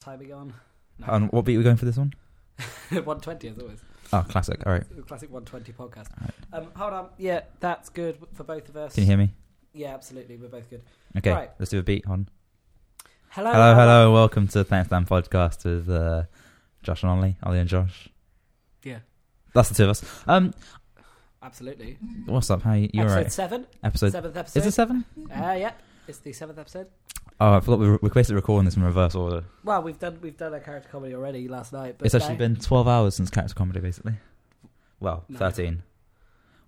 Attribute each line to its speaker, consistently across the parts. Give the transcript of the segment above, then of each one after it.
Speaker 1: time again.
Speaker 2: And what beat we going for this one?
Speaker 1: 120 as always.
Speaker 2: Oh, classic. All right.
Speaker 1: The classic 120 podcast. Um, hold on. Yeah, that's good for both of us.
Speaker 2: Can you hear me?
Speaker 1: Yeah, absolutely. We're both good.
Speaker 2: Okay.
Speaker 1: Right.
Speaker 2: Let's do a beat on.
Speaker 1: Hello.
Speaker 2: Hello, hello. Welcome to the Planet Slam podcast with uh, Josh and Ollie. Ollie and Josh.
Speaker 1: Yeah,
Speaker 2: That's the two of us. Um,
Speaker 1: absolutely.
Speaker 2: what's up? How you? You're
Speaker 1: episode
Speaker 2: right.
Speaker 1: seven.
Speaker 2: Episode.
Speaker 1: Seventh episode.
Speaker 2: Is it seven?
Speaker 1: Uh, yeah, it's the seventh episode.
Speaker 2: Oh, I forgot we were we basically recording this in reverse order.
Speaker 1: Well, we've done we've done a character comedy already last night. But
Speaker 2: it's actually
Speaker 1: now-
Speaker 2: been 12 hours since Character Comedy, basically. Well,
Speaker 1: No.
Speaker 2: 13.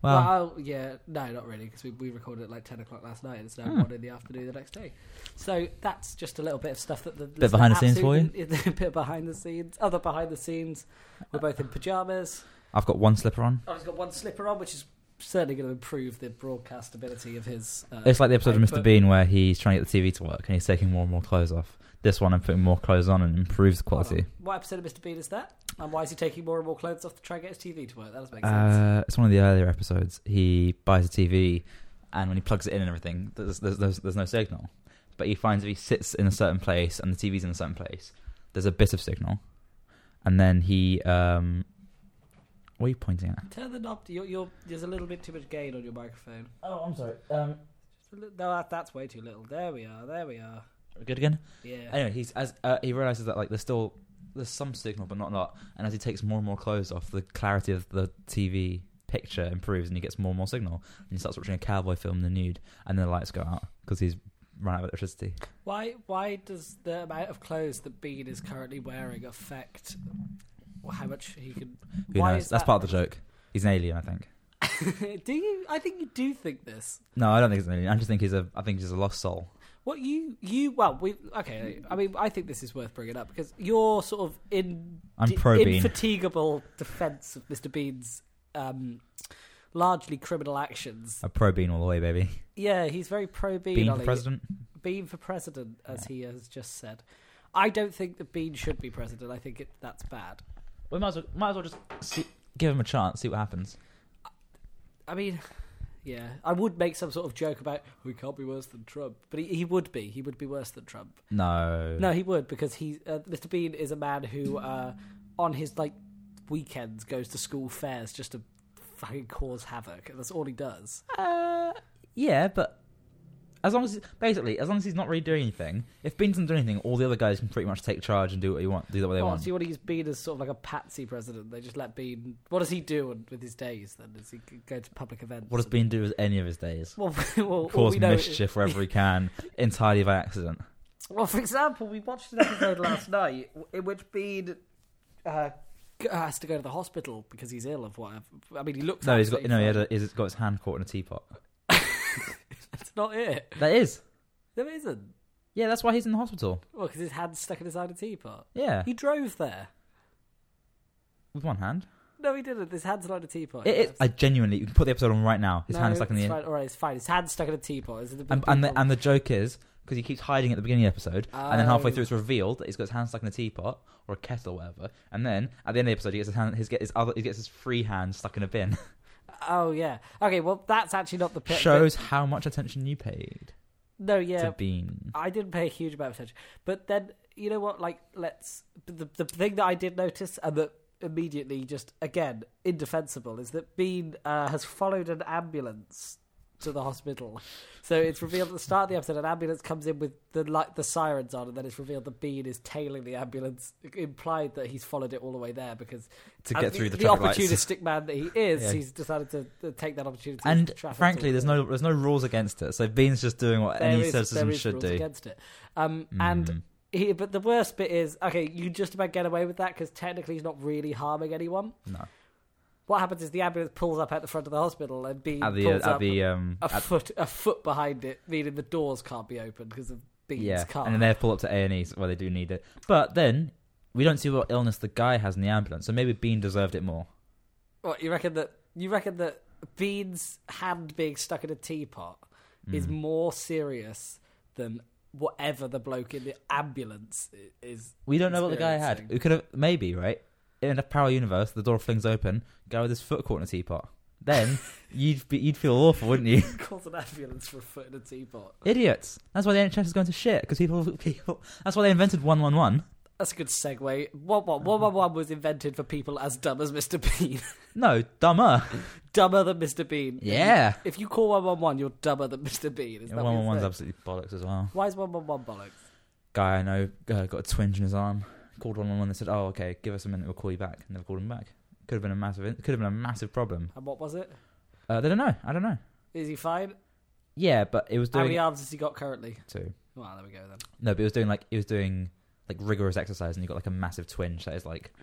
Speaker 1: Well, uh,
Speaker 2: Well,
Speaker 1: I'll- yeah, no, not really, because we, we recorded at like ten o'clock last night, and it's now
Speaker 2: Hmm.
Speaker 1: one in the afternoon the next day. So that's just a little bit of stuff that the bit
Speaker 2: behind the scenes for
Speaker 1: A bit behind the scenes, other behind the scenes. We're both in pajamas.
Speaker 2: I've got one slipper on.
Speaker 1: I've just Oh, got one slipper on, which is certainly going to improve the broadcastability of his. Uh,
Speaker 2: It's like the episode of
Speaker 1: output.
Speaker 2: Mr. Bean where he's trying to get the TV to work and he's taking more and more clothes off. This one, I'm putting more clothes on and improves the
Speaker 1: Hold
Speaker 2: quality.
Speaker 1: on. What episode of Mr. Bean is that? And why is he taking more and more clothes off to try and get his TV to work? That doesn't make sense.
Speaker 2: Uh, it's one of the earlier episodes. He buys a TV, and when he plugs it in and everything, there's, there's, there's, there's no signal. But he finds if he sits in a certain place and the TV's in a certain place, there's a bit of signal. And then he. Um, what are you pointing at?
Speaker 1: Turn the knob. You're, you're, there's a little bit too much gain on your microphone.
Speaker 2: Oh, I'm sorry. Um,
Speaker 1: Just a li- No, that, that's way too little. There we are. There we are.
Speaker 2: good again?
Speaker 1: Yeah.
Speaker 2: Anyway, he's as uh, he realizes that like there's still there's some signal, but not a lot. And as he takes more and more clothes off, the clarity of the TV picture improves, and he gets more and more signal. And he starts watching a cowboy film, The Nude, and then the lights go out because he's run out of electricity.
Speaker 1: Why why does the amount of clothes that Bean is currently wearing affect how much he can?
Speaker 2: Who
Speaker 1: why
Speaker 2: knows?
Speaker 1: is
Speaker 2: That's
Speaker 1: that-
Speaker 2: part of the joke. He's an alien, I think.
Speaker 1: do you? I think you do think this.
Speaker 2: No, I don't think he's an alien. I just think he's a. I think he's a lost soul.
Speaker 1: What you you well we okay. I mean, I think this is worth bringing up because your sort of in
Speaker 2: I'm
Speaker 1: di-
Speaker 2: pro Bean.
Speaker 1: infatigable defense of Mr. Bean's um, largely criminal actions.
Speaker 2: A pro bean all the way, baby.
Speaker 1: Yeah, he's very pro Bean.
Speaker 2: Uh, Bean for
Speaker 1: Ollie.
Speaker 2: president.
Speaker 1: Bean for president, as he has just said. I don't think that Bean should be president. I think it, that's bad.
Speaker 2: We might as well, might as well just see, give him a chance, see what happens.
Speaker 1: I mean, yeah, I would make some sort of joke about we can't be worse than Trump, but he, he would be. He would be worse than Trump.
Speaker 2: No.
Speaker 1: No, he would because he, uh, Mr. Bean, is a man who, uh, on his like weekends, goes to school fairs just to fucking cause havoc. That's all he does.
Speaker 2: Uh, yeah, but as long as basically as long as he's not really doing anything, if Bean doesn't do anything, all the other guys can pretty much take charge and do what he want, do what they
Speaker 1: oh,
Speaker 2: want.
Speaker 1: so you want to use Bean as sort of like a patsy president? They just let Bean. What does he do on, with his days? Then does he g- go to public events?
Speaker 2: What does Bean do with any of his days?
Speaker 1: Well, well, all
Speaker 2: Cause
Speaker 1: we know
Speaker 2: mischief wherever he can, entirely by accident.
Speaker 1: Well, for example, we watched an episode last night in which Bean uh, g- has to go to the hospital because he's ill of whatever. I mean, he looks.
Speaker 2: No, he's got
Speaker 1: absolutely
Speaker 2: no, he had
Speaker 1: fine.
Speaker 2: a, he's got his hand caught in a teapot.
Speaker 1: That's not it.
Speaker 2: That is,
Speaker 1: There isn't.
Speaker 2: yeah, that's why he's in the hospital.
Speaker 1: Well, because his hand's stuck in his a teapot.
Speaker 2: Yeah,
Speaker 1: He drove there.
Speaker 2: with one hand.
Speaker 1: No, he didn't. His hand's not in a teapot.
Speaker 2: It, it, I genuinely, you can put the episode on right now. His
Speaker 1: Oh, No,
Speaker 2: hand is stuck in the.
Speaker 1: it's fine. All right, it's fine. His hand's stuck in a teapot. It's in
Speaker 2: And, and the and the joke is because he keeps hiding at the beginning of the episode, and then halfway
Speaker 1: Oh.
Speaker 2: through it's revealed that he's got his hand stuck in a teapot or a kettle, or whatever. And then at the end of the episode, he gets his hand, his, get his other, he gets his free hand stuck in a bin.
Speaker 1: oh yeah. Okay. Well, that's actually not the pit.
Speaker 2: Shows how much attention you paid
Speaker 1: No. Yeah.
Speaker 2: to Bean.
Speaker 1: I didn't pay a huge amount of attention, but then you know what? Like, let's the the thing that I did notice and that immediately just again indefensible is that Bean uh, has followed an ambulance to the hospital. So it's revealed at the start of the episode an ambulance comes in with the like the sirens on, and then it's revealed that Bean is tailing the ambulance, implied that he's followed it all the way there because
Speaker 2: To
Speaker 1: as
Speaker 2: get through the
Speaker 1: the
Speaker 2: traffic lights.
Speaker 1: opportunistic man that he is,
Speaker 2: Yeah.
Speaker 1: he's decided to, to take that opportunity.
Speaker 2: And
Speaker 1: to traffic all
Speaker 2: frankly,
Speaker 1: the
Speaker 2: there's
Speaker 1: way.
Speaker 2: no there's no rules against it, so Bean's just doing what
Speaker 1: There
Speaker 2: any
Speaker 1: is-
Speaker 2: citizen
Speaker 1: there is
Speaker 2: should
Speaker 1: rules
Speaker 2: do.
Speaker 1: against it. Um, And
Speaker 2: Mm.
Speaker 1: he, but the worst bit is okay. You just about get away with that because technically he's not really harming anyone.
Speaker 2: no,
Speaker 1: What happens is the ambulance pulls up at the front of the hospital and Bean
Speaker 2: at the
Speaker 1: pulls
Speaker 2: uh,
Speaker 1: up
Speaker 2: at the um,
Speaker 1: a
Speaker 2: at,
Speaker 1: foot a foot behind it, meaning the doors can't be opened because of Bean's
Speaker 2: yeah,
Speaker 1: car.
Speaker 2: and then they have to pull up to A and E where they do need it. But then we don't see what illness the guy has in the ambulance, so maybe Bean deserved it more.
Speaker 1: what you reckon that you reckon that Bean's hand being stuck in a teapot
Speaker 2: Mm.
Speaker 1: is more serious than whatever the bloke in the ambulance i- is?
Speaker 2: We don't know what the guy had.
Speaker 1: experiencing.
Speaker 2: We could have maybe right in a parallel universe. The door flings open. Guy with his foot caught in a teapot. Then you'd be, you'd feel awful, wouldn't you?
Speaker 1: Calls an ambulance for a foot in a teapot.
Speaker 2: Idiots. That's why the NHS is going to shit because people, people. That's why they invented one one one.
Speaker 1: That's a good segue. One one one one one was invented for people as dumb as Mr. Bean,
Speaker 2: No, dumber.
Speaker 1: dumber than Mr. Bean.
Speaker 2: Yeah.
Speaker 1: If you call one one one, you're dumber than Mr. Bean. Is that
Speaker 2: One
Speaker 1: what you
Speaker 2: one one's
Speaker 1: said?
Speaker 2: absolutely bollocks as well.
Speaker 1: Why is one one one bollocks?
Speaker 2: Guy I know uh, got a twinge in his arm. Called one one one. They said, "Oh, okay, give us a minute. We'll call you back." Never called him back. Could have been a massive. Could have been a massive problem.
Speaker 1: And what was it?
Speaker 2: Uh, they don't know. I don't know.
Speaker 1: Is he fine?
Speaker 2: Yeah, but it was
Speaker 1: How
Speaker 2: doing
Speaker 1: many arms has he got currently?
Speaker 2: too.
Speaker 1: Well, there we go then.
Speaker 2: No, but it was doing like it was doing like rigorous exercise, and you got like a massive twinge that is like,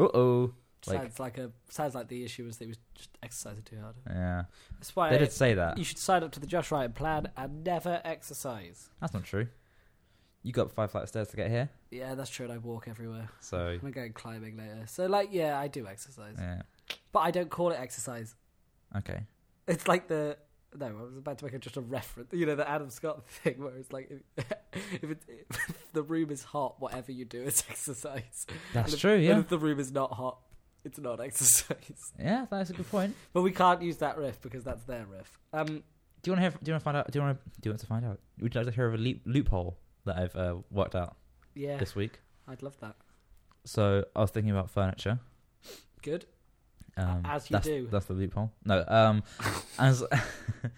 Speaker 2: uh oh. Like-
Speaker 1: sounds like a sounds like the issue was that he was just exercising too hard.
Speaker 2: Yeah,
Speaker 1: That's why
Speaker 2: they did say that. uh,
Speaker 1: you should sign up to the Josh Ryan plan and never exercise.
Speaker 2: That's not true. You got five flights of stairs to get here,
Speaker 1: Yeah, that's true. And I walk everywhere.
Speaker 2: so
Speaker 1: I'm going climbing later. So like, yeah, I do exercise,
Speaker 2: yeah.
Speaker 1: but I don't call it exercise.
Speaker 2: Okay.
Speaker 1: It's like the no, I was about to make a, just a reference. You know the Adam Scott thing where it's like if, if, it, if the room is hot, whatever you do is exercise.
Speaker 2: That's
Speaker 1: And if-
Speaker 2: true.
Speaker 1: And
Speaker 2: Yeah.
Speaker 1: if the room is not hot, it's not exercise.
Speaker 2: Yeah, that's a good point.
Speaker 1: But we can't use that riff because that's their riff. Um,
Speaker 2: Do you want to hear? Do you want to find out? Do you want to? Do you want to find out? Would you like to hear of a leap, loophole that I've uh, worked out
Speaker 1: yeah,
Speaker 2: this week?
Speaker 1: I'd love that.
Speaker 2: So I was thinking about furniture.
Speaker 1: Good.
Speaker 2: Um,
Speaker 1: As you
Speaker 2: that's,
Speaker 1: do.
Speaker 2: That's the loophole. No. Um, as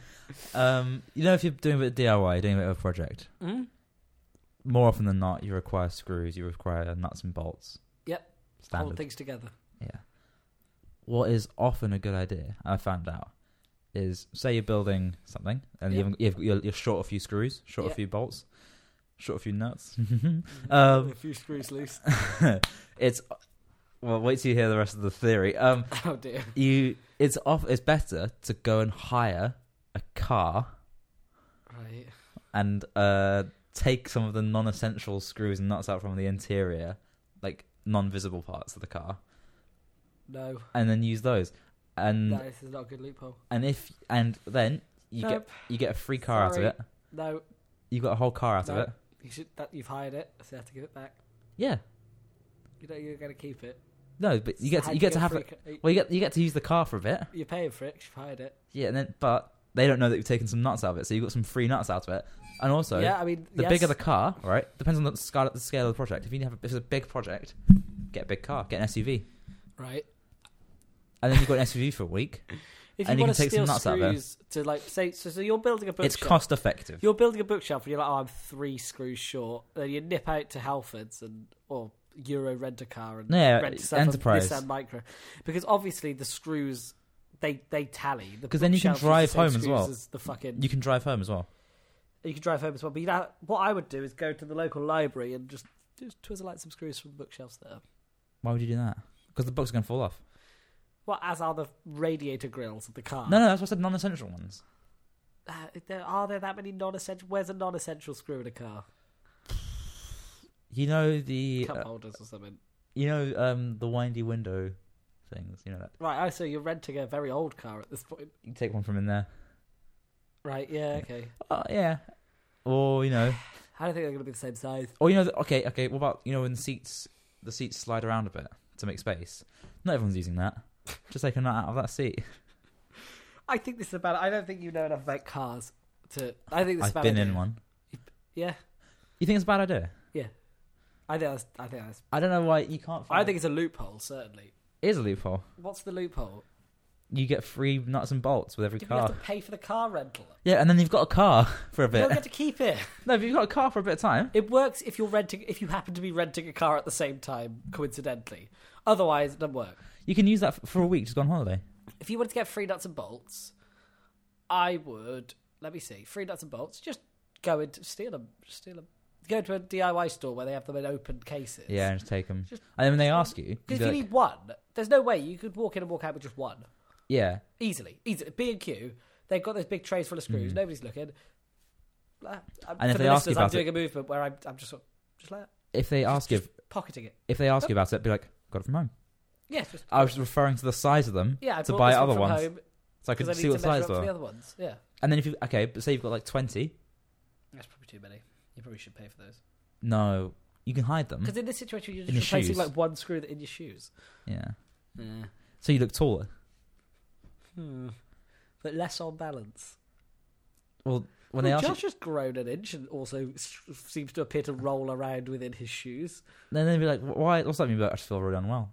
Speaker 2: um, you know, if you're doing a bit of DIY, you're doing a bit of a project,
Speaker 1: Mm?
Speaker 2: more often than not, you require screws, you require nuts and bolts.
Speaker 1: Yep. Hold
Speaker 2: Standard.
Speaker 1: things together.
Speaker 2: Yeah. What is often a good idea, I found out, is say you're building something and
Speaker 1: Yeah.
Speaker 2: you haven't, you've, you're, you're short a few screws, short
Speaker 1: Yeah.
Speaker 2: a few bolts, short a few nuts. Um,
Speaker 1: a few screws loose.
Speaker 2: it's well, wait till you hear the rest of the theory. Um,
Speaker 1: Oh dear.
Speaker 2: you it's off. It's better to go and hire a car
Speaker 1: Right.
Speaker 2: and uh, take some of the non-essential screws and nuts out from the interior, like non-visible parts of the car,
Speaker 1: No.
Speaker 2: and then use those. And
Speaker 1: No, this is not a good loophole.
Speaker 2: and if and then Mm. you
Speaker 1: Nope.
Speaker 2: get you get a free car
Speaker 1: Sorry.
Speaker 2: out of it.
Speaker 1: No.
Speaker 2: You got a whole car out
Speaker 1: No.
Speaker 2: of it.
Speaker 1: You should. That you've hired it, so you have to give it back.
Speaker 2: Yeah.
Speaker 1: You know you're going to keep it.
Speaker 2: No, but you get
Speaker 1: How'd
Speaker 2: to, you get to have
Speaker 1: free
Speaker 2: it.
Speaker 1: ca-
Speaker 2: Well, you get you get to use the car for a bit.
Speaker 1: You're paying for it. 'cause You've hired it.
Speaker 2: Yeah, and then but they don't know that you've taken some nuts out of it, so you got some free nuts out of it. And also,
Speaker 1: yeah. I mean,
Speaker 2: the
Speaker 1: yes.
Speaker 2: bigger the car, right? Depends on the scale, the scale of the project. If you have a, if it's a big project, get a big car, get an SUV,
Speaker 1: right.
Speaker 2: and then you've got an SUV for a week.
Speaker 1: If you
Speaker 2: and you
Speaker 1: want
Speaker 2: can
Speaker 1: to
Speaker 2: take some
Speaker 1: steal
Speaker 2: nuts out of it.
Speaker 1: screws to like say, so, so you're building a bookshelf.
Speaker 2: it's cost effective.
Speaker 1: You're building a bookshelf and you're like, oh, I'm three screws short. Then you nip out to Halfords and or Euro rent a car and
Speaker 2: Yeah,
Speaker 1: rent stuff on
Speaker 2: Enterprise.
Speaker 1: Nissan Micro, because obviously the screws they they tally. The
Speaker 2: 'Cause then you can
Speaker 1: bookshelf is the
Speaker 2: drive
Speaker 1: same
Speaker 2: home as
Speaker 1: screws
Speaker 2: well.
Speaker 1: the fucking
Speaker 2: You
Speaker 1: you,
Speaker 2: can drive home as well.
Speaker 1: can drive home as well. But you know, what I would do is go to the local library and just just twizzle out some screws from the bookshelves there.
Speaker 2: Why would you do that? Because the books are going to fall off.
Speaker 1: Well, as are the radiator grills of the car.
Speaker 2: No, no, that's what I said. Non-essential ones.
Speaker 1: Uh, there, are there that many non-essential? Where's a non-essential screw in a car?
Speaker 2: You know the
Speaker 1: Cup
Speaker 2: uh,
Speaker 1: holders or something.
Speaker 2: you know um the windy window things. You know that
Speaker 1: Right. I so you're renting a very old car at this point.
Speaker 2: you take one from in there.
Speaker 1: Right. Yeah. Okay.
Speaker 2: Oh yeah. Or you know,
Speaker 1: I don't think they're going to be the same size.
Speaker 2: or you know, the, okay, okay. What about you know when the seats the seats slide around a bit to make space? Not everyone's using that. Just take a nut out of that seat.
Speaker 1: I think this is about. I don't think you know enough about cars to. I think this is
Speaker 2: I've
Speaker 1: about.
Speaker 2: been in
Speaker 1: idea.
Speaker 2: one.
Speaker 1: Yeah,
Speaker 2: You think it's a bad idea?
Speaker 1: I think that's. I think that's.
Speaker 2: I don't know why you can't.
Speaker 1: I think it's a loophole. Certainly.
Speaker 2: it is a loophole.
Speaker 1: What's the loophole?
Speaker 2: You get free nuts and bolts with every
Speaker 1: Do you have
Speaker 2: car.
Speaker 1: to pay for the car rental?
Speaker 2: Yeah, and then you've got a car for a
Speaker 1: You
Speaker 2: bit.
Speaker 1: don't get to keep it.
Speaker 2: No, but you've got a car for a bit of time.
Speaker 1: It works if you're renting. If you happen to be renting a car at the same time, coincidentally. Otherwise, it doesn't work.
Speaker 2: You can use that f- for a week. Just go on holiday.
Speaker 1: If you wanted to get free nuts and bolts, I would. Let me see. Free nuts and bolts. Just go into steal them. Just steal them. Go to a DIY store where they have them in open cases.
Speaker 2: Yeah, and just take them.
Speaker 1: Just-
Speaker 2: and then when they ask you, you'd be
Speaker 1: Because if you
Speaker 2: like,
Speaker 1: need one, there's no way you could walk in and walk out with just one.
Speaker 2: yeah,
Speaker 1: Easily. Easily. B and Q, they've got those big trays full of screws,
Speaker 2: Mhm.
Speaker 1: nobody's looking. Like, I'm,
Speaker 2: And if
Speaker 1: for
Speaker 2: they
Speaker 1: the
Speaker 2: ask you
Speaker 1: listeners, I'm
Speaker 2: about
Speaker 1: doing a movement where I'm, I'm just sort of, just like that,
Speaker 2: if they ask you, if,
Speaker 1: pocketing it.
Speaker 2: if they ask you about it, be like, got it from home.
Speaker 1: Yeah, just
Speaker 2: I was referring to the size of them,
Speaker 1: yeah. I
Speaker 2: to
Speaker 1: brought
Speaker 2: buy
Speaker 1: this one
Speaker 2: other
Speaker 1: from
Speaker 2: ones.
Speaker 1: home
Speaker 2: so I
Speaker 1: 'cause
Speaker 2: could
Speaker 1: I
Speaker 2: see
Speaker 1: need
Speaker 2: what
Speaker 1: to measure
Speaker 2: size
Speaker 1: up
Speaker 2: they
Speaker 1: to the
Speaker 2: were.
Speaker 1: other ones. Yeah,
Speaker 2: And then if you okay, but say you've got like twenty,
Speaker 1: that's probably too many. You probably should pay for those
Speaker 2: no, you can hide them.
Speaker 1: because in this situation you're
Speaker 2: Hmm. In
Speaker 1: just
Speaker 2: your
Speaker 1: replacing
Speaker 2: shoes.
Speaker 1: like one screw that in your shoes.
Speaker 2: Yeah,
Speaker 1: Yeah.
Speaker 2: so you look taller.
Speaker 1: Hmm. But less on balance.
Speaker 2: Well, when
Speaker 1: well,
Speaker 2: they asked,
Speaker 1: Josh has grown an inch and also s- seems to appear to roll around within his shoes.
Speaker 2: then they'd be like, "Why? What's that mean?" But I just feel really unwell.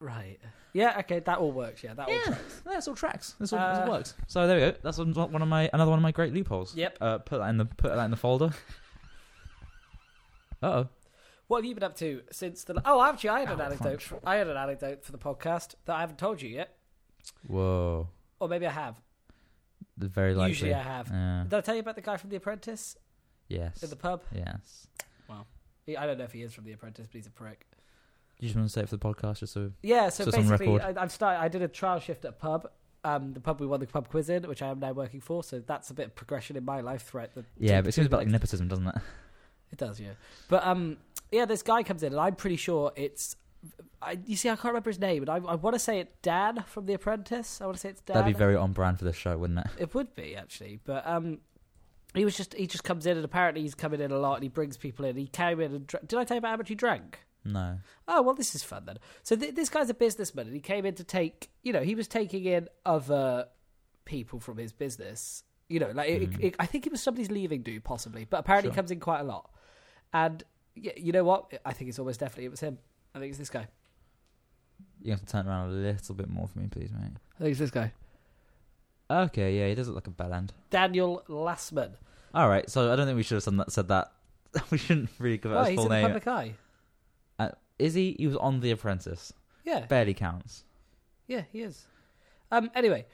Speaker 1: Right. Yeah. Okay. That all works. Yeah. That all
Speaker 2: Yeah.
Speaker 1: tracks.
Speaker 2: Yeah, it's all tracks. This all, this all
Speaker 1: Uh,
Speaker 2: works. So there we go. That's one one of my another one of my great loopholes.
Speaker 1: Yep.
Speaker 2: Uh, put that in the put that in the folder. Uh oh.
Speaker 1: What have you been up to since the? Oh, actually, I had an
Speaker 2: Oh,
Speaker 1: anecdote. I had an anecdote for the podcast that I haven't told you yet,
Speaker 2: Whoa.
Speaker 1: or maybe I have.
Speaker 2: The Very likely.
Speaker 1: Usually, I have.
Speaker 2: Yeah.
Speaker 1: Did I tell you about the guy from The Apprentice
Speaker 2: Yes.
Speaker 1: in the pub?
Speaker 2: Yes.
Speaker 1: He- I don't know if he is from The Apprentice, but he's a prick.
Speaker 2: You just want to say it for the podcast, just so
Speaker 1: Yeah. So,
Speaker 2: So it's on
Speaker 1: basically, I,
Speaker 2: record.
Speaker 1: I've started. I did a trial shift at a pub. Um, the pub we won the pub quiz in, which I am now working for. So that's a bit of progression in my life throughout the. two-
Speaker 2: yeah. But it
Speaker 1: two
Speaker 2: seems a bit like
Speaker 1: months.
Speaker 2: nepotism, doesn't it?
Speaker 1: It does, yeah. But um, yeah, this guy comes in, and I'm pretty sure it's. I, you see, I can't remember his name, and I, I want to say it Dan from The Apprentice. I want to say it's Dan.
Speaker 2: That'd be very on brand for the show, wouldn't it?
Speaker 1: It would be actually, but um, he was just he just comes in, and apparently he's coming in a lot, and he brings people in. He came in and dr- did I tell you about how much he drank?
Speaker 2: No.
Speaker 1: Oh well, this is fun then. So th- this guy's a businessman, and he came in to take you know he was taking in other people from his business. You know, like it,
Speaker 2: Mm.
Speaker 1: it, I think it was somebody's leaving do possibly, but apparently he
Speaker 2: Sure.
Speaker 1: comes in quite a lot. And y you know what? I think it's almost definitely it was him. I think it's this guy.
Speaker 2: You have to turn around a little bit more for me, please, mate.
Speaker 1: I think it's this guy,
Speaker 2: Okay, yeah, he does look like a bad end.
Speaker 1: Daniel Lassman.
Speaker 2: All right, so I don't think we should have said that. Said that. we shouldn't really give out
Speaker 1: Why
Speaker 2: his
Speaker 1: Oh, he's in
Speaker 2: full
Speaker 1: the
Speaker 2: name. Uh,
Speaker 1: public eye?
Speaker 2: Is he? He was on The Apprentice.
Speaker 1: Yeah,
Speaker 2: Barely counts.
Speaker 1: yeah, he is. Um. Anyway,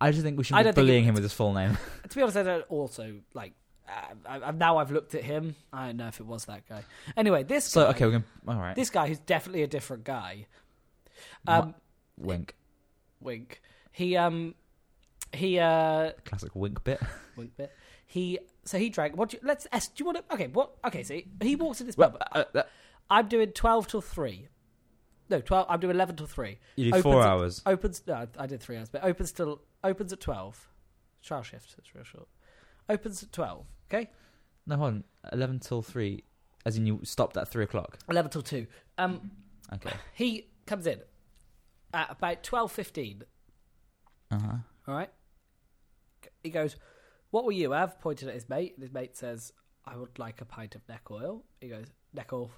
Speaker 2: I just think we should
Speaker 1: I
Speaker 2: be
Speaker 1: don't think
Speaker 2: bullying
Speaker 1: it-
Speaker 2: him with his full name.
Speaker 1: To be honest, I don't also like. I, I, now I've looked at him. I don't know if it was that guy. Anyway, this
Speaker 2: so
Speaker 1: guy,
Speaker 2: okay, we're gonna. All right.
Speaker 1: this guy who's definitely a different guy.
Speaker 2: Mi-
Speaker 1: Um,
Speaker 2: wink.
Speaker 1: wink. He um, he uh,
Speaker 2: Classic wink bit.
Speaker 1: wink bit. He so he drank. What? Do you, let's. ask- Do you want to? Okay. What? Okay. So he, he walks in this
Speaker 2: Well,
Speaker 1: pub.
Speaker 2: uh, uh,
Speaker 1: I'm doing twelve till three. No, twelve. I'm doing eleven till three.
Speaker 2: you do
Speaker 1: Opens
Speaker 2: four
Speaker 1: it-
Speaker 2: hours.
Speaker 1: Opens. No, I- I did three hours, but opens till opens at twelve. Trial shift. It's real short. Opens at twelve. Okay.
Speaker 2: No, hold on. Eleven till three, as in you stopped at three o'clock.
Speaker 1: 11 till 2 um
Speaker 2: Okay.
Speaker 1: he comes in at about 12.15
Speaker 2: Uh huh.
Speaker 1: all right he goes what will you have pointed at his mate and his mate says i would like a pint of neck oil he goes neck oil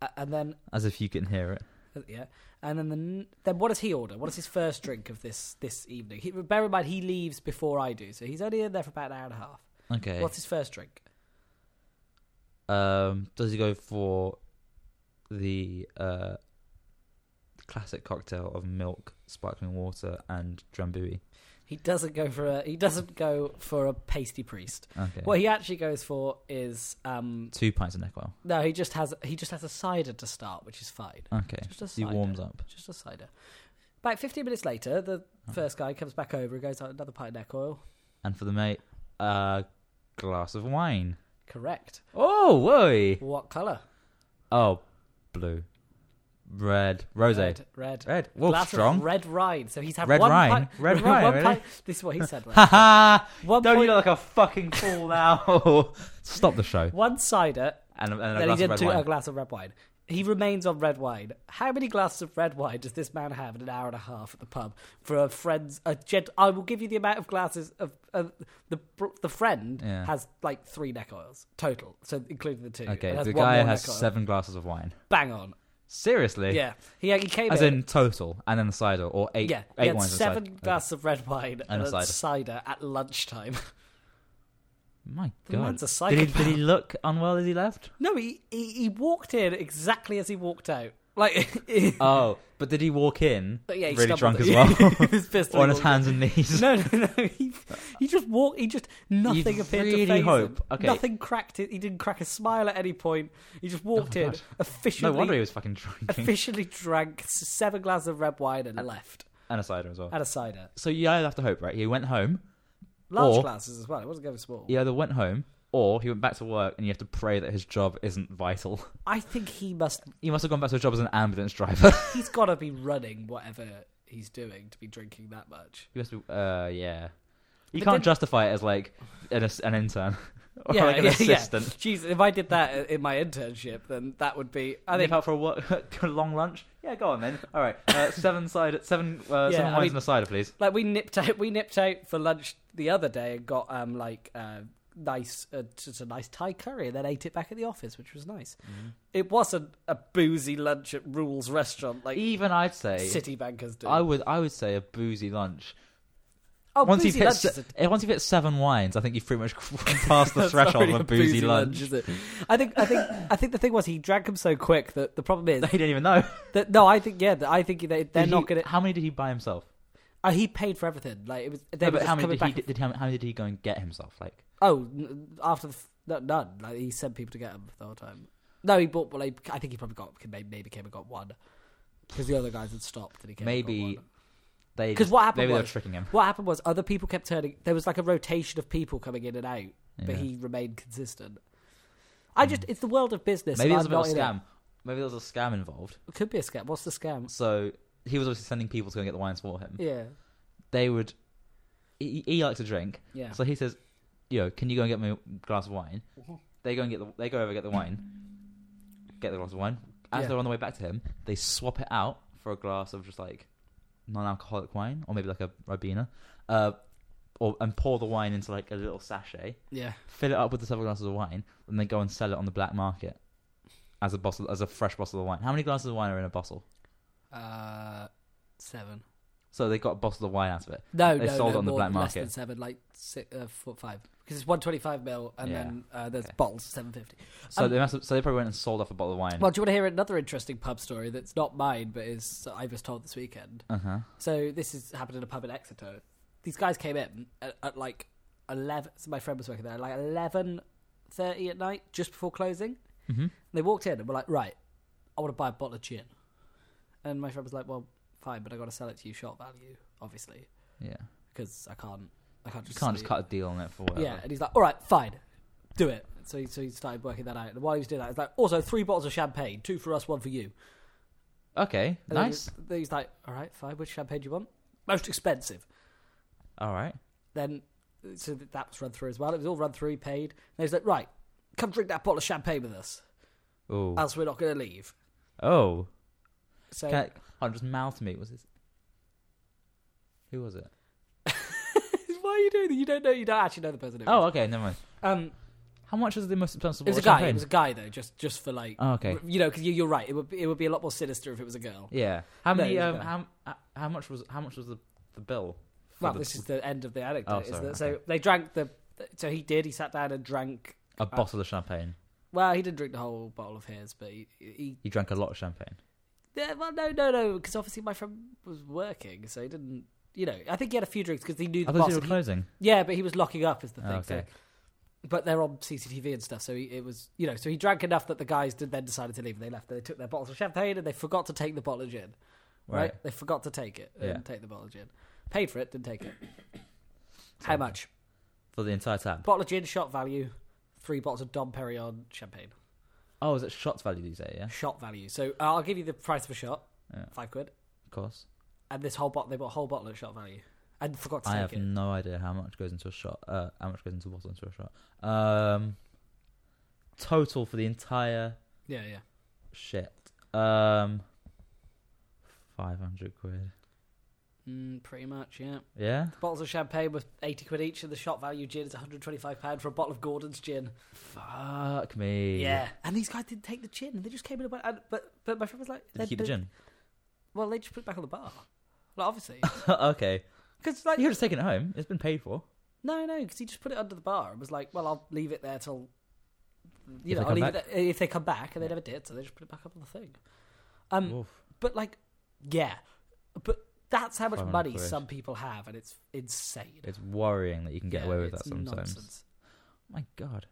Speaker 1: uh, and then
Speaker 2: As if you can hear it.
Speaker 1: yeah and then the, n- then what does he order what is his first drink of this this evening he, bear in mind he leaves before i do so he's only in there for about an hour and a half
Speaker 2: Okay.
Speaker 1: what's his first drink
Speaker 2: Um, does he go for the uh, classic cocktail of milk, sparkling water, and drambuie?
Speaker 1: he doesn't go for a he doesn't go for a pasty priest
Speaker 2: Okay.
Speaker 1: what he actually goes for is um
Speaker 2: Two pints of neck oil.
Speaker 1: No, he just has he just has a cider to start, which is fine.
Speaker 2: Okay.
Speaker 1: Just a
Speaker 2: He
Speaker 1: cider.
Speaker 2: warms up.
Speaker 1: Just a cider. About fifteen minutes later, the first guy comes back over and goes out another pint of neck oil.
Speaker 2: And for the mate, a glass of wine.
Speaker 1: Correct.
Speaker 2: Oh, whoa!
Speaker 1: What colour?
Speaker 2: Oh, blue. Red. Rose. Red.
Speaker 1: Red. Red.
Speaker 2: Well,
Speaker 1: Glass
Speaker 2: strong.
Speaker 1: of red wine. So he's had
Speaker 2: Red
Speaker 1: one
Speaker 2: wine?
Speaker 1: pint.
Speaker 2: Red
Speaker 1: one
Speaker 2: wine, really?
Speaker 1: pint- This is what he said.
Speaker 2: Ha
Speaker 1: Right?
Speaker 2: ha!
Speaker 1: one,
Speaker 2: Don't
Speaker 1: point,
Speaker 2: you look like a fucking fool now? Stop the show.
Speaker 1: one cider.
Speaker 2: And, and a
Speaker 1: Then he
Speaker 2: glass of
Speaker 1: did
Speaker 2: red
Speaker 1: two,
Speaker 2: wine.
Speaker 1: a glass of red wine. He remains on red wine. How many glasses of red wine does this man have in an hour and a half at the pub for a friend's? A gent- I will give you the amount of glasses of, of the the friend
Speaker 2: Yeah.
Speaker 1: has like three neck oils total, so including the two.
Speaker 2: Okay,
Speaker 1: and has
Speaker 2: the
Speaker 1: one
Speaker 2: guy
Speaker 1: more
Speaker 2: has
Speaker 1: neck oil.
Speaker 2: seven glasses of wine.
Speaker 1: Bang on.
Speaker 2: Seriously?
Speaker 1: Yeah, he he came
Speaker 2: As
Speaker 1: in.
Speaker 2: in total, and then the cider, or eight,
Speaker 1: yeah, he
Speaker 2: eight
Speaker 1: had
Speaker 2: wines and
Speaker 1: seven
Speaker 2: cider.
Speaker 1: glasses of red wine and,
Speaker 2: a
Speaker 1: a
Speaker 2: cider.
Speaker 1: cider. at lunchtime.
Speaker 2: Okay. My
Speaker 1: The
Speaker 2: God,
Speaker 1: man's a
Speaker 2: did he
Speaker 1: psychopath.
Speaker 2: did he look unwell as he left?
Speaker 1: no, he, he he walked in exactly as he walked out. Like,
Speaker 2: Oh, but did he walk in
Speaker 1: but yeah, he
Speaker 2: really drunk
Speaker 1: stumbled.
Speaker 2: as well,
Speaker 1: His pistol
Speaker 2: or on his
Speaker 1: walked in.
Speaker 2: hands and knees?
Speaker 1: No, no, no. He, he just walked. He just nothing
Speaker 2: You'd
Speaker 1: appeared
Speaker 2: really
Speaker 1: to faze
Speaker 2: hope-
Speaker 1: him.
Speaker 2: okay.
Speaker 1: Nothing cracked it. He didn't crack a smile at any point. He just walked
Speaker 2: my
Speaker 1: in,
Speaker 2: Oh, God. No
Speaker 1: efficiently,
Speaker 2: wonder he was fucking drinking
Speaker 1: efficiently drank s- seven glasses of red wine and left.
Speaker 2: and a cider as well.
Speaker 1: Had a cider,
Speaker 2: So you either have to hope, right? He went home.
Speaker 1: large
Speaker 2: Or-
Speaker 1: glasses as well. It wasn't going small.
Speaker 2: He either went home or he went back to work, and you have to pray that his job isn't vital.
Speaker 1: I think he must.
Speaker 2: He must have gone back to a job as an ambulance driver.
Speaker 1: He's got to be running whatever he's doing to be drinking that much.
Speaker 2: he must be, uh, yeah.
Speaker 1: But
Speaker 2: You can't
Speaker 1: then-
Speaker 2: justify it as like an, an intern. or like an assistant.
Speaker 1: Jeez, if I did that in my internship, then that would be. I think
Speaker 2: Nip out for a, wa- a long lunch. Yeah, go on then. All right, uh, seven side, seven, uh,
Speaker 1: Yeah,
Speaker 2: seven
Speaker 1: I
Speaker 2: wines
Speaker 1: mean-
Speaker 2: and a cider, please.
Speaker 1: like we nipped out we nipped out for lunch the other day and got um like uh nice uh, just a nice thai curry and then ate it back at the office which was nice it wasn't a boozy lunch at rules restaurant like
Speaker 2: Even I'd say,
Speaker 1: city bankers do
Speaker 2: I would, I would say a boozy lunch.
Speaker 1: oh
Speaker 2: once you've
Speaker 1: boozy
Speaker 2: hit,
Speaker 1: lunch is
Speaker 2: se-
Speaker 1: a
Speaker 2: eh, once you've hit seven wines, I think you've pretty much passed the
Speaker 1: That's
Speaker 2: threshold
Speaker 1: already
Speaker 2: of a boozy, lunch.
Speaker 1: is it? I think, I think, I think the thing was he drank them so quick that the problem is
Speaker 2: They didn't even know.
Speaker 1: that no, I think yeah, that I think they they're
Speaker 2: Did
Speaker 1: not
Speaker 2: he-
Speaker 1: gonna.
Speaker 2: How many did he buy himself?
Speaker 1: Uh, he paid for everything. Like it was, they
Speaker 2: No,
Speaker 1: were
Speaker 2: but
Speaker 1: just
Speaker 2: how many
Speaker 1: coming
Speaker 2: did he,
Speaker 1: back.
Speaker 2: did, how, how many did he go and get himself? Like,
Speaker 1: Oh, n- after the f- no, none. Like he sent people to get them the whole time. No, he bought. Well, like, I think he probably got maybe, maybe came and got one because the other guys had stopped and he came. and got
Speaker 2: Maybe
Speaker 1: one.
Speaker 2: they
Speaker 1: 'Cause
Speaker 2: just-
Speaker 1: what happened
Speaker 2: Maybe they were
Speaker 1: was-
Speaker 2: tricking him.
Speaker 1: what happened was other people kept turning. There was like a rotation of people coming in and out, but
Speaker 2: Yeah. Hmm.
Speaker 1: he remained consistent. I just, it's the world of business.
Speaker 2: Maybe there
Speaker 1: and
Speaker 2: was a
Speaker 1: I'm
Speaker 2: bit of
Speaker 1: not in
Speaker 2: scam. Maybe there was a scam involved.
Speaker 1: It. Could be a scam. What's the scam?
Speaker 2: So he was obviously sending people to go and get the wines for him.
Speaker 1: Yeah,
Speaker 2: They would. He, he likes to drink,
Speaker 1: yeah.
Speaker 2: so he says, "You know, can you go and get me a glass of wine?"
Speaker 1: Mm-hmm.
Speaker 2: They go and get the. They go over and get the wine. Get the glass of wine. As
Speaker 1: Yeah.
Speaker 2: they're on the way back to him, they swap it out for a glass of just like non-alcoholic wine, or maybe like a Ribena, uh, or and pour the wine into like a little sachet.
Speaker 1: yeah.
Speaker 2: fill it up with the several glasses of wine, and then go and sell it on the black market as a bottle, as a fresh bottle of wine. How many glasses of wine are in a bottle?
Speaker 1: Uh, seven.
Speaker 2: So they got a bottle of wine out of it.
Speaker 1: No,
Speaker 2: They
Speaker 1: no,
Speaker 2: sold
Speaker 1: no,
Speaker 2: it on the
Speaker 1: more,
Speaker 2: black
Speaker 1: less
Speaker 2: market.
Speaker 1: than seven, like six, uh, four, five, because it's one twenty-five mil, and
Speaker 2: Yeah.
Speaker 1: then uh, there's
Speaker 2: Okay.
Speaker 1: bottles seven fifty.
Speaker 2: So
Speaker 1: Um,
Speaker 2: they must have, so they probably went and sold off a bottle of wine.
Speaker 1: Well, do you want to hear another interesting pub story that's not mine, but is I was told this weekend?
Speaker 2: Uh huh.
Speaker 1: So this is happened in a pub in Exeter. These guys came in at, at like eleven. So my friend was working there, like eleven thirty at night, just before closing.
Speaker 2: Mm-hmm.
Speaker 1: And they walked in and were like, "Right, I want to buy a bottle of gin." And my friend was like, "Well, fine, but I got to sell it to you short value, obviously,
Speaker 2: Yeah.
Speaker 1: because I can't, I can't
Speaker 2: You
Speaker 1: just
Speaker 2: can't just
Speaker 1: sell
Speaker 2: cut a deal on it for whatever.
Speaker 1: yeah, and he's like, "All right, fine, do it." So he, so he started working that out. And while he was doing that, he's like, "Also, three bottles of champagne, two for us, one for you."
Speaker 2: Okay.
Speaker 1: And then
Speaker 2: nice.
Speaker 1: he- Then he's like, "All right, fine. Which champagne do you want? Most expensive."
Speaker 2: All right.
Speaker 1: Then so that- that was run through as well. It was all run through. He paid. And he's like, "Right, come drink that bottle of champagne with us,
Speaker 2: Oh.
Speaker 1: else we're not going to leave."
Speaker 2: Oh.
Speaker 1: So
Speaker 2: Can I, I'm just mouth me. Was this? Who was it?
Speaker 1: why are you doing that? You don't know. You don't actually know the person. It
Speaker 2: Oh,
Speaker 1: was.
Speaker 2: okay. Never mind.
Speaker 1: um,
Speaker 2: How much is the most expensive
Speaker 1: it was a
Speaker 2: bottle
Speaker 1: guy.
Speaker 2: of
Speaker 1: It
Speaker 2: champagne?
Speaker 1: was a guy though. Just just for like,
Speaker 2: Oh, okay.
Speaker 1: you know, because you, you're right. It would be, it would be a lot more sinister if it was a girl.
Speaker 2: Yeah. How
Speaker 1: No,
Speaker 2: many?
Speaker 1: it was a
Speaker 2: um, how, uh, how much was? How much was the the bill? for
Speaker 1: Well,
Speaker 2: the-
Speaker 1: this is the end of the anecdote.
Speaker 2: Oh,
Speaker 1: is
Speaker 2: sorry,
Speaker 1: that, So they drank the. So he did. He sat down and drank.
Speaker 2: a bottle of champagne.
Speaker 1: Well, he didn't drink the whole bottle of his, but he. he
Speaker 2: You drank a lot of champagne.
Speaker 1: yeah, well, no, no, no, because obviously my friend was working, so he didn't. You know, I think he had a few drinks because he knew the
Speaker 2: I thought you
Speaker 1: boss.
Speaker 2: were closing.
Speaker 1: yeah, but he was locking up, is the thing.
Speaker 2: Oh,
Speaker 1: So,
Speaker 2: okay.
Speaker 1: but they're on CCTV and stuff, so he, it was, you know, so he drank enough that the guys did then decided to leave. They left. They took their bottles of champagne and they forgot to take the bottle of gin. Right?
Speaker 2: Right.
Speaker 1: They forgot to take it and
Speaker 2: Yeah.
Speaker 1: take the bottle of gin. Paid for it, didn't take it. How
Speaker 2: So-
Speaker 1: much?
Speaker 2: For the entire tab.
Speaker 1: Bottle of gin, shot value, three bottles of Dom Perignon champagne.
Speaker 2: Oh, is it shots value these days? Yeah,
Speaker 1: Shot value. So uh, I'll give you the price of a shot,
Speaker 2: Yeah.
Speaker 1: five quid.
Speaker 2: of course.
Speaker 1: And this whole bottle, they bought a whole bottle at shot value. And forgot to
Speaker 2: I
Speaker 1: take
Speaker 2: have
Speaker 1: it.
Speaker 2: no idea how much goes into a shot. Uh, how much goes into a bottle into a shot. Um, total for the entire
Speaker 1: Yeah, yeah.
Speaker 2: shit. Um, five hundred quid.
Speaker 1: Mm, pretty much, yeah.
Speaker 2: Yeah.
Speaker 1: Bottles of champagne were 80 quid each, and the shot value gin is £125 for a bottle of Gordon's gin.
Speaker 2: Fuck me.
Speaker 1: Yeah. And these guys didn't take the gin. They just came in and went. And, but, but my friend was like,
Speaker 2: Did you
Speaker 1: they-
Speaker 2: keep the
Speaker 1: they-
Speaker 2: gin?
Speaker 1: Well, they just put it back on the bar. Like, obviously.
Speaker 2: okay.
Speaker 1: Because, like,
Speaker 2: You could have taken it home. It's been paid for.
Speaker 1: No, no, because he just put it under the bar and was like, "Well, I'll leave it there till you
Speaker 2: If they
Speaker 1: know, I'll
Speaker 2: come
Speaker 1: leave it there if they come back," and they never did, so they just put it back up on the thing. Um,
Speaker 2: Oof.
Speaker 1: but like, yeah, but that's how much
Speaker 2: 500
Speaker 1: money
Speaker 2: quid.
Speaker 1: some people have, and it's insane.
Speaker 2: It's worrying that you can get
Speaker 1: Yeah,
Speaker 2: away with
Speaker 1: it's
Speaker 2: that sometimes.
Speaker 1: nonsense.
Speaker 2: My God.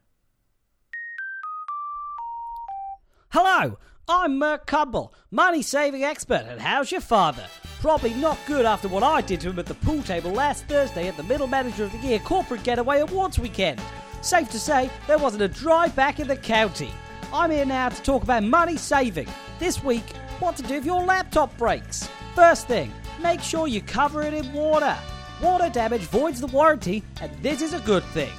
Speaker 1: Hello, I'm Merc Cumble, money saving expert, and how's your father? Probably not good after what I did to him at the pool table last Thursday at the Middle Manager of the Year Corporate Getaway Awards weekend. Safe to say, there wasn't a dry back in the county. I'm here now to talk about money saving. This week, what to do if your laptop breaks. First thing, make sure you cover it in water. Water damage voids the warranty, and this is a good thing.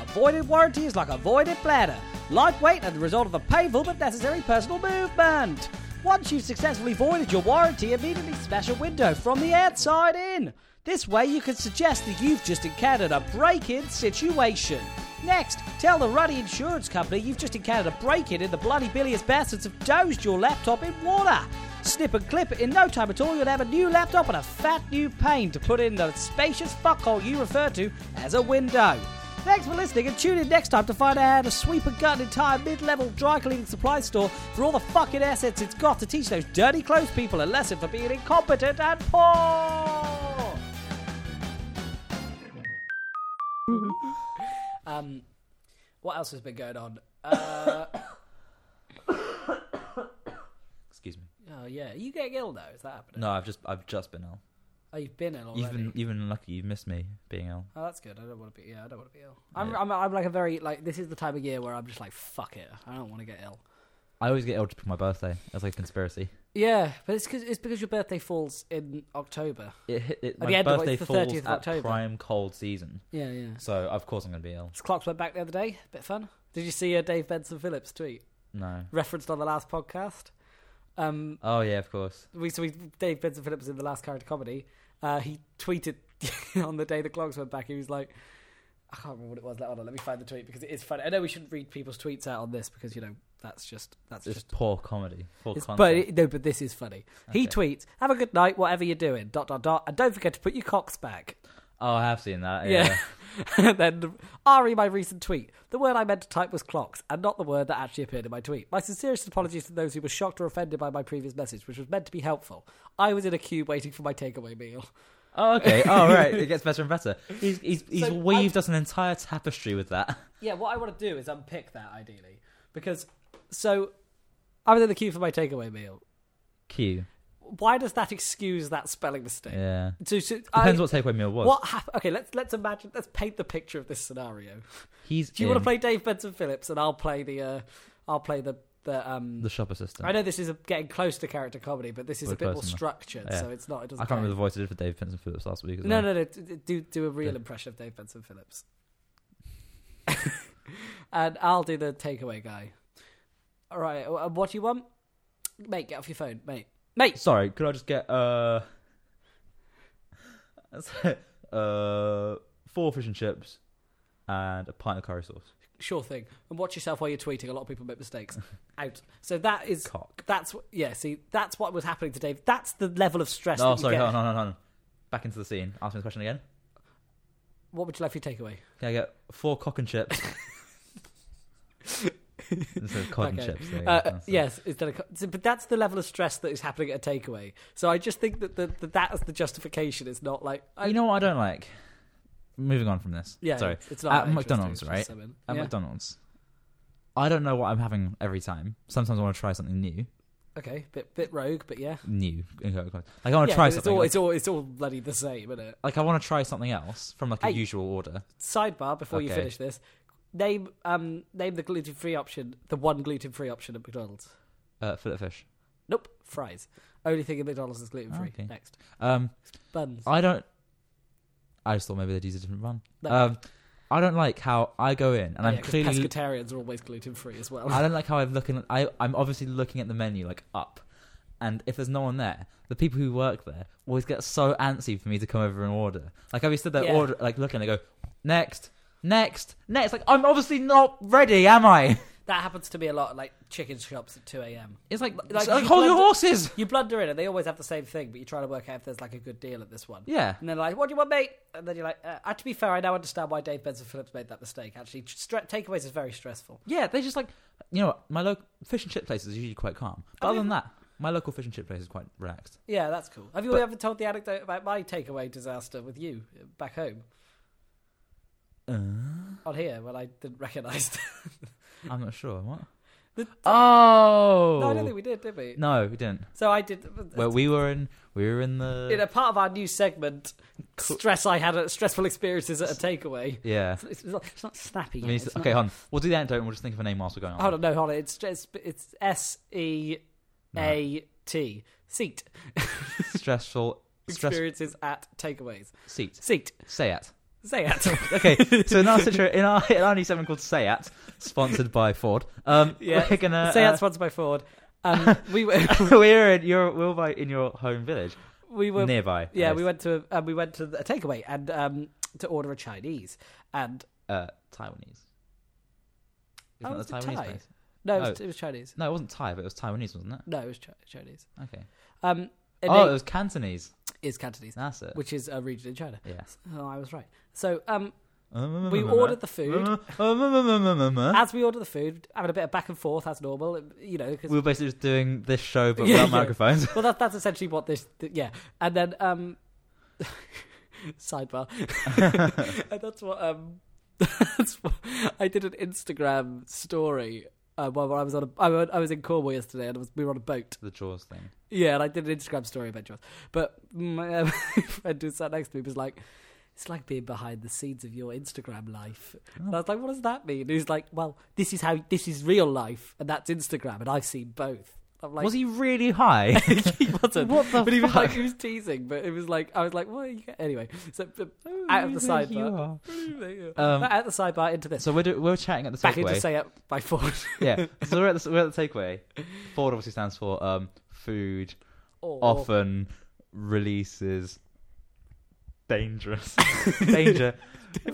Speaker 1: A
Speaker 3: Voided warranty is like a voided bladder, lightweight and the result of a painful but necessary personal movement. Once you've successfully voided your warranty, immediately smash a window from the outside in. This way, you can suggest that you've just encountered a break in situation. Next, tell the ruddy insurance company you've just encountered a break in and the bloody bilious bastards have dosed your laptop in water. Snip and clip it in no time at all, you'll have a new laptop and a fat new pane to put in the spacious fuckhole you refer to as a window. Thanks for listening and tune in next time to find out how to sweep and gut an entire mid level dry cleaning supply store for all the fucking assets it's got to teach those dirty clothes people a lesson for being incompetent and poor!
Speaker 1: Um, what else has been going on? Uh,
Speaker 2: Excuse me.
Speaker 1: oh yeah, are you getting ill now? Is that happening?
Speaker 2: No, I've just I've just been ill.
Speaker 1: Oh, you've been ill already.
Speaker 2: You've been you've been lucky. You've missed me being ill.
Speaker 1: Oh, that's good. I don't want to be. Yeah, I don't want to be ill. I'm, I'm, I'm like a very like. This is the time of year where I'm just like, fuck it. I don't want to get ill.
Speaker 2: I always get ill just for my birthday. That's like a conspiracy.
Speaker 1: Yeah, but it's cause, it's because your birthday falls in October.
Speaker 2: It hit it,
Speaker 1: the
Speaker 2: my
Speaker 1: end of-
Speaker 2: birthday
Speaker 1: it's the
Speaker 2: falls
Speaker 1: 30th of
Speaker 2: at
Speaker 1: October.
Speaker 2: prime cold season,
Speaker 1: Yeah, yeah.
Speaker 2: so of course I'm gonna be ill.
Speaker 1: His clocks went back the other day. Bit fun. Did you see uh, Dave Benson Phillips tweet
Speaker 2: No.
Speaker 1: referenced on the last podcast? Um,
Speaker 2: Oh yeah, of course.
Speaker 1: we so we Dave Benson Phillips in the last character comedy. Uh, he tweeted on the day the clocks went back. He was like, I can't remember what it was. Hold on, let me find the tweet because it is funny. I know we shouldn't read people's tweets out on this because you know that's just that's
Speaker 2: It's just
Speaker 1: just
Speaker 2: poor comedy. Poor
Speaker 1: It's-
Speaker 2: content.
Speaker 1: but it- no, but this is funny. He
Speaker 2: Okay.
Speaker 1: tweets, "Have a good night, whatever you're doing." Dot dot dot, and don't forget to put your cocks back.
Speaker 2: Oh, I have seen that. Yeah.
Speaker 1: Yeah. and then re my recent tweet. The word I meant to type was clocks, and not the word that actually appeared in my tweet. My sincerest apologies to those who were shocked or offended by my previous message, which was meant to be helpful. I was in a queue waiting for my takeaway meal.
Speaker 2: Oh, okay. Oh, right. It gets better and better. He's he's, he's
Speaker 1: So
Speaker 2: weaved us an entire tapestry with that.
Speaker 1: Yeah, what I want to do is unpick that ideally, because so I was in the queue for my takeaway meal.
Speaker 2: Q.
Speaker 1: Why does that excuse that spelling mistake?
Speaker 2: Yeah.
Speaker 1: So, so
Speaker 2: Depends
Speaker 1: I-
Speaker 2: what takeaway meal was.
Speaker 1: What happened? Okay, let's let's imagine. Let's paint the picture of this scenario.
Speaker 2: He's
Speaker 1: Do you want
Speaker 2: in
Speaker 1: to play Dave Benson Phillips, and I'll play the uh, I'll play the the um.
Speaker 2: the shop assistant.
Speaker 1: I know this is a, getting close to character comedy, but this is
Speaker 2: We're
Speaker 1: a bit more
Speaker 2: close enough.
Speaker 1: structured,
Speaker 2: Yeah.
Speaker 1: so it's not. It doesn't.
Speaker 2: I can't
Speaker 1: count.
Speaker 2: remember the voice I did for Dave Benson Phillips last week. As
Speaker 1: No, no,
Speaker 2: well.
Speaker 1: no. d- d- Do do a real
Speaker 2: Yeah.
Speaker 1: impression of Dave Benson Phillips, and I'll do the takeaway guy. All right. uh, What do you want, mate? Get off your phone, mate. Mate,
Speaker 2: Sorry, could I just get uh, uh, four fish and chips, and a pint of curry sauce?
Speaker 1: sure thing. And watch yourself while you're tweeting. A lot of people make mistakes. Out. So that is
Speaker 2: Cock.
Speaker 1: That's what, yeah. See, that's what was happening to Dave. That's the level of stress. that
Speaker 2: Oh,
Speaker 1: you
Speaker 2: sorry.
Speaker 1: get.
Speaker 2: No, no, no, no. Back into the scene. Ask me the question again.
Speaker 1: What would you like for your takeaway?
Speaker 2: Can I get four cock and chips? Instead of
Speaker 1: Okay.
Speaker 2: cod and chips. there you go.
Speaker 1: Uh,
Speaker 2: That's it.
Speaker 1: yes, is that a, co- so- but that's the level of stress that is happening at a takeaway. So I just think that the, that that is the justification. It's not like I,
Speaker 2: you know what I don't like? Moving on from this.
Speaker 1: yeah,
Speaker 2: Sorry.
Speaker 1: it's, it's not
Speaker 2: At
Speaker 1: that interesting,
Speaker 2: McDonald's,
Speaker 1: it's just
Speaker 2: right?
Speaker 1: something.
Speaker 2: At
Speaker 1: Yeah.
Speaker 2: McDonald's. I don't know what I'm having every time. Sometimes I want to try something new.
Speaker 1: Okay, bit bit rogue, but yeah.
Speaker 2: New. in quote, quote. Like I want to
Speaker 1: Yeah,
Speaker 2: try
Speaker 1: 'cause it's
Speaker 2: something.
Speaker 1: all
Speaker 2: like-
Speaker 1: it's all it's all bloody the same, isn't it?
Speaker 2: like I want to try something else from like a
Speaker 1: Hey.
Speaker 2: usual order.
Speaker 1: Sidebar: Before you
Speaker 2: Okay.
Speaker 1: finish this, name um name the gluten free option, the one gluten free option at McDonald's.
Speaker 2: Uh, fillet fish.
Speaker 1: Nope, fries. Only thing at McDonald's is gluten free.
Speaker 2: Okay.
Speaker 1: Next,
Speaker 2: Um,
Speaker 1: buns.
Speaker 2: I don't. I just thought maybe they'd use a different one.
Speaker 1: No.
Speaker 2: Um, I don't like how I go in and
Speaker 1: Oh,
Speaker 2: I'm
Speaker 1: yeah, 'cause
Speaker 2: clearly.
Speaker 1: pescatarians are always gluten free as well.
Speaker 2: I don't like how I'm looking. I I'm obviously looking at the menu like up, and if there's no one there, the people who work there always get so antsy for me to come over and order. Like I'll be stood there
Speaker 1: Yeah.
Speaker 2: order like looking. I go next, next, next. Like I'm obviously not ready, am I?
Speaker 1: That happens to me a lot, at, like chicken shops at two a.m.
Speaker 2: It's like
Speaker 1: like,
Speaker 2: like,
Speaker 1: you
Speaker 2: hold your
Speaker 1: blend-
Speaker 2: horses.
Speaker 1: You blunder in, and they always have the same thing, but you're trying to work out if there's like a good deal at this one.
Speaker 2: Yeah.
Speaker 1: And they're like, "What do you want, mate?" And then you're like, uh, uh, "To be fair, I now understand why Dave Benson Phillips made that mistake. Actually, stre- takeaways is very stressful.
Speaker 2: Yeah, they just like you know my local fish and chip place is usually quite calm. But other than that, my local fish and chip place is quite relaxed.
Speaker 1: Yeah, that's cool. Have you
Speaker 2: But-
Speaker 1: ever told the anecdote about my takeaway disaster with you uh, back home
Speaker 2: Uh?
Speaker 1: on here when I didn't recognise?
Speaker 2: I'm not sure what.
Speaker 1: The-
Speaker 2: oh
Speaker 1: no, I don't think we did, did we?
Speaker 2: No, we didn't.
Speaker 1: So I did. uh,
Speaker 2: Well, we were in we were in the
Speaker 1: in a part of our new segment, stress I had at stressful experiences at a takeaway.
Speaker 2: yeah.
Speaker 1: It's, it's not, it's not snappy. yet,
Speaker 2: We need
Speaker 1: it's
Speaker 2: to-
Speaker 1: not-
Speaker 2: okay, hold on. We'll do the anecdote and we'll just think of a name whilst we're going on.
Speaker 1: Hold on, no, hold on. It's just it's S E A T seat
Speaker 2: Stressful stress
Speaker 1: experiences at takeaways.
Speaker 2: seat.
Speaker 1: Seat
Speaker 2: Say it.
Speaker 1: Zayat.
Speaker 2: Okay, so in our situa- in our in our new segment called Sayat, sponsored by Ford, um,
Speaker 1: Yeah,
Speaker 2: we're gonna
Speaker 1: Zayat's
Speaker 2: uh,
Speaker 1: sponsored by Ford. Um, we were
Speaker 2: we're in your we're by in your home village
Speaker 1: we were
Speaker 2: nearby.
Speaker 1: yeah
Speaker 2: at
Speaker 1: we
Speaker 2: least.
Speaker 1: went to um, we went to a takeaway and um, to order a Chinese and
Speaker 2: uh, Taiwanese. Isn't
Speaker 1: Oh,
Speaker 2: that
Speaker 1: it's
Speaker 2: the
Speaker 1: the
Speaker 2: Taiwanese
Speaker 1: Thai.
Speaker 2: place?
Speaker 1: no it was,
Speaker 2: Oh.
Speaker 1: it was Chinese
Speaker 2: No, it wasn't Thai, but it was Taiwanese, wasn't it?
Speaker 1: no it was chi- Chinese
Speaker 2: Okay.
Speaker 1: um and
Speaker 2: oh,
Speaker 1: it
Speaker 2: it was Cantonese.
Speaker 1: is Cantonese
Speaker 2: That's it.
Speaker 1: which is a region in China
Speaker 2: yeah.
Speaker 1: oh I was right so um we
Speaker 2: We
Speaker 1: ordered the food
Speaker 2: We
Speaker 1: as we ordered the food having a bit of back and forth as normal you know because
Speaker 2: were basically just doing this show, but
Speaker 1: Yeah,
Speaker 2: without
Speaker 1: yeah.
Speaker 2: microphones.
Speaker 1: well that, that's essentially what this th- yeah and then um sidebar and that's what um that's what, i did an instagram story uh, while i was on a I, wa- I was in cornwall yesterday and I was, we were on a boat
Speaker 2: the Jaws thing.
Speaker 1: yeah and i did an instagram story about yours but my um, friend who sat next to me was like it's like being behind the scenes of your Instagram life. And I was like, what does that mean? And he's like, well, this is how this is real life, and that's Instagram, and I've seen both. I'm like,
Speaker 2: was he really high?
Speaker 1: he wasn't.
Speaker 2: What the
Speaker 1: But he was like,
Speaker 2: fuck?
Speaker 1: he was teasing. But it was like, I was like, what? Are you... Anyway, so but out of the sidebar,
Speaker 2: Um,
Speaker 1: out of the sidebar into this.
Speaker 2: So we're, do- we're chatting at the
Speaker 1: Back into
Speaker 2: takeaway.
Speaker 1: say it by Ford
Speaker 2: yeah. So we're at, the, we're at the takeaway. Ford obviously stands for um, food
Speaker 1: or
Speaker 2: often releases dangerous danger.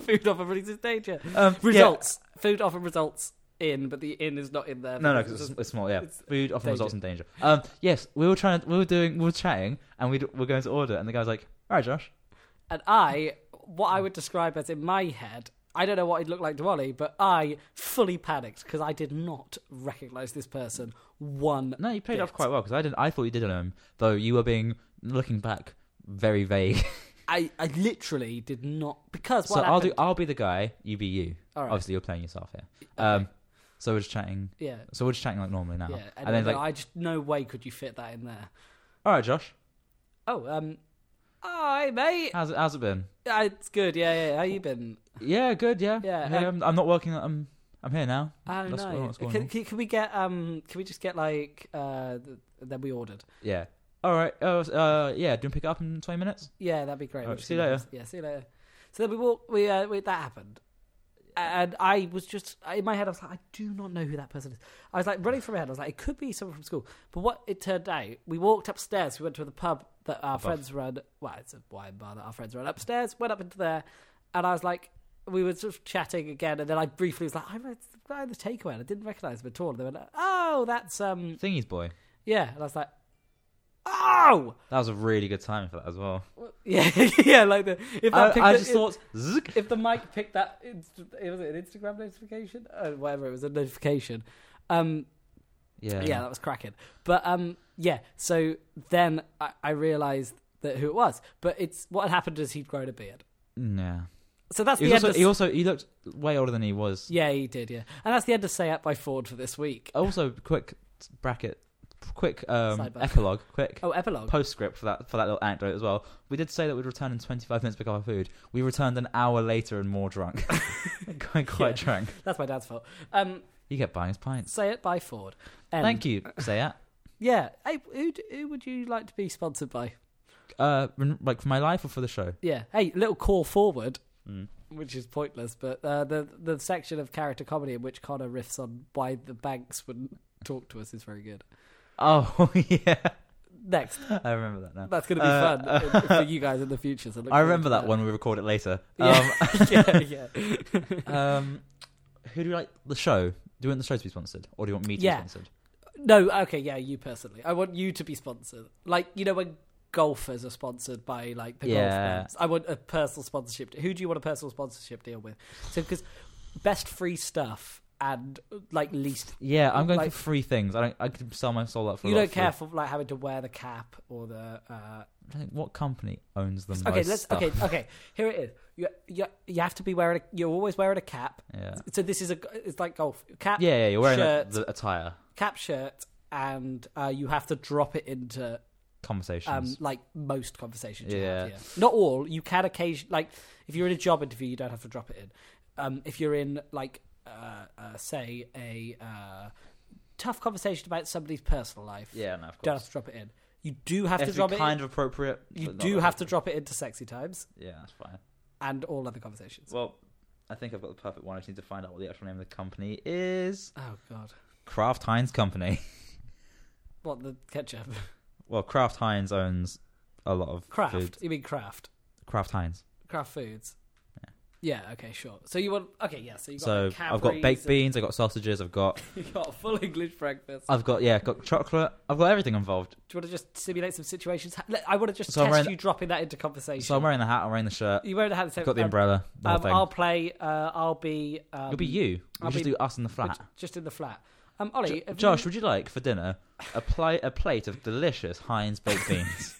Speaker 1: food often releases danger.
Speaker 2: Um, yeah.
Speaker 1: Results. Food often results in, but the in is not in there.
Speaker 2: No, no,
Speaker 1: because
Speaker 2: because
Speaker 1: it's
Speaker 2: it's, it's small. Yeah,
Speaker 1: it's
Speaker 2: food often
Speaker 1: danger.
Speaker 2: results in danger. Um, yes, we were trying. We were doing. We were chatting, and we d- were going to order, and the guy was like, "All right, Josh."
Speaker 1: And I, what I would describe as in my head, I don't know what it looked like to Ollie, but I fully panicked because I did not recognize this person one
Speaker 2: No, you played it off
Speaker 1: Yes.
Speaker 2: quite well because I didn't. I thought you did know him, though. You were being looking back very vague.
Speaker 1: I, I literally did not because
Speaker 2: so
Speaker 1: what
Speaker 2: I'll do.
Speaker 1: happened-
Speaker 2: I'll be the guy. You be you.
Speaker 1: All right.
Speaker 2: Obviously, you're playing yourself here. Um, so we're just chatting.
Speaker 1: yeah
Speaker 2: So we're just chatting like normally now.
Speaker 1: yeah and,
Speaker 2: and, then
Speaker 1: then
Speaker 2: like,
Speaker 1: I just no way could you fit that in there
Speaker 2: all right, Josh,
Speaker 1: oh um hi mate
Speaker 2: how's it? How's it been?
Speaker 1: Uh, it's good yeah yeah how you been
Speaker 2: Yeah, good. Yeah,
Speaker 1: Yeah,
Speaker 2: Hey,
Speaker 1: uh,
Speaker 2: I'm, I'm not working. I'm I'm here now.
Speaker 1: oh
Speaker 2: That's what-
Speaker 1: no
Speaker 2: what's going
Speaker 1: can,
Speaker 2: on.
Speaker 1: can, can we get um can we just get like uh th- then we ordered
Speaker 2: Yeah. All right. Oh, uh, yeah. Do you wanna pick it up in 20 minutes?
Speaker 1: yeah that'd be great
Speaker 2: All right,
Speaker 1: We'll
Speaker 2: see you later.
Speaker 1: just- yeah see you later so then we walked we, uh, we that happened and I was just in my head. I was like, I do not know who that person is. I was like running through my head. I was like, it could be someone from school. But what it turned out, we walked upstairs. We went to the pub that our friends run. Well, it's a wine bar that our friends run upstairs. Went up into there, and I was like, we were sort of chatting again. And then I briefly was like, I read the guy in the takeaway. And I didn't recognize him at all. And they went, Oh, that's um,
Speaker 2: Thingies boy.
Speaker 1: yeah. And I was like, Oh,
Speaker 2: That was a really good timing for that as well.
Speaker 1: yeah, yeah. Like the if that
Speaker 2: I,
Speaker 1: picked
Speaker 2: I
Speaker 1: it-
Speaker 2: just
Speaker 1: if-
Speaker 2: thought, zzz,
Speaker 1: if the mic picked that, inst- it was it an Instagram notification, uh, whatever it was, a notification. Um,
Speaker 2: yeah,
Speaker 1: yeah. that was cracking. But um, yeah, so then I, I realised that who it was. But it's what had happened is he'd grown a beard.
Speaker 2: yeah.
Speaker 1: So that's
Speaker 2: He,
Speaker 1: the
Speaker 2: was
Speaker 1: end. of,
Speaker 2: also, he also he looked way older than he was.
Speaker 1: yeah, he did. Yeah, and that's the end of Say Out by Ford for this week.
Speaker 2: Also, quick bracket, quick um,
Speaker 1: Sidebar.
Speaker 2: epilogue, quick
Speaker 1: Oh, epilogue.
Speaker 2: postscript for that for that little anecdote as well. We did say that we'd return in 25 minutes to pick up our food. We returned an hour later and more drunk, quite quite
Speaker 1: Yeah.
Speaker 2: drunk.
Speaker 1: that's my dad's fault. Um,
Speaker 2: You get buying us pints.
Speaker 1: Say It by Ford. End.
Speaker 2: Thank you, Sayat.
Speaker 1: Yeah. Hey, who d- who would you like to be sponsored by?
Speaker 2: Uh, like for my life or for the show?
Speaker 1: Yeah. Hey, little call forward.
Speaker 2: Mm.
Speaker 1: which is pointless. But uh, the the section of character comedy in which Connor riffs on why the banks wouldn't talk to us is very good.
Speaker 2: Oh yeah,
Speaker 1: Next,
Speaker 2: I remember that now.
Speaker 1: that's going to be
Speaker 2: Uh,
Speaker 1: fun
Speaker 2: uh,
Speaker 1: for you guys in the future. So look
Speaker 2: I
Speaker 1: forward
Speaker 2: remember
Speaker 1: to
Speaker 2: that one. We record it later.
Speaker 1: Yeah.
Speaker 2: Um,
Speaker 1: yeah, yeah.
Speaker 2: um, who do you like? The show. Do you want the show to be sponsored, or do you want me to
Speaker 1: Yeah.
Speaker 2: be sponsored?
Speaker 1: No, okay, yeah, you personally. I want you to be sponsored. Like you know when golfers are sponsored by like the golf
Speaker 2: Yeah.
Speaker 1: brands. I want a personal sponsorship. Who do you want a personal sponsorship deal with? So because best free stuff and like least.
Speaker 2: Yeah, I'm going
Speaker 1: Like-
Speaker 2: for free things. I don't. I could sell my soul up for. a
Speaker 1: You
Speaker 2: lot
Speaker 1: don't
Speaker 2: of
Speaker 1: care
Speaker 2: free-
Speaker 1: for like having to wear the cap or the uh,
Speaker 2: I don't think- what company owns them?
Speaker 1: Okay, let's. Okay, okay. Here it is. You, you, you have to be wearing. A, you're always wearing a cap.
Speaker 2: Yeah.
Speaker 1: So this is a. It's like golf cap.
Speaker 2: Yeah, yeah, you're wearing like,
Speaker 1: shirt.
Speaker 2: the attire.
Speaker 1: Cap shirt, and uh, you have to drop it into um
Speaker 2: Conversations.
Speaker 1: like most conversations. You Have,
Speaker 2: Yeah.
Speaker 1: yeah. Not all. You can occasion like if you're in a job interview, you don't have to drop it in. Um, if you're in like uh, uh say a uh tough conversation about somebody's personal life,
Speaker 2: yeah, no, of
Speaker 1: you don't
Speaker 2: course.
Speaker 1: have to drop it in. You do have
Speaker 2: It
Speaker 1: to
Speaker 2: has
Speaker 1: drop
Speaker 2: be
Speaker 1: it.
Speaker 2: kind
Speaker 1: in.
Speaker 2: of appropriate.
Speaker 1: You
Speaker 2: but not
Speaker 1: do have to
Speaker 2: appropriate.
Speaker 1: drop it into sexy times.
Speaker 2: Yeah, that's fine.
Speaker 1: and all other conversations.
Speaker 2: Well, I think I've got the perfect one. I just need to find out what the actual name of the company is.
Speaker 1: Oh God,
Speaker 2: Kraft Heinz Company.
Speaker 1: what the ketchup?
Speaker 2: Well, Kraft Heinz owns a lot of
Speaker 1: Kraft?
Speaker 2: food.
Speaker 1: You mean Kraft?
Speaker 2: Kraft Heinz.
Speaker 1: Kraft Foods. Yeah. okay, sure. So you want okay, yeah. So you got
Speaker 2: So
Speaker 1: like,
Speaker 2: I've got
Speaker 1: Cadbury's
Speaker 2: baked
Speaker 1: and-
Speaker 2: beans. I've got sausages. I've got
Speaker 1: You got a full English breakfast.
Speaker 2: I've got yeah. I've got chocolate. I've got everything involved.
Speaker 1: Do you want to just simulate some situations? Ha- let- I want to just
Speaker 2: So I'm
Speaker 1: test
Speaker 2: wearing-
Speaker 1: you dropping that into conversation.
Speaker 2: So I'm wearing the hat. I'm wearing the shirt.
Speaker 1: you won't have the same.
Speaker 2: I've got the
Speaker 1: um,
Speaker 2: umbrella. The whole
Speaker 1: Um,
Speaker 2: thing.
Speaker 1: I'll play. Uh, I'll be. Um,
Speaker 2: It'll be you.
Speaker 1: I'll
Speaker 2: We'll just
Speaker 1: be-
Speaker 2: do us in the
Speaker 1: we're
Speaker 2: flat.
Speaker 1: j- Just in the flat. Um, Ollie,
Speaker 2: Jo-
Speaker 1: have you-
Speaker 2: Josh, would you like for dinner a, pli- a plate of delicious Heinz baked beans?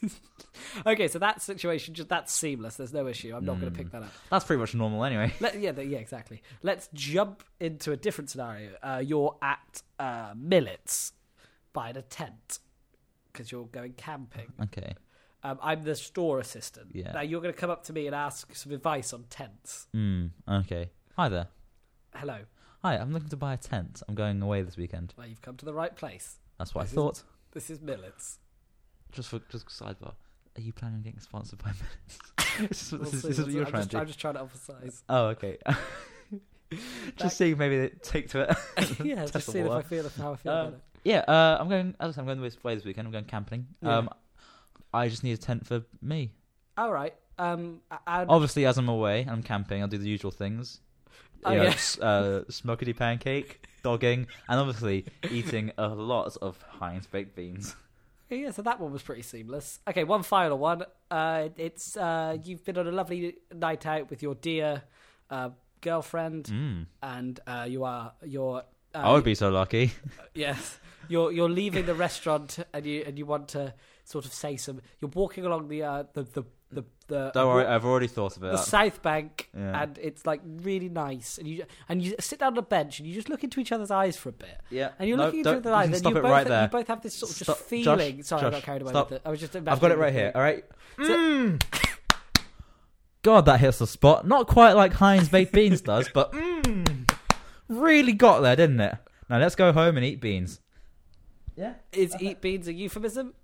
Speaker 1: Okay, so that situation just that's seamless. There's no issue. I'm not
Speaker 2: Hmm.
Speaker 1: going to pick that up.
Speaker 2: That's pretty much normal anyway.
Speaker 1: Let, yeah, th- yeah, exactly. Let's jump into a different scenario. Uh, you're at uh, Millets buying a tent because you're going camping.
Speaker 2: Okay.
Speaker 1: Um, I'm the store assistant.
Speaker 2: Uh, Yeah.
Speaker 1: Now you're going to come up to me and ask some advice on tents.
Speaker 2: Mm, okay. Hi there.
Speaker 1: Hello.
Speaker 2: Hi, I'm looking to buy a tent. I'm going away this weekend.
Speaker 1: Well, you've come to the right place.
Speaker 2: That's what
Speaker 1: This
Speaker 2: I
Speaker 1: is-
Speaker 2: thought.
Speaker 1: This is Millets.
Speaker 2: Just for just sidebar. Are you planning on getting sponsored by Minutes? this is,
Speaker 1: We'll
Speaker 2: this is
Speaker 1: see.
Speaker 2: what you're
Speaker 1: I'm
Speaker 2: trying
Speaker 1: just,
Speaker 2: to do.
Speaker 1: I'm just trying to emphasize.
Speaker 2: Oh, okay.
Speaker 1: Back-
Speaker 2: just seeing if maybe they take to it.
Speaker 1: yeah,
Speaker 2: Test
Speaker 1: just
Speaker 2: the
Speaker 1: seeing if I
Speaker 2: water.
Speaker 1: feel how I feel
Speaker 2: Um,
Speaker 1: about it.
Speaker 2: Yeah, uh, I'm going. As I said, I'm going away this weekend. I'm going camping.
Speaker 1: Yeah.
Speaker 2: Um, I just need a tent for me.
Speaker 1: All right. Um, a- and
Speaker 2: Obviously, as I'm away, I'm camping. I'll do the usual things.
Speaker 1: Oh,
Speaker 2: You know,
Speaker 1: yeah.
Speaker 2: s- uh, smockety pancake, dogging, and obviously eating a lot of Heinz baked beans.
Speaker 1: yeah, so that one was pretty seamless. Okay, one final one. Uh, it's uh, you've been on a lovely night out with your dear uh, girlfriend,
Speaker 2: Mm.
Speaker 1: and uh, you are you're. Uh,
Speaker 2: I would be so lucky.
Speaker 1: Yes, you're you're leaving the restaurant, and you and you want to sort of say some. You're walking along the uh, the the the. the
Speaker 2: Don't worry, I've already thought of it.
Speaker 1: the South Bank,
Speaker 2: Yeah.
Speaker 1: and it's like really nice. And you and you sit down on a bench and you just look into each other's eyes for a bit.
Speaker 2: yeah,
Speaker 1: And you're
Speaker 2: No,
Speaker 1: looking
Speaker 2: don't-
Speaker 1: into the
Speaker 2: you
Speaker 1: eyes,
Speaker 2: can
Speaker 1: and
Speaker 2: Stop
Speaker 1: you
Speaker 2: it
Speaker 1: both,
Speaker 2: right there.
Speaker 1: you both have this sort of just
Speaker 2: Stop- Josh,
Speaker 1: feeling. Sorry, I got
Speaker 2: Josh,
Speaker 1: carried away
Speaker 2: stop.
Speaker 1: with it. I was just.
Speaker 2: I've got it right here. All right.
Speaker 1: So-
Speaker 2: Mm. God, that hits the spot. Not quite like Heinz baked beans does, but mm, really got there, didn't it? Now let's go home and eat beans. Yeah.
Speaker 1: Is eat beans a euphemism?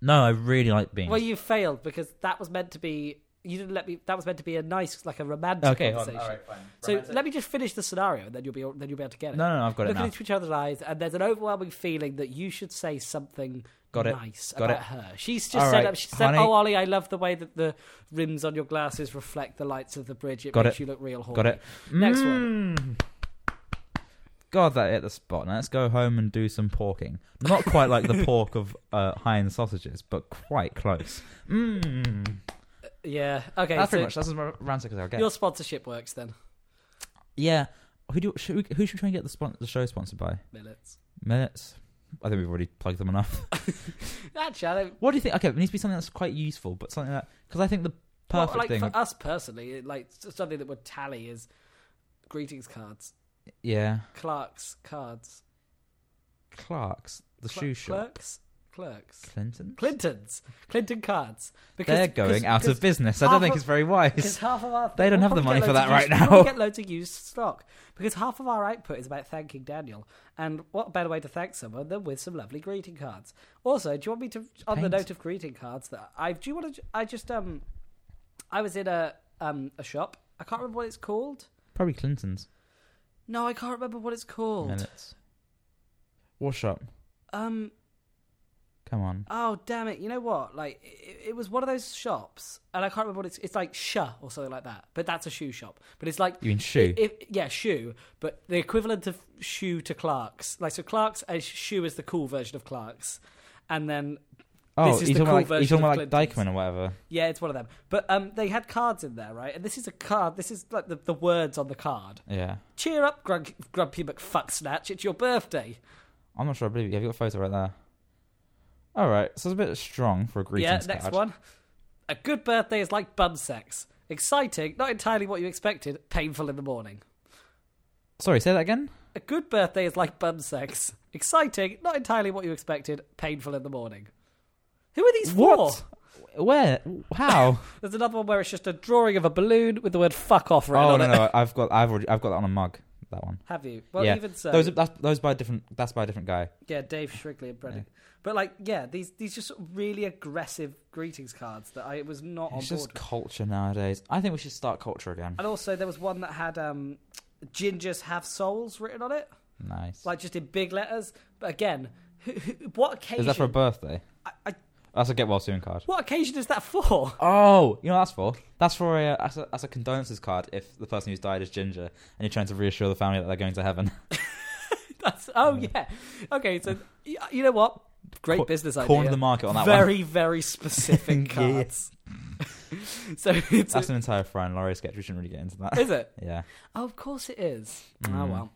Speaker 2: No, I really like beans.
Speaker 1: Well, you failed because that was meant to be. You didn't let me. That was meant to be a nice, like a romantic
Speaker 2: okay. Hold on.
Speaker 1: conversation.
Speaker 2: All right, fine.
Speaker 1: So let me just finish the scenario, and then you'll be then you'll be able to get it.
Speaker 2: No, no, no, I've got it
Speaker 1: Looking
Speaker 2: now.
Speaker 1: into each other's eyes, and there's an overwhelming feeling that you should say something
Speaker 2: Got it.
Speaker 1: nice
Speaker 2: Got
Speaker 1: about
Speaker 2: it.
Speaker 1: her. She's just
Speaker 2: All
Speaker 1: said,
Speaker 2: right,
Speaker 1: she said,
Speaker 2: honey.
Speaker 1: "Oh, Ollie, I love the way that the rims on your glasses reflect the lights of the bridge. It
Speaker 2: Got
Speaker 1: makes
Speaker 2: it.
Speaker 1: you look real horny."
Speaker 2: Got it.
Speaker 1: Next
Speaker 2: one. Mm. God, that hit the spot. Now let's go home and do some porking. Not quite like the pork of uh, Heinz sausages, but quite close. Mmm.
Speaker 1: Uh, Yeah. Okay.
Speaker 2: That's pretty
Speaker 1: so
Speaker 2: much. That's as much rantic as I'll get.
Speaker 1: Your sponsorship works then,
Speaker 2: Yeah. Who do should we, who should we try and get the, spon- the show sponsored by?
Speaker 1: Millets.
Speaker 2: Minutes. I think we've already plugged them enough.
Speaker 1: Actually, I don't,
Speaker 2: What do you think? Okay, it needs to be something that's quite useful, but something that because I think the perfect
Speaker 1: well, like
Speaker 2: thing.
Speaker 1: for us personally, it, like s- something that would tally is greetings cards,
Speaker 2: yeah,
Speaker 1: Clark's cards,
Speaker 2: Clark's the
Speaker 1: Cl-
Speaker 2: shoe shop.
Speaker 1: clerks, clerks,
Speaker 2: Clinton.
Speaker 1: Clintons, Clinton cards.
Speaker 2: They're going out of business. I
Speaker 1: half
Speaker 2: don't think
Speaker 1: of-
Speaker 2: it's very
Speaker 1: Because
Speaker 2: wise.
Speaker 1: half of our
Speaker 2: They don't have the
Speaker 1: probably
Speaker 2: money
Speaker 1: get
Speaker 2: for
Speaker 1: loads
Speaker 2: that
Speaker 1: of used-
Speaker 2: right
Speaker 1: we'll
Speaker 2: now.
Speaker 1: get loads of used stock because half of our output is about thanking Daniel, and what better way to thank someone than with some lovely greeting cards? Also, do you want me to on the
Speaker 2: Paint.
Speaker 1: note of greeting cards that I do you want to? I just um, I was in a um a shop. I can't remember what it's called.
Speaker 2: Probably Clinton's.
Speaker 1: No, I can't remember what it's called.
Speaker 2: Minutes. Wash up.
Speaker 1: Um.
Speaker 2: Come on.
Speaker 1: Oh damn it! You know what? Like it, it was one of those shops, and I can't remember what it's. It's like Shu or something like that. But that's a shoe shop. But it's like
Speaker 2: You mean shoe?
Speaker 1: If, yeah, shoe, but the equivalent of shoe to Clark's. Like so, Clark's uh, shoe is the cool version of Clark's, and then
Speaker 2: oh,
Speaker 1: this is
Speaker 2: you
Speaker 1: the
Speaker 2: talking about
Speaker 1: cool
Speaker 2: like, you
Speaker 1: version
Speaker 2: talking
Speaker 1: of
Speaker 2: about like
Speaker 1: Clinton's.
Speaker 2: Dykeman or whatever?
Speaker 1: yeah, it's one of them. But um, they had cards in there, right? And this is a card. This is like the, the words on the card.
Speaker 2: Yeah.
Speaker 1: Cheer up, Grug, Grumpy McFuck Snatch! It's your birthday.
Speaker 2: I'm not sure I believe you. Have you got a photo right there? All right, so it's a bit strong for a greeting
Speaker 1: yeah, next
Speaker 2: card.
Speaker 1: one. A good birthday is like bum sex. Exciting, not entirely what you expected. Painful in the morning.
Speaker 2: Sorry, say that again.
Speaker 1: A good birthday is like bum sex. Exciting, not entirely what you expected. Painful in the morning. Who are these for?
Speaker 2: What? Where? How?
Speaker 1: There's another one where it's just a drawing of a balloon with the word "fuck off" written
Speaker 2: oh
Speaker 1: on
Speaker 2: no,
Speaker 1: it.
Speaker 2: no, I've got, I've already, I've got that on a mug. that one.
Speaker 1: Have you? Well,
Speaker 2: Yeah.
Speaker 1: even so,
Speaker 2: those are, that's, those by a different. That's by a different guy.
Speaker 1: yeah, Dave Shrigley and Brendan. But like, yeah, these these just sort of really aggressive greetings cards that I was not on
Speaker 2: It's
Speaker 1: board.
Speaker 2: just
Speaker 1: with.
Speaker 2: culture nowadays. I think we should start culture again.
Speaker 1: And also, there was one that had um, "Gingers have souls" written on it,
Speaker 2: Nice.
Speaker 1: like just in big letters. But again, who, who, what occasion?
Speaker 2: is that for a birthday?
Speaker 1: I, I,
Speaker 2: That's a get well soon card.
Speaker 1: what occasion is that for?
Speaker 2: Oh, you know what that's for? That's for a uh, that's a, that's a condolences card if the person who's died is ginger and you're trying to reassure the family that they're going to heaven.
Speaker 1: That's oh yeah. Okay, so y- you know what? Great
Speaker 2: Cor-
Speaker 1: business idea.
Speaker 2: Corner the market on that one.
Speaker 1: very very specific
Speaker 2: Yeah, yeah.
Speaker 1: cards. so it's
Speaker 2: That's
Speaker 1: a,
Speaker 2: an entire Fry and Laurie sketch. We shouldn't really get into that.
Speaker 1: is it?
Speaker 2: yeah.
Speaker 1: Oh, of course it is. Oh
Speaker 2: Mm.
Speaker 1: well.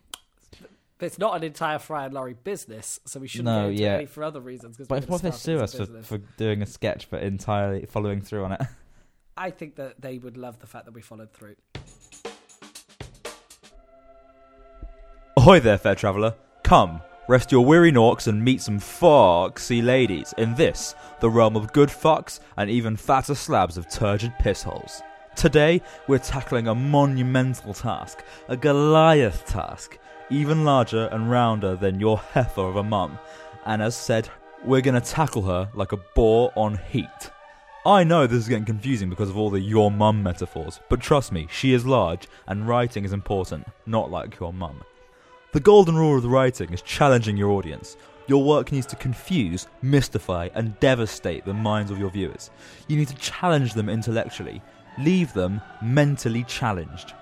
Speaker 1: But it's not an entire Fry and Laurie business, so we shouldn't
Speaker 2: No,
Speaker 1: get into
Speaker 2: yeah.
Speaker 1: any for other reasons. 'cause
Speaker 2: But
Speaker 1: we're
Speaker 2: if
Speaker 1: gonna
Speaker 2: what if they
Speaker 1: start it
Speaker 2: sue
Speaker 1: as
Speaker 2: us
Speaker 1: a
Speaker 2: for,
Speaker 1: business.
Speaker 2: for doing a sketch but entirely following through on it?
Speaker 1: I think that they would love the fact that we followed through.
Speaker 2: Ahoy there, fair traveller. Come, rest your weary norks and meet some foxy ladies in this, the realm of good fucks and even fatter slabs of turgid pissholes. Today, we're tackling a monumental task, a Goliath task, even larger and rounder than your heifer of a mum. And as said, we're gonna tackle her like a boar on heat. I know this is getting confusing because of all the your mum metaphors, but trust me, she is large, and writing is important, not like your mum. The golden rule of the writing is challenging your audience. Your work needs to confuse, mystify, and devastate the minds of your viewers. You need to challenge them intellectually, leave them mentally challenged.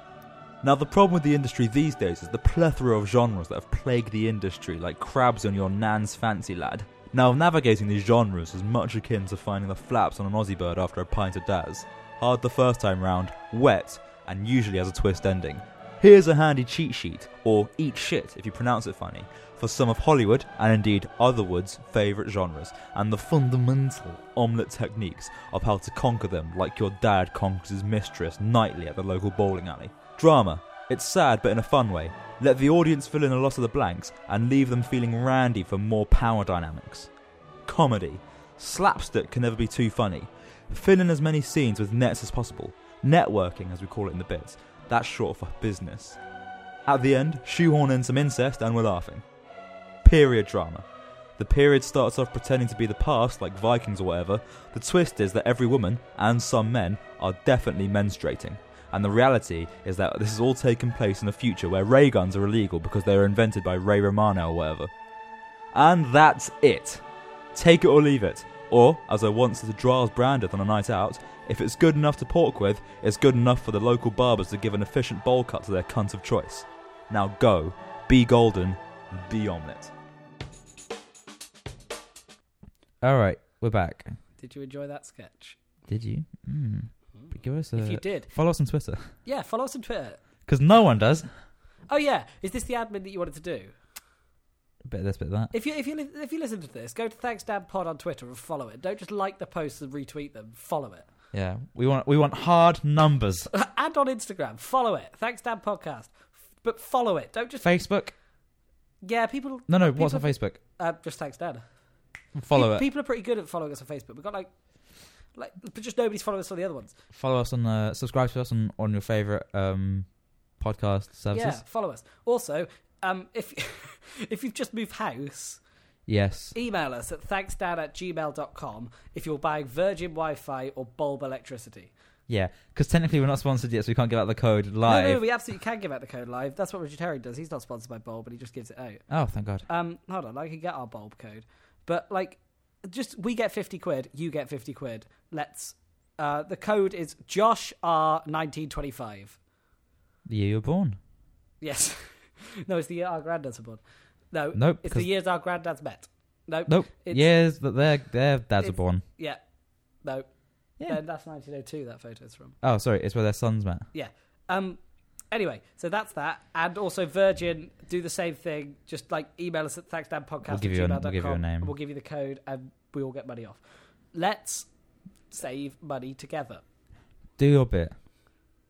Speaker 2: Now, the problem with the industry these days is the plethora of genres that have plagued the industry, like crabs on your nan's fancy lad. Now, navigating these genres is much akin to finding the flaps on an Aussie bird after a pint of Daz. Hard the first time round, wet, and usually has a twist ending. Here's a handy cheat sheet, or eat shit if you pronounce it funny, for some of Hollywood and indeed otherwood's favourite genres and the fundamental omelette techniques of how to conquer them like your dad conquers his mistress nightly at the local bowling alley. Drama. It's sad but in a fun way. Let the audience fill in a lot of the blanks and leave them feeling randy for more power dynamics. Comedy. Slapstick can never be too funny. Fill in as many scenes with nets as possible. Networking, as we call it in the bits, that's short for business. At the end, shoehorn in some incest and we're laughing. Period drama. The period starts off pretending to be the past, like Vikings or whatever. The twist is that every woman, and some men, are definitely menstruating. And the reality is that this has all taken place in a future where ray guns are illegal because they were invented by Ray Romano or whatever. And that's it. Take it or leave it. Or, as I once said to Giles Brandeth on a night out, if it's good enough to pork with, it's good enough for the local barbers to give an efficient bowl cut to their cunt of choice. Now go, be golden, and be omelette. All right, we're back.
Speaker 1: Did you enjoy that sketch?
Speaker 2: Did you? Mm. Give us a
Speaker 1: If you did,
Speaker 2: follow us on Twitter
Speaker 1: yeah, follow us on Twitter.
Speaker 2: because no one does.
Speaker 1: Oh yeah, is this the admin that you wanted to do?
Speaker 2: Bit of this, bit of that.
Speaker 1: If you if you li- if you listen to this, go to Thanks Dan Pod on Twitter and follow it. Don't just like the posts and retweet them. Follow it.
Speaker 2: Yeah, we want we want hard numbers.
Speaker 1: and on Instagram. Follow it. Thanks, Dan Podcast. F- But follow it. Don't just
Speaker 2: Facebook?
Speaker 1: yeah. People
Speaker 2: No, no. What's on
Speaker 1: People-
Speaker 2: Facebook?
Speaker 1: uh, just thanks, Dan.
Speaker 2: Follow
Speaker 1: Pe-
Speaker 2: it.
Speaker 1: People are pretty good at following us on Facebook. We've got like like, but just nobody's following us on the other ones.
Speaker 2: Follow us on. Uh, subscribe to us on on your favorite um podcast services.
Speaker 1: Yeah, follow us. Also, um, if if you've just moved house,
Speaker 2: Yes.
Speaker 1: email us at thanksdan at gmail.com if you're buying Virgin Wi-Fi or Bulb electricity.
Speaker 2: Yeah, because technically we're not sponsored yet, so we can't give out the code live.
Speaker 1: No, no, we absolutely can give out the code live. That's what Richard Herring does. He's not sponsored by Bulb, but he just gives it out.
Speaker 2: Oh, thank God.
Speaker 1: Um, hold on, I can get our bulb code, but like, just we get fifty quid, you get fifty quid. Let's. Uh, the code is Josh R nineteen twenty five.
Speaker 2: The year you were born.
Speaker 1: Yes, no, it's the year our granddads were born. No,
Speaker 2: Nope.
Speaker 1: it's
Speaker 2: 'cause-
Speaker 1: the years our granddads met. No,
Speaker 2: nope.
Speaker 1: it's-
Speaker 2: Years that their their dads were
Speaker 1: It's-
Speaker 2: born.
Speaker 1: yeah, no.
Speaker 2: Yeah.
Speaker 1: Then that's nineteen oh two. That photo's from.
Speaker 2: Oh, sorry, it's where their sons met.
Speaker 1: Um. Anyway, so that's that, and also Virgin do the same thing. Just like email us at thanksdanpodcast.
Speaker 2: We'll give you a-
Speaker 1: at
Speaker 2: we'll give you a
Speaker 1: gmail.com,
Speaker 2: name.
Speaker 1: and We'll give you the code, and we all get money off. Let's save money together.
Speaker 2: Do your bit.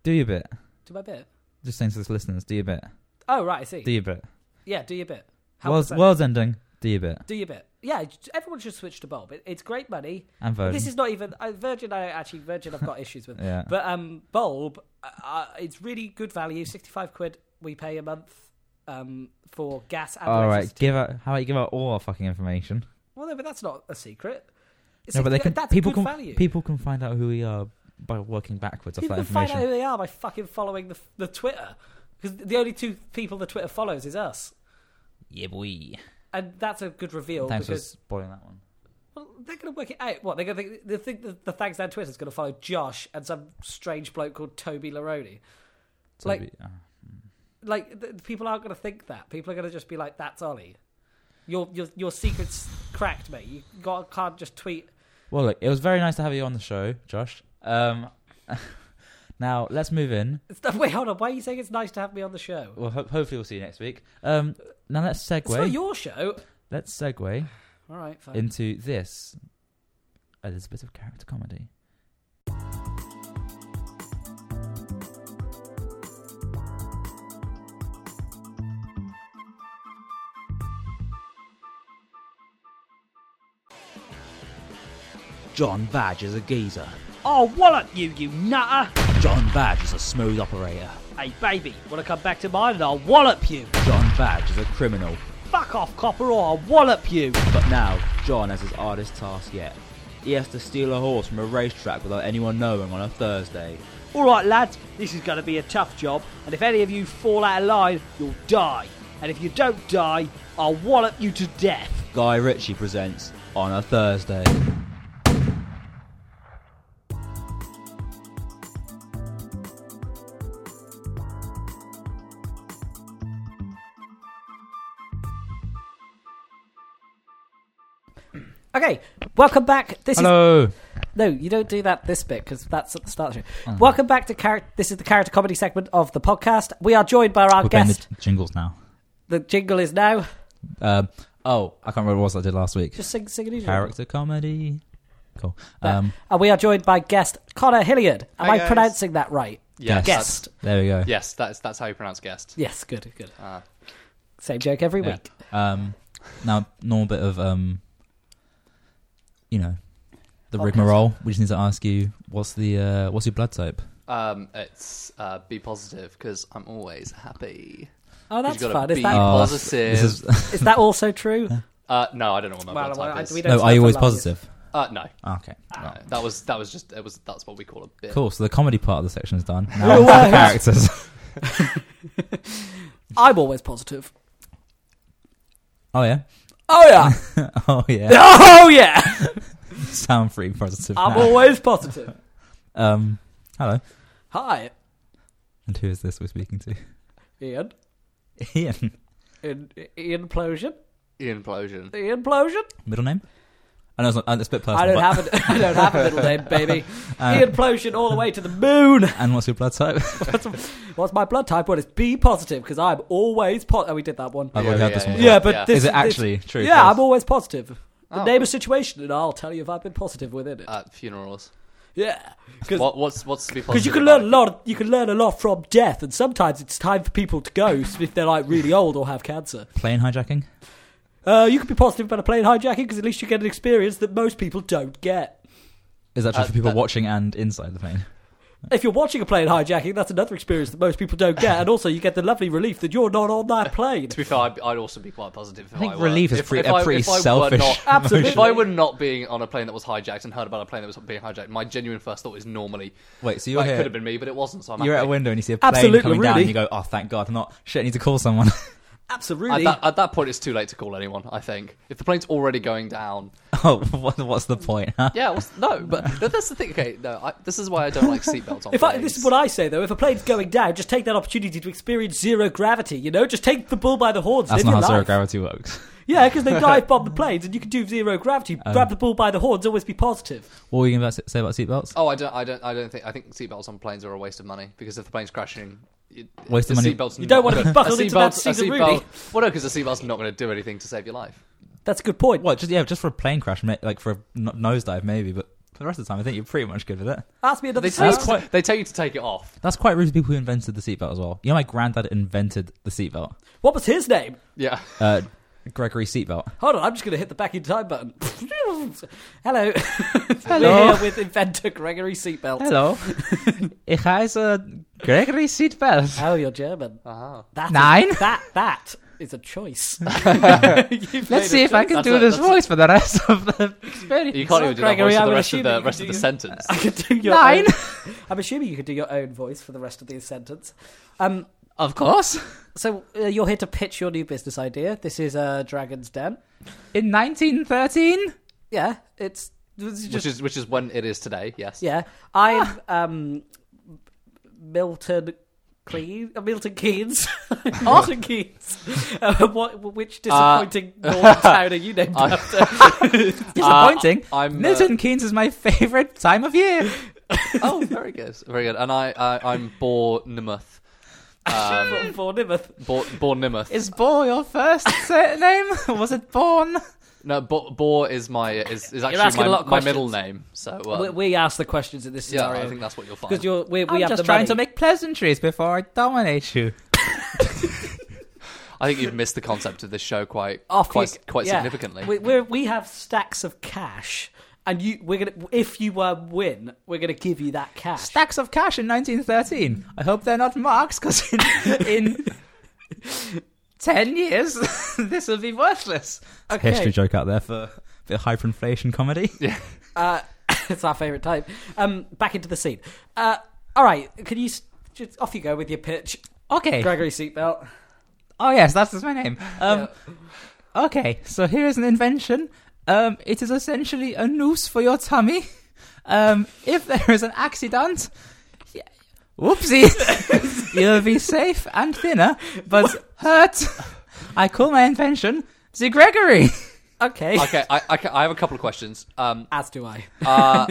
Speaker 2: Do your bit.
Speaker 1: Do my bit.
Speaker 2: Just saying to the listeners, do your bit.
Speaker 1: Oh right, I see.
Speaker 2: Do your bit.
Speaker 1: yeah, do your bit. Help
Speaker 2: World's,
Speaker 1: us out.
Speaker 2: world's ending. Do your bit.
Speaker 1: do your bit. Yeah, j- everyone should switch to Bulb. It, it's great money.
Speaker 2: And
Speaker 1: But
Speaker 2: vote.
Speaker 1: This is not even uh, Virgin. I actually Virgin. I've got issues with,
Speaker 2: yeah.
Speaker 1: but um, Bulb. Uh, uh, it's really good value. Sixty-five quid we pay a month. um, for gas and
Speaker 2: All right,
Speaker 1: electricity.
Speaker 2: give out. How about you give out all our fucking information?
Speaker 1: Well, no, but that's not a secret. It's
Speaker 2: no,
Speaker 1: a-
Speaker 2: but they
Speaker 1: th-
Speaker 2: can.
Speaker 1: that's
Speaker 2: people
Speaker 1: good
Speaker 2: can.
Speaker 1: value.
Speaker 2: People can find out who we are by working backwards off
Speaker 1: People
Speaker 2: that
Speaker 1: can find out
Speaker 2: information.
Speaker 1: who they are by fucking following the, the Twitter. Because the only two people the Twitter follows is us.
Speaker 2: Yeah, boy.
Speaker 1: And that's a good reveal
Speaker 2: Thanks for
Speaker 1: because
Speaker 2: spoiling that one.
Speaker 1: well, they're going to work it out. What? They're going to they think that the Thanks Down Twitter's going to follow Josh and some strange bloke called Toby Laroni.
Speaker 2: So
Speaker 1: Like-
Speaker 2: we- uh,
Speaker 1: Like, th- people aren't going to think that. People are going to just be like, that's Ollie. Your, your, your secret's cracked, mate. You got, can't just tweet
Speaker 2: well, look, it was very nice to have you on the show, Josh. Um, now let's move in.
Speaker 1: It's not- Wait, hold on. Why are you saying it's nice to have me on the show?
Speaker 2: Well, ho- hopefully we'll see you next week. Um, now let's
Speaker 1: It's not
Speaker 2: segue.
Speaker 1: your show.
Speaker 2: let's segue
Speaker 1: All right, fine.
Speaker 2: into this. Oh, there's a bit of character comedy.
Speaker 4: John Badge is a geezer.
Speaker 3: Oh, wallop you, you nutter!
Speaker 4: John Badge is a smooth operator.
Speaker 3: Hey, baby, wanna come back to mine and I'll wallop you!
Speaker 4: John Badge is a criminal.
Speaker 3: Fuck off, copper, or I'll wallop you!
Speaker 4: But now, John has his hardest task yet. He has to steal a horse from a racetrack without anyone knowing on a Thursday.
Speaker 3: Alright, lads, this is gonna be a tough job, and if any of you fall out of line, you'll die. And if you don't die, I'll wallop you to death.
Speaker 4: Guy Ritchie presents On a Thursday.
Speaker 1: Okay, welcome back. This is
Speaker 2: Hello.
Speaker 1: no, you don't do that this bit because that's at the start of the
Speaker 2: Oh.
Speaker 1: show. Welcome back to character. This is the character comedy segment of the podcast. We are joined by our
Speaker 2: We're playing
Speaker 1: guest.
Speaker 2: the jingles now.
Speaker 1: The-, jingle is now.
Speaker 2: Um, oh, I can't remember what it was I did last week.
Speaker 1: Just sing, sing a new jingle.
Speaker 2: character comedy. Cool.
Speaker 1: That-
Speaker 2: Um,
Speaker 1: And we are joined by guest Connor Hilliard. Am
Speaker 5: Hi,
Speaker 1: I
Speaker 5: guys.
Speaker 1: pronouncing that right?
Speaker 2: Yes.
Speaker 5: Yes.
Speaker 1: Guest.
Speaker 2: there we go.
Speaker 5: Yes, that's that's how you pronounce guest.
Speaker 1: Yes, good, good.
Speaker 5: Ah.
Speaker 1: Same joke every
Speaker 2: Yeah.
Speaker 1: week.
Speaker 2: Um, now, normal bit of um, you know, the
Speaker 1: Podcast.
Speaker 2: rigmarole. We just need to ask you what's the uh, what's your blood type?
Speaker 5: Um, it's uh, be positive because I'm always happy.
Speaker 1: Oh,
Speaker 5: 'Cause
Speaker 1: that's
Speaker 5: you gotta
Speaker 1: fun. Is
Speaker 5: be
Speaker 1: that,
Speaker 2: Oh,
Speaker 5: positive.
Speaker 2: This is,
Speaker 1: is that also true?
Speaker 5: uh, no, I don't know what my
Speaker 1: Well,
Speaker 5: blood
Speaker 1: well,
Speaker 5: type
Speaker 1: I-
Speaker 5: is.
Speaker 1: we don't-
Speaker 2: no,
Speaker 1: know
Speaker 2: Oh, are you
Speaker 1: for
Speaker 2: always
Speaker 1: last year.
Speaker 2: positive?
Speaker 5: Uh, no,
Speaker 2: Oh, okay,
Speaker 5: no, that was that was just it was that's what we call a bit.
Speaker 2: cool. So the comedy part of the section is done. Now onto the characters.
Speaker 1: I'm always positive.
Speaker 2: oh yeah.
Speaker 1: Oh yeah.
Speaker 2: oh yeah.
Speaker 1: oh yeah.
Speaker 2: Sound free positive.
Speaker 1: I'm
Speaker 2: now.
Speaker 1: always positive.
Speaker 2: um, hello.
Speaker 1: Hi,
Speaker 2: And who is this we're speaking to?
Speaker 1: Ian.
Speaker 2: Ian.
Speaker 1: In, Ian Plosion.
Speaker 5: Implosion.
Speaker 1: Ian Plosion.
Speaker 2: Middle name? I know it's, not, uh, it's a bit personal.
Speaker 1: I don't
Speaker 2: but-
Speaker 1: have a, I don't have a middle name, baby.
Speaker 2: Uh,
Speaker 1: Ian Plosion all the way to the moon.
Speaker 2: And what's your blood type?
Speaker 1: What's my blood type? Well, it's B positive because I'm always positive. Oh, we did that one.
Speaker 2: I've
Speaker 5: Yeah,
Speaker 2: already heard
Speaker 5: yeah,
Speaker 2: this one.
Speaker 5: yeah.
Speaker 2: before.
Speaker 1: but
Speaker 5: Yeah.
Speaker 1: this
Speaker 2: Is it
Speaker 1: this-
Speaker 2: actually true?
Speaker 1: yeah,
Speaker 2: Yes.
Speaker 1: I'm always positive.
Speaker 5: Oh. Uh,
Speaker 1: Name a situation, and I'll tell you if I've been positive within it.
Speaker 5: At funerals.
Speaker 1: yeah, because
Speaker 5: What what's what's to be positive?
Speaker 1: because you can learn a
Speaker 5: about?
Speaker 1: lot. You can learn a lot from death, and sometimes it's time for people to go if they're like really old or have cancer.
Speaker 2: plane hijacking.
Speaker 1: Uh, you can be positive about a plane hijacking because at least you get an experience that most people don't get.
Speaker 2: Is that true
Speaker 5: Uh,
Speaker 2: for people
Speaker 5: that-
Speaker 2: watching and inside the plane?
Speaker 1: If you're watching a plane hijacking, that's another experience that most people don't get, and also you get the lovely relief that you're not on that plane.
Speaker 5: To be fair, I'd, I'd also be quite positive. If I
Speaker 2: I think
Speaker 5: were.
Speaker 2: relief is
Speaker 5: If-
Speaker 2: pretty,
Speaker 5: if I-
Speaker 2: a pretty
Speaker 5: if I were
Speaker 2: selfish.
Speaker 5: not-
Speaker 1: Absolutely.
Speaker 5: if I were not being on a plane that was hijacked and heard about a plane that was being hijacked, my genuine first thought is normally
Speaker 2: Wait, so
Speaker 5: that
Speaker 2: you're here.
Speaker 5: could have been me, but it wasn't. So I'm
Speaker 2: you're at a
Speaker 5: happy.
Speaker 2: window and you see a plane
Speaker 1: Absolutely,
Speaker 2: coming down,
Speaker 1: really.
Speaker 2: and you go, "Oh, thank God, I'm not shit. I need to call someone."
Speaker 1: Absolutely.
Speaker 5: At that, at that point, it's too late to call anyone. I think if the plane's already going down,
Speaker 2: oh, what, what's the point? Huh?
Speaker 5: yeah, what's, no. But no, that's the thing. Okay, no, I, this is why I don't like seatbelts on.
Speaker 1: If I,
Speaker 5: planes.
Speaker 1: this is what I say though, if a plane's going down, just take that opportunity to experience zero gravity. You know, just take the bull by the horns.
Speaker 2: That's
Speaker 1: live
Speaker 2: not
Speaker 1: your
Speaker 2: how zero
Speaker 1: life.
Speaker 2: gravity works.
Speaker 1: Yeah, because they dive bomb the planes, and you can do zero gravity.
Speaker 2: Um,
Speaker 1: Grab the bull by the horns. Always be positive.
Speaker 2: What were you going to say about seatbelts?
Speaker 5: Oh, I don't, I don't, I don't think. I think seatbelts on planes are a waste of money because if the plane's crashing, it,
Speaker 2: Waste of
Speaker 5: the
Speaker 2: money.
Speaker 5: Seatbelt's
Speaker 1: You don't
Speaker 5: not
Speaker 1: wanna be
Speaker 5: gonna-
Speaker 1: buckled
Speaker 5: a
Speaker 1: into that
Speaker 5: seatbelt- a
Speaker 1: seat,
Speaker 5: seatbelt-
Speaker 1: really.
Speaker 5: Well, no, because the seatbelt's not going to do anything to save your life.
Speaker 1: That's a good point.
Speaker 2: What? Just yeah, just for a plane crash, ma- like for a n- nosedive, maybe. But for the rest of the time, I think you're pretty much good with it.
Speaker 1: Ask me another.
Speaker 5: They tell,
Speaker 1: thing.
Speaker 5: you to, they tell you to take it off.
Speaker 2: That's quite rude to people who invented the seatbelt as well. You know, my granddad invented the seatbelt.
Speaker 1: What was his name?
Speaker 5: Yeah,
Speaker 2: Uh,
Speaker 6: Gregory seatbelt.
Speaker 1: Hold on, I'm just going to hit the back in time button. Hello. We're
Speaker 6: Hello.
Speaker 1: here with inventor Gregory Seatbelt.
Speaker 6: Hello. ich heiße Gregory Seatbelt.
Speaker 1: Oh, you're German.
Speaker 5: Ah.
Speaker 1: That
Speaker 6: Nine?
Speaker 1: is- that that is a choice.
Speaker 6: Let's see if I can
Speaker 5: That's
Speaker 6: do
Speaker 5: it,
Speaker 6: this
Speaker 5: that's
Speaker 6: voice for the rest of the experience.
Speaker 5: You can't even do that
Speaker 1: Gregory,
Speaker 5: voice
Speaker 1: I
Speaker 5: for the
Speaker 1: would
Speaker 5: rest of
Speaker 1: assume
Speaker 5: the
Speaker 1: you
Speaker 5: rest
Speaker 1: could
Speaker 5: of the
Speaker 1: do-
Speaker 5: sentence.
Speaker 1: I could do your
Speaker 6: Nine.
Speaker 1: Own, I'm assuming you could do your own voice for the rest of the sentence. Um,
Speaker 6: Of course.
Speaker 1: so uh, you're here to pitch your new business idea. This is uh, Dragon's Den.
Speaker 6: In 1913,
Speaker 1: Yeah, it's, it's just
Speaker 5: Which is which is when it is today. Yes.
Speaker 1: yeah. I'm
Speaker 5: Ah.
Speaker 1: um, Milton. Clean, uh, Milton Keynes,
Speaker 5: Oh.
Speaker 1: Milton Keynes. Uh, what, which disappointing northern town are you named
Speaker 5: Uh, I-
Speaker 1: after?
Speaker 6: disappointing.
Speaker 5: I'm, uh,
Speaker 6: Milton Keynes is my favourite time of year.
Speaker 5: Oh, very good, very good. And I, I I'm Bor Nimmuth. Um,
Speaker 1: For- for Nimrith.
Speaker 5: Bor, Bor Nimmuth.
Speaker 6: Is Boar your first surname? Was it Born?
Speaker 5: No, Bor, Bor is my is, is
Speaker 1: asking
Speaker 5: actually
Speaker 1: a lot
Speaker 5: my,
Speaker 1: of
Speaker 5: my
Speaker 1: questions.
Speaker 5: middle name. So um,
Speaker 1: we, we ask the questions in this
Speaker 5: yeah,
Speaker 1: scenario
Speaker 5: I think that's what you'll
Speaker 1: because
Speaker 5: find.
Speaker 1: you're we, we
Speaker 6: I'm
Speaker 1: have
Speaker 6: just
Speaker 1: the
Speaker 6: trying
Speaker 1: money.
Speaker 6: to make pleasantries before I dominate you.
Speaker 5: I think you've missed the concept of this show quite
Speaker 1: Off you-
Speaker 5: quite quite
Speaker 1: yeah.
Speaker 5: significantly.
Speaker 1: We we're, we have stacks of cash, and you we're gonna if you uh, win, we're gonna give you that cash.
Speaker 6: Stacks of cash in 1913. I hope they're not marks, because in, in 10 years, this will be worthless.
Speaker 1: Okay. History
Speaker 6: joke out there for a bit of hyperinflation comedy.
Speaker 1: Uh, it's our favourite type. Um, back into the scene. Uh, all right, can you s- just off you go with your pitch,
Speaker 6: Okay.
Speaker 1: Gregory Seatbelt?
Speaker 6: Oh yes, that's that's my name. Um, Okay, so here is an invention. Um, it is essentially a noose for your tummy. Um, if there is an accident, yeah, whoopsie, you'll be safe and thinner, but hurt. I call my invention the Gregory.
Speaker 1: Okay,
Speaker 5: okay, I, I ca- I have a couple of questions. Um,
Speaker 1: as do I.
Speaker 5: uh,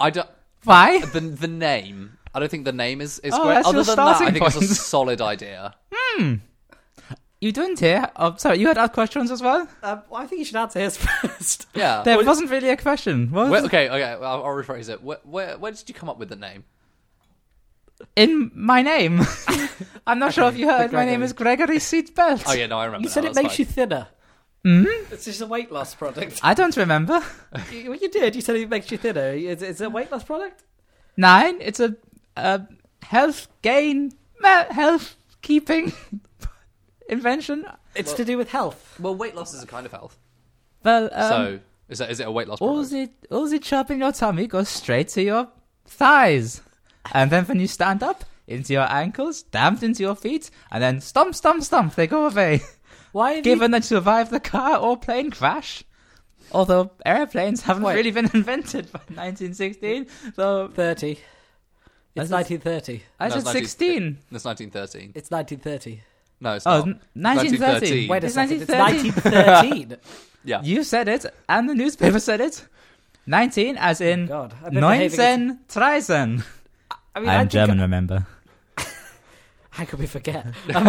Speaker 5: I don't
Speaker 6: Why?
Speaker 5: the the name. I don't think the name is is
Speaker 6: Oh,
Speaker 5: great.
Speaker 6: that's
Speaker 5: Other
Speaker 6: your
Speaker 5: than that, I
Speaker 6: starting
Speaker 5: think it's a
Speaker 6: point.
Speaker 5: solid idea.
Speaker 6: You didn't hear? Oh, sorry, you had other questions as well.
Speaker 5: Uh,
Speaker 1: Um, well, I think you should answer his first.
Speaker 5: Yeah.
Speaker 6: There wasn't really a question. Was
Speaker 5: Where- okay, okay. I'll, I'll rephrase it. Where, where where did you come up with the name?
Speaker 6: in my name. I'm not sure if you heard. My name
Speaker 1: Gregory.
Speaker 6: is Gregory Seatbelt.
Speaker 5: Oh yeah, no, I remember.
Speaker 1: You
Speaker 5: now,
Speaker 1: said it
Speaker 5: that's
Speaker 1: makes
Speaker 5: fine.
Speaker 1: you thinner. Mm-hmm. It's just a weight loss product.
Speaker 6: I don't remember.
Speaker 1: you, well, you did. You said it makes you thinner. Is, is it a weight loss product?
Speaker 6: Nine. It's a, a health gain, me- health keeping invention.
Speaker 1: It's to do with health.
Speaker 5: Well, weight loss is a kind of health.
Speaker 6: Well, um,
Speaker 5: so is that is it a weight loss?
Speaker 6: all
Speaker 5: product?
Speaker 6: the all the chub in your tummy goes straight to your thighs, and then when you stand up, into your ankles, damped into your feet, and then stomp, stomp, stomp. They go away.
Speaker 1: Why? have you-
Speaker 6: Given that you survived the car or plane crash. Although airplanes haven't
Speaker 1: Wait.
Speaker 6: really been invented by 1916, so
Speaker 1: thirty? It's
Speaker 6: That's-
Speaker 1: 1930.
Speaker 6: I
Speaker 5: No,
Speaker 6: said
Speaker 5: it's 19-
Speaker 6: 16.
Speaker 5: That's 1913.
Speaker 1: It's 1930.
Speaker 5: No, it's
Speaker 6: Oh,
Speaker 5: not.
Speaker 6: 1913.
Speaker 5: 1913.
Speaker 1: Wait a
Speaker 6: It's
Speaker 1: second. It's
Speaker 6: 1913.
Speaker 1: 1913.
Speaker 5: Yeah.
Speaker 6: You said it, and the newspaper said it. 19, as in
Speaker 1: Oh God, I've been behaving as-
Speaker 6: 19 Treisen.
Speaker 1: I mean, I think-
Speaker 6: remember.
Speaker 1: How could we forget? Um,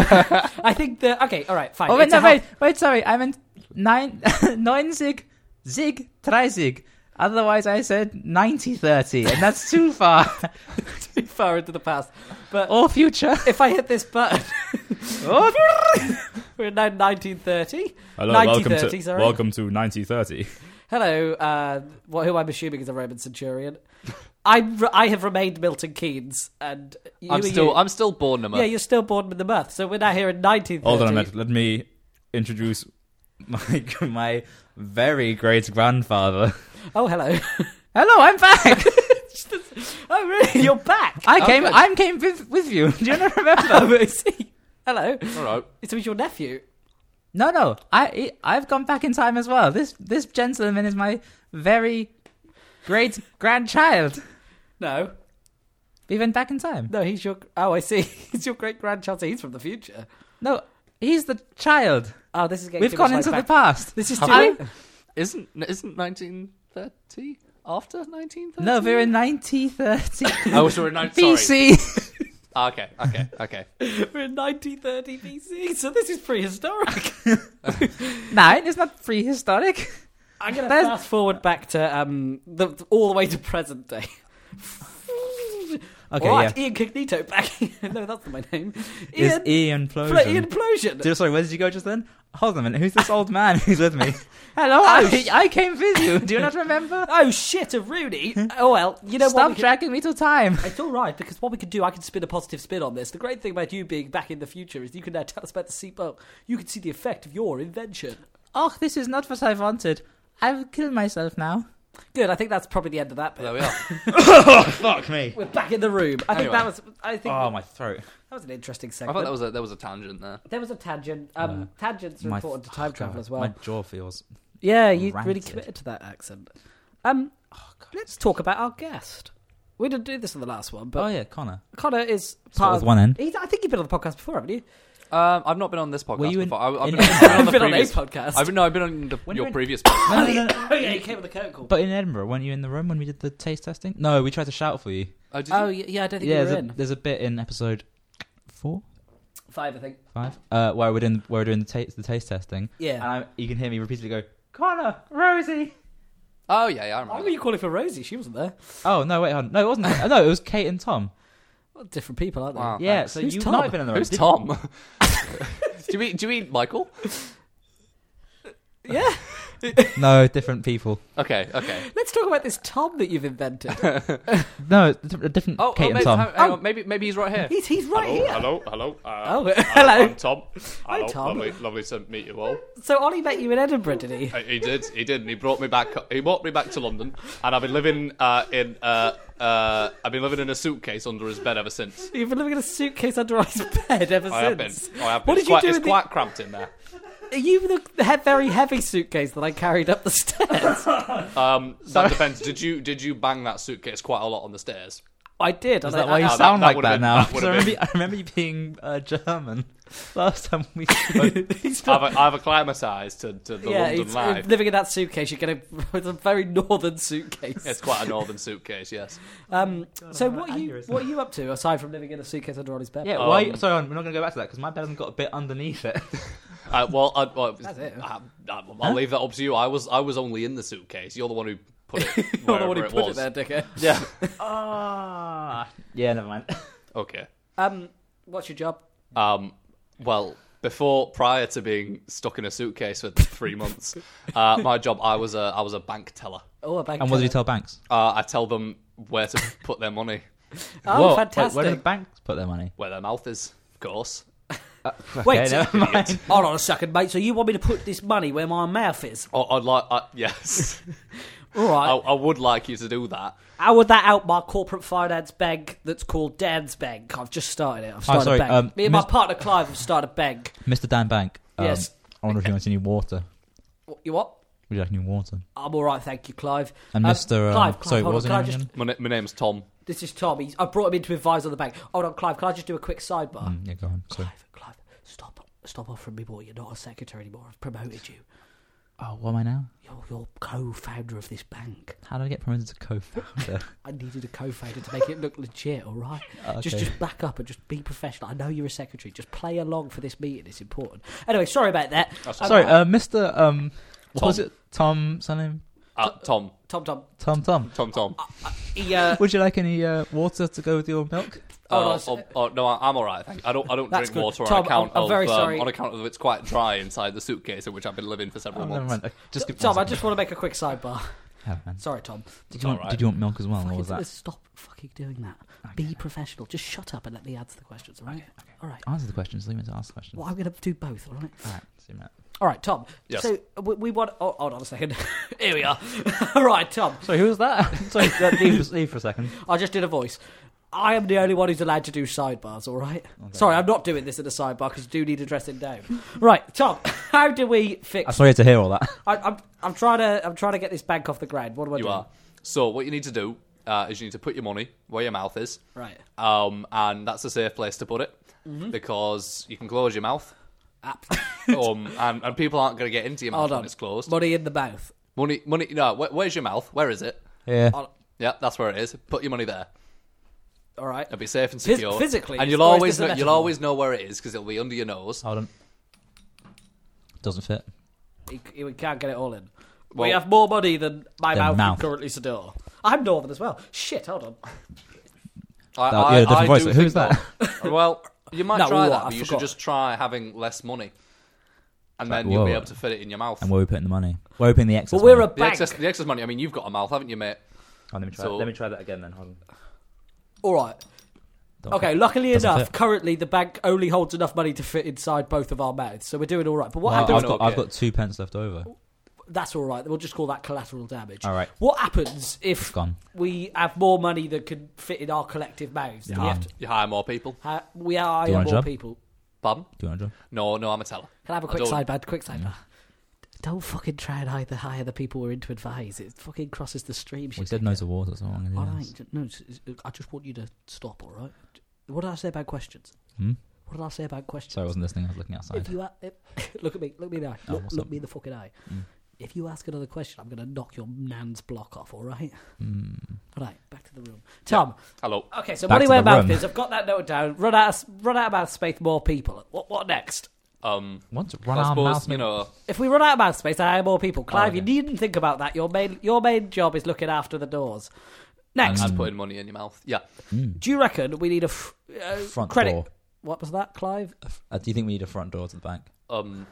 Speaker 1: I think the okay. All right, fine.
Speaker 6: Oh, wait,
Speaker 1: It's a
Speaker 6: no,
Speaker 1: health-
Speaker 6: wait, wait, sorry. I meant nine, 90, Zig, Treisig. Otherwise, I said 90 30, and that's too far.
Speaker 1: too far into the past. But
Speaker 6: or future.
Speaker 1: if I hit this button,
Speaker 6: Oh,
Speaker 1: we're now 1930.
Speaker 2: Hello,
Speaker 1: 1930,
Speaker 2: welcome to
Speaker 1: sorry.
Speaker 2: welcome to 1930.
Speaker 1: Hello, uh, wh- who I'm assuming is a Roman centurion. I'm re- I have remained Milton Keynes, and you,
Speaker 5: I'm
Speaker 1: you-
Speaker 5: still I'm still born number.
Speaker 1: yeah, you're still born with the mirth. So we're now here in 1930.
Speaker 6: Hold
Speaker 2: Hold on a minute. Let me introduce my my
Speaker 6: very great grandfather.
Speaker 1: Oh, hello.
Speaker 6: Hello, I'm back.
Speaker 1: oh, really? You're back.
Speaker 6: I came.
Speaker 5: good.
Speaker 6: I came with, with you. Do you not remember?
Speaker 1: Oh, I see. Hello.
Speaker 5: All right.
Speaker 1: So he's your nephew.
Speaker 6: No, no. I I've gone back in time as well. This this gentleman is my very great grandchild.
Speaker 1: No,
Speaker 6: We went back in time.
Speaker 1: no, he's your. Oh, I see. He's your great grandchild. so He's from the future.
Speaker 6: No, he's the child.
Speaker 1: Oh, this is getting
Speaker 6: We've
Speaker 1: too
Speaker 6: gone
Speaker 1: much
Speaker 6: into
Speaker 1: like
Speaker 6: the
Speaker 1: back-
Speaker 6: past.
Speaker 1: This is
Speaker 5: Have
Speaker 1: too.
Speaker 5: we? Isn't isn't 1930 after 1930?
Speaker 6: No, we're in 1930
Speaker 5: I wish we were in 19. Sorry.
Speaker 6: BC.
Speaker 5: Ah, okay, okay, okay.
Speaker 1: We're in 1930 BC, so this is prehistoric.
Speaker 6: Nine is not prehistoric.
Speaker 1: I'm going to
Speaker 6: There's-
Speaker 1: fast forward back to um, the, all the way to present day.
Speaker 6: Okay,
Speaker 1: All right,
Speaker 6: yeah.
Speaker 1: Ian Cognito back. no, that's not my name.
Speaker 6: Is
Speaker 1: Ian,
Speaker 6: Ian Plosion?
Speaker 1: Pl- Ian Plosion.
Speaker 6: Dude, sorry, where did you go just then? Hold on a minute. Who's this old man who's with me? Hello,
Speaker 1: sh-
Speaker 6: I, I came with you. Do you not remember?
Speaker 1: Oh shit, a Rooney. Oh well, you know what?
Speaker 6: Stop
Speaker 1: we could-
Speaker 6: tracking me to time.
Speaker 1: It's all right because what we could do, I could spin a positive spin on this. The great thing about you being back in the future is you can now tell us about the seatbelt. You can see the effect of your invention.
Speaker 6: Oh, this is not what I wanted. I will kill myself now.
Speaker 1: Good. I think that's probably the end of that bit.
Speaker 2: There we are.
Speaker 6: Fuck me.
Speaker 1: We're back in the room. I think
Speaker 2: Anyway.
Speaker 1: that was. I think
Speaker 6: Oh, my throat.
Speaker 1: that was an interesting
Speaker 2: I
Speaker 1: segment.
Speaker 2: thought that was a, there was a tangent there.
Speaker 1: There was a tangent. Um, tangents are
Speaker 6: Uh, my
Speaker 1: important to time
Speaker 6: God,
Speaker 1: travel as well.
Speaker 6: My jaw feels.
Speaker 1: yeah, you really
Speaker 6: rancid.
Speaker 1: committed to that accent. Um, let's talk about our guest. We didn't do this in the last one, but
Speaker 6: oh yeah, Connor.
Speaker 1: Connor is
Speaker 6: Start
Speaker 1: part
Speaker 6: with
Speaker 1: of
Speaker 6: one end.
Speaker 1: He's, I think you've been on the podcast before, haven't you?
Speaker 2: Um, I've not been on this podcast
Speaker 6: Were you in-
Speaker 2: before. I, I've
Speaker 6: in-
Speaker 2: been, I've been on
Speaker 1: I've been on
Speaker 2: the
Speaker 1: a
Speaker 2: previous.
Speaker 1: podcast.
Speaker 2: I've been, no, I've been on the,
Speaker 6: When
Speaker 2: your
Speaker 6: you're in-
Speaker 2: previous. podcast.
Speaker 6: No, no, no, no.
Speaker 1: Oh yeah, you came with a curtain call.
Speaker 6: But in Edinburgh, weren't you in the room when we did the taste testing? No, we tried to shout for you.
Speaker 2: Oh, did you?
Speaker 1: oh yeah, yeah, I don't think you
Speaker 6: yeah,
Speaker 1: were
Speaker 6: there's a,
Speaker 1: in
Speaker 6: there's a bit in episode four,
Speaker 1: five. I think.
Speaker 6: five, uh, where we're doing where we're doing the taste the taste testing, and
Speaker 1: Yeah.
Speaker 6: I, you can hear me repeatedly go, Connor, Rosie.
Speaker 2: oh yeah, yeah, I
Speaker 1: Why
Speaker 2: remember.
Speaker 1: were you calling for Rosie? She wasn't there.
Speaker 6: Oh no, wait, hold on. no, it wasn't. oh, no, it was Kate and Tom.
Speaker 1: Well, different people, aren't they?
Speaker 2: Wow. Oh,
Speaker 6: yeah,
Speaker 1: thanks.
Speaker 6: so
Speaker 1: Who's
Speaker 6: you
Speaker 1: Tom?
Speaker 6: might have been in the room.
Speaker 2: Who's
Speaker 6: Did-
Speaker 2: Tom? do you mean do you mean Michael?
Speaker 6: No, Oh, different people.
Speaker 2: Okay, okay.
Speaker 1: Let's talk about this Tom that you've invented.
Speaker 6: No, it's a different
Speaker 2: Oh,
Speaker 6: Kate
Speaker 2: oh,
Speaker 6: and
Speaker 2: maybe,
Speaker 6: Tom.
Speaker 2: hang- hang on, maybe maybe he's right here.
Speaker 1: he's he's right
Speaker 5: hello,
Speaker 1: here.
Speaker 5: hello, hello. Uh,
Speaker 1: Oh,
Speaker 5: I-
Speaker 1: hello.
Speaker 5: I'm Tom. Hello,
Speaker 1: Tom.
Speaker 5: Lovely, lovely to meet you all.
Speaker 1: So Ollie met you in Edinburgh, did he?
Speaker 5: Uh, He did, he did, and he brought me back. He brought me back to London, and I've been living uh, in. Uh, uh, I've been living in a suitcase under his bed ever since.
Speaker 1: You've been living in a suitcase under his bed ever
Speaker 5: I have been.
Speaker 1: since.
Speaker 5: I have been.
Speaker 1: What
Speaker 5: it's
Speaker 1: did you
Speaker 5: quite,
Speaker 1: do
Speaker 5: It's
Speaker 1: in the-
Speaker 5: quite cramped in there.
Speaker 1: Are you the he- very heavy suitcase that I carried up the stairs?
Speaker 5: Um, that depends. Did you did you bang that suitcase quite a lot on the stairs?
Speaker 1: I did. and
Speaker 6: Is that
Speaker 1: I,
Speaker 6: why you
Speaker 5: that-
Speaker 6: sound like
Speaker 5: that would've
Speaker 6: that
Speaker 5: been-
Speaker 6: now?
Speaker 5: that
Speaker 6: 'Cause I
Speaker 5: would've
Speaker 6: remember, I remember you being uh, German last time we. spoke.
Speaker 1: He's
Speaker 5: I've,
Speaker 1: not-
Speaker 5: I've acclimatised to, to the
Speaker 1: yeah,
Speaker 5: London
Speaker 1: it's-
Speaker 5: life.
Speaker 1: living in that suitcase, you're going to it's a very northern suitcase.
Speaker 5: It's quite a northern suitcase, yes.
Speaker 1: Um, so
Speaker 6: I've
Speaker 1: what
Speaker 6: had
Speaker 1: are
Speaker 6: an
Speaker 1: you
Speaker 6: aneurysm.
Speaker 1: what are you up to aside from living in a suitcase under Ollie's bed?
Speaker 6: yeah,
Speaker 5: Um,
Speaker 6: why? Sorry, we're not going to go back to that because my bed hasn't got a bit underneath it.
Speaker 5: Uh, well, I, well uh,
Speaker 1: That's it.
Speaker 5: I, will leave that up to you. I was I was only in the suitcase. You're the one who put it
Speaker 1: You're
Speaker 5: wherever
Speaker 1: the one who
Speaker 5: it
Speaker 1: put
Speaker 5: was.
Speaker 1: it there, dickhead.
Speaker 5: Yeah.
Speaker 6: Ah, yeah, never mind.
Speaker 5: Okay.
Speaker 1: Um, what's your job?
Speaker 5: Um, well, before prior to being stuck in a suitcase for three months, uh, my job I was a I was a bank teller.
Speaker 1: Oh, a bank.
Speaker 6: And what did you
Speaker 1: teller.
Speaker 6: tell banks?
Speaker 5: Uh, I tell them where to put their money,
Speaker 1: Oh,
Speaker 6: Whoa, wait,
Speaker 1: fantastic!
Speaker 6: where do the banks put their money?
Speaker 5: where their mouth is, of course.
Speaker 1: Wait,
Speaker 6: Okay, never mind.
Speaker 1: Hold on a second, mate. So you want me to put this money where my mouth is?
Speaker 5: Or, I'd like, uh, yes,
Speaker 1: All right.
Speaker 5: I,
Speaker 6: Oh.
Speaker 5: I would like you to do that.
Speaker 1: How would that out my corporate finance bank that's called Dan's Bank? I've just started it. I've started
Speaker 6: sorry,
Speaker 1: a bank.
Speaker 6: um,
Speaker 1: Me and my
Speaker 6: Mis-
Speaker 1: partner Clive have started a bank.
Speaker 6: Mr. Dan Bank. um,
Speaker 1: Yes.
Speaker 6: I wonder if you want any water.
Speaker 1: What- You what?
Speaker 6: Would you like any water?
Speaker 1: I'm all right, thank you, Clive.
Speaker 6: And
Speaker 1: Um,
Speaker 6: Mr. Um,
Speaker 1: Clive, Clive,
Speaker 6: sorry,
Speaker 1: hold
Speaker 6: what was
Speaker 1: on, can
Speaker 6: your
Speaker 1: I
Speaker 6: name
Speaker 1: just-
Speaker 6: again?
Speaker 5: My, na- my name's Tom.
Speaker 1: This is Tom. He's, I brought him in to advise on the bank. Hold on, Clive. Can I just do a quick sidebar?
Speaker 6: Mm, yeah, go on. Sorry.
Speaker 1: Clive, Clive, stop, stop offering me more. You're not a secretary anymore. I've promoted you.
Speaker 6: Oh, what am I now?
Speaker 1: You're, you're co-founder of this bank.
Speaker 6: How did I get promoted to co-founder?
Speaker 1: I needed a co-founder to make it look legit. All right,
Speaker 6: Okay.
Speaker 1: just just back up and just be professional. I know you're a secretary. Just play along for this meeting. It's important. Anyway, sorry about that.
Speaker 5: That's
Speaker 6: sorry, uh, Mr. Um, what
Speaker 5: Tom.
Speaker 6: was it? Tom, surname?
Speaker 5: Uh, Tom,
Speaker 1: Tom, Tom.
Speaker 6: Tom, Tom.
Speaker 5: Tom, Tom.
Speaker 1: He, uh,
Speaker 6: Would you like any uh, water to go with your milk?
Speaker 1: Oh,
Speaker 5: Uh,
Speaker 1: no, it's-
Speaker 5: oh, oh, no, I- I'm all right. Thank I don't. I don't
Speaker 1: That's
Speaker 5: drink
Speaker 1: good.
Speaker 5: water
Speaker 1: Tom,
Speaker 5: on account
Speaker 1: I'm- I'm
Speaker 5: of
Speaker 1: very
Speaker 5: um,
Speaker 1: sorry.
Speaker 5: on account of it's quite dry inside the suitcase in which I've been living for several
Speaker 6: Oh, never
Speaker 5: months.
Speaker 6: mind. Uh, Just give
Speaker 1: Tom, I just want to make a quick sidebar.
Speaker 6: Never mind.
Speaker 1: Sorry, Tom.
Speaker 6: Did you, want,
Speaker 5: alright.
Speaker 6: did you want milk as well, or
Speaker 1: Fucking
Speaker 6: was that?
Speaker 1: Stop fucking doing that. Be professional. Just shut up and let me answer the questions. All right. All right.
Speaker 6: Answer the questions. Leave me to ask the questions.
Speaker 1: Well, I'm going to do both. All right.
Speaker 6: All right, see you, Matt.
Speaker 1: All right, Tom.
Speaker 5: Uh, Yes.
Speaker 1: So we, we want. Oh, hold on a second. Here we are. All right, Tom.
Speaker 6: Sorry, who was that? Sorry, uh, leave, for- leave for a second.
Speaker 1: I just did a voice. I am the only one who's allowed to do sidebars, all right?
Speaker 5: Oh,
Speaker 1: Sorry, I'm not doing this in a sidebar because you do need to dress it down. right, Tom, how do we
Speaker 6: I'm
Speaker 1: fix?
Speaker 6: sorry to hear all that.
Speaker 1: I, I'm, I'm trying to I'm trying to get this bank off the ground. What do I
Speaker 5: You
Speaker 1: do?
Speaker 5: are. So what you need to do uh, is you need to put your money where your mouth is,
Speaker 1: Right. Mm-hmm.
Speaker 5: um, and that's a safe place to put it because you can close your mouth,
Speaker 1: App.
Speaker 5: um, and, and people aren't going to get into your mouth
Speaker 1: Hold
Speaker 5: when
Speaker 1: on.
Speaker 5: it's closed.
Speaker 1: Money in the mouth.
Speaker 5: Money, money. No, where, where's your mouth? Where is it?
Speaker 6: Yeah.
Speaker 1: Hold-
Speaker 5: Yeah, that's where it is. Put your money there.
Speaker 1: All right.
Speaker 5: It'll be safe and
Speaker 1: Phys-
Speaker 5: secure.
Speaker 1: physically,
Speaker 5: and
Speaker 1: it's-
Speaker 5: you'll
Speaker 1: or is
Speaker 5: always
Speaker 1: this a
Speaker 5: know, you'll
Speaker 1: metaphor?
Speaker 5: always know where it is because it'll be under your nose.
Speaker 6: Hold on. Doesn't fit.
Speaker 1: He, he- we can't get it all in. we
Speaker 5: Well-
Speaker 1: have more money than my
Speaker 6: Than
Speaker 1: mouth, can
Speaker 6: mouth.
Speaker 1: currently store. I'm northern as well. Shit, hold on.
Speaker 5: I,
Speaker 2: That- yeah, different voice.
Speaker 5: do
Speaker 2: Who's
Speaker 5: think
Speaker 2: that?
Speaker 5: not- well, you might
Speaker 3: No,
Speaker 5: try
Speaker 3: what?
Speaker 5: that,
Speaker 3: I
Speaker 5: but you
Speaker 3: forgot.
Speaker 5: should just try having less money, and
Speaker 2: Like,
Speaker 5: then you'll be
Speaker 2: whoa.
Speaker 5: able to fit it in your mouth.
Speaker 2: And where are we putting the money? Where are we putting the excess?
Speaker 1: But we're a
Speaker 2: money?
Speaker 5: The
Speaker 1: bank.
Speaker 5: excess, the excess money. I mean, you've got a mouth, haven't you, mate?
Speaker 2: Oh, let me try.
Speaker 5: so-
Speaker 2: Let me try that again. Then hold on.
Speaker 1: All right.
Speaker 2: Don't-
Speaker 1: Okay. Luckily
Speaker 2: Doesn't
Speaker 1: enough,
Speaker 2: fit.
Speaker 1: currently the bank only holds enough money to fit inside both of our mouths, so we're doing all right. But what
Speaker 2: Well,
Speaker 1: happens?
Speaker 2: I've got
Speaker 5: Okay.
Speaker 2: I've got two pence left over.
Speaker 1: That's all right. We'll just call that collateral damage.
Speaker 2: All right.
Speaker 1: What happens if
Speaker 2: It's gone.
Speaker 1: we have more money than can fit in our collective mouths? Do we
Speaker 2: Yeah.
Speaker 1: have to,
Speaker 5: You hire more people.
Speaker 1: ha- we are
Speaker 2: Do
Speaker 1: hiring
Speaker 2: you want a
Speaker 1: more
Speaker 2: job?
Speaker 1: people.
Speaker 5: Pardon?
Speaker 2: Do you want a job?
Speaker 5: No, no, I'm a teller.
Speaker 1: Can I have a
Speaker 5: I
Speaker 1: quick
Speaker 5: don't-
Speaker 1: sidebar? Quick sidebar. Don't fucking try and hire the, hire the people we're in to advise. It fucking crosses the stream.
Speaker 2: We
Speaker 1: shit.
Speaker 2: said no to war. That's all I'm
Speaker 1: All
Speaker 2: gonna do.
Speaker 1: right.
Speaker 2: next.
Speaker 1: No, it's- it's- I just want you to stop, all right? What did I say about questions?
Speaker 2: Hmm?
Speaker 1: What did I say about questions?
Speaker 2: Sorry, I wasn't listening. I was looking outside.
Speaker 1: If you a- if, look at me, look me in the eye,
Speaker 2: Oh,
Speaker 1: look,
Speaker 2: what's
Speaker 1: look
Speaker 2: up?
Speaker 1: me in the fucking eye.
Speaker 2: Mm.
Speaker 1: If you ask another question, I'm going to knock your nan's block off. All right,
Speaker 2: Mm.
Speaker 1: all right. Back to the room, Tom.
Speaker 7: Hello.
Speaker 1: Okay, so
Speaker 2: Back
Speaker 1: money
Speaker 2: to
Speaker 1: where
Speaker 2: the
Speaker 1: mouth
Speaker 2: room.
Speaker 1: is. I've got that note down. Run out, of, s- run out of mouth space. More people. What, what next?
Speaker 5: Um,
Speaker 2: Once
Speaker 5: I
Speaker 2: run our
Speaker 5: suppose
Speaker 2: mouth,
Speaker 5: you know.
Speaker 1: If we run out of mouth space, I hire more people. Clive,
Speaker 2: Oh, okay.
Speaker 1: you needn't think about that. Your main, your main job is looking after the doors. Next,
Speaker 5: And putting money in your mouth. Yeah.
Speaker 2: Mm.
Speaker 1: do you reckon we need a f- uh,
Speaker 2: Front
Speaker 1: credit?
Speaker 2: door.
Speaker 1: What was that, Clive?
Speaker 2: A f- uh, do you think we need a front door to the bank?
Speaker 5: Um,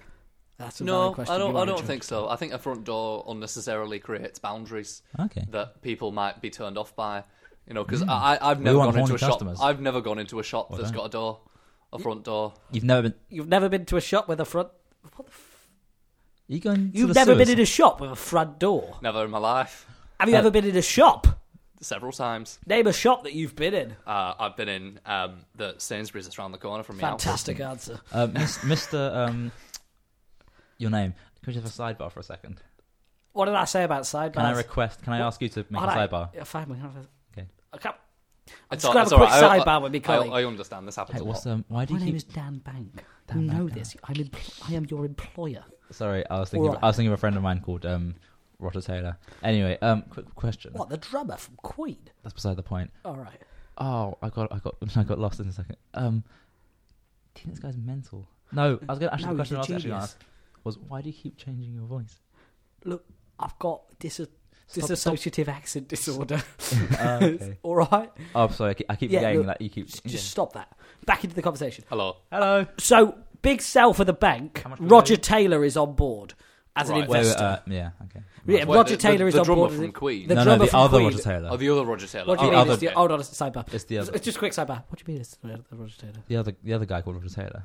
Speaker 1: That's a valid
Speaker 5: no,
Speaker 1: question.
Speaker 5: I don't.
Speaker 1: You are
Speaker 5: I
Speaker 1: in
Speaker 5: don't
Speaker 1: charge.
Speaker 5: think so. I think a front door unnecessarily creates boundaries
Speaker 2: Okay.
Speaker 5: that people might be turned off by. You know, because I, I've never
Speaker 2: Hmm. want
Speaker 5: gone into
Speaker 2: horny
Speaker 5: a shop.
Speaker 2: customers.
Speaker 5: I've never gone into a shop that's
Speaker 2: don't.
Speaker 5: got a door, a front door.
Speaker 2: You've never been.
Speaker 1: You've never been to a shop with a front.
Speaker 2: You going? to
Speaker 1: You've
Speaker 2: the
Speaker 1: never
Speaker 2: sewers?
Speaker 1: been in a shop with a front door.
Speaker 5: Never in my life.
Speaker 1: Have you ever been in a shop?
Speaker 5: Several times.
Speaker 1: Name a shop that you've been in.
Speaker 5: Uh, I've been in um, the Sainsbury's that's around the corner from me. now.
Speaker 1: Fantastic answer.
Speaker 2: Um, mis- Mr. Um, your name. Can we just have a sidebar for a second?
Speaker 1: What did I say about sidebars?
Speaker 2: Can I request? Can I ask you to make a
Speaker 1: All right.
Speaker 2: sidebar?
Speaker 1: Yeah, fine, we can have a.
Speaker 2: Okay.
Speaker 1: I can't-
Speaker 5: It's
Speaker 1: Just
Speaker 5: all-
Speaker 1: grab
Speaker 5: it's
Speaker 1: a
Speaker 5: all
Speaker 1: quick
Speaker 5: right.
Speaker 1: sidebar with me,
Speaker 5: I,
Speaker 1: Colin.
Speaker 5: I understand this happens
Speaker 2: Hey,
Speaker 5: a
Speaker 2: what's
Speaker 5: lot.
Speaker 2: um? Why do
Speaker 1: My
Speaker 2: you
Speaker 1: name
Speaker 2: keep?
Speaker 1: is Dan Bank.
Speaker 2: Dan
Speaker 1: you
Speaker 2: Bank,
Speaker 1: know
Speaker 2: yeah.
Speaker 1: this. I'm empl- I am your employer.
Speaker 2: Sorry, I was thinking. Of,
Speaker 1: Alright.
Speaker 2: I was thinking of a friend of mine called um, Rotter Taylor. Anyway, um, quick question.
Speaker 1: What, the drummer from Queen?
Speaker 2: That's beside the point.
Speaker 1: All right.
Speaker 2: Oh, I got, I got, I got lost in a second. Um, do you think this guy's mental? No, I was going to actually
Speaker 1: No,
Speaker 2: the question I
Speaker 1: he's
Speaker 2: was
Speaker 1: a
Speaker 2: actually going to
Speaker 1: genius.
Speaker 2: ask was why do you keep changing your voice?
Speaker 1: Look, I've got dis-
Speaker 2: Stop- stop-
Speaker 1: dissociative accent disorder.
Speaker 2: Oh, okay.
Speaker 1: All right?
Speaker 2: Oh, I'm sorry. I keep, I keep
Speaker 1: Yeah,
Speaker 2: forgetting
Speaker 1: look,
Speaker 2: that you keep.
Speaker 1: Just stop that. Back into the conversation.
Speaker 5: Hello.
Speaker 2: Hello.
Speaker 1: So, big sell for the bank.
Speaker 2: How much we
Speaker 1: Roger
Speaker 2: made?
Speaker 1: Taylor is on board as an
Speaker 5: Right.
Speaker 2: Wait, wait,
Speaker 1: investor.
Speaker 2: uh, yeah. Okay.
Speaker 1: yeah,
Speaker 5: Wait,
Speaker 1: Roger
Speaker 5: the-
Speaker 1: Taylor
Speaker 5: the-
Speaker 1: is
Speaker 5: the
Speaker 1: on
Speaker 5: drummer
Speaker 1: board. as
Speaker 5: from
Speaker 1: an-
Speaker 5: Queen.
Speaker 1: The
Speaker 2: no,
Speaker 1: drummer
Speaker 2: no, the
Speaker 1: from
Speaker 2: other
Speaker 1: Queen.
Speaker 2: Roger Taylor.
Speaker 5: Oh, the other Roger Taylor.
Speaker 1: What do you
Speaker 5: Oh,
Speaker 1: mean?
Speaker 2: other-
Speaker 1: it's the,
Speaker 5: okay.
Speaker 1: hold on, it's a sidebar.
Speaker 2: it's the
Speaker 1: It's,
Speaker 2: other,
Speaker 1: it's just a quick sidebar. What do you mean it's the the Roger Taylor?
Speaker 2: the other, the other guy called Roger Taylor.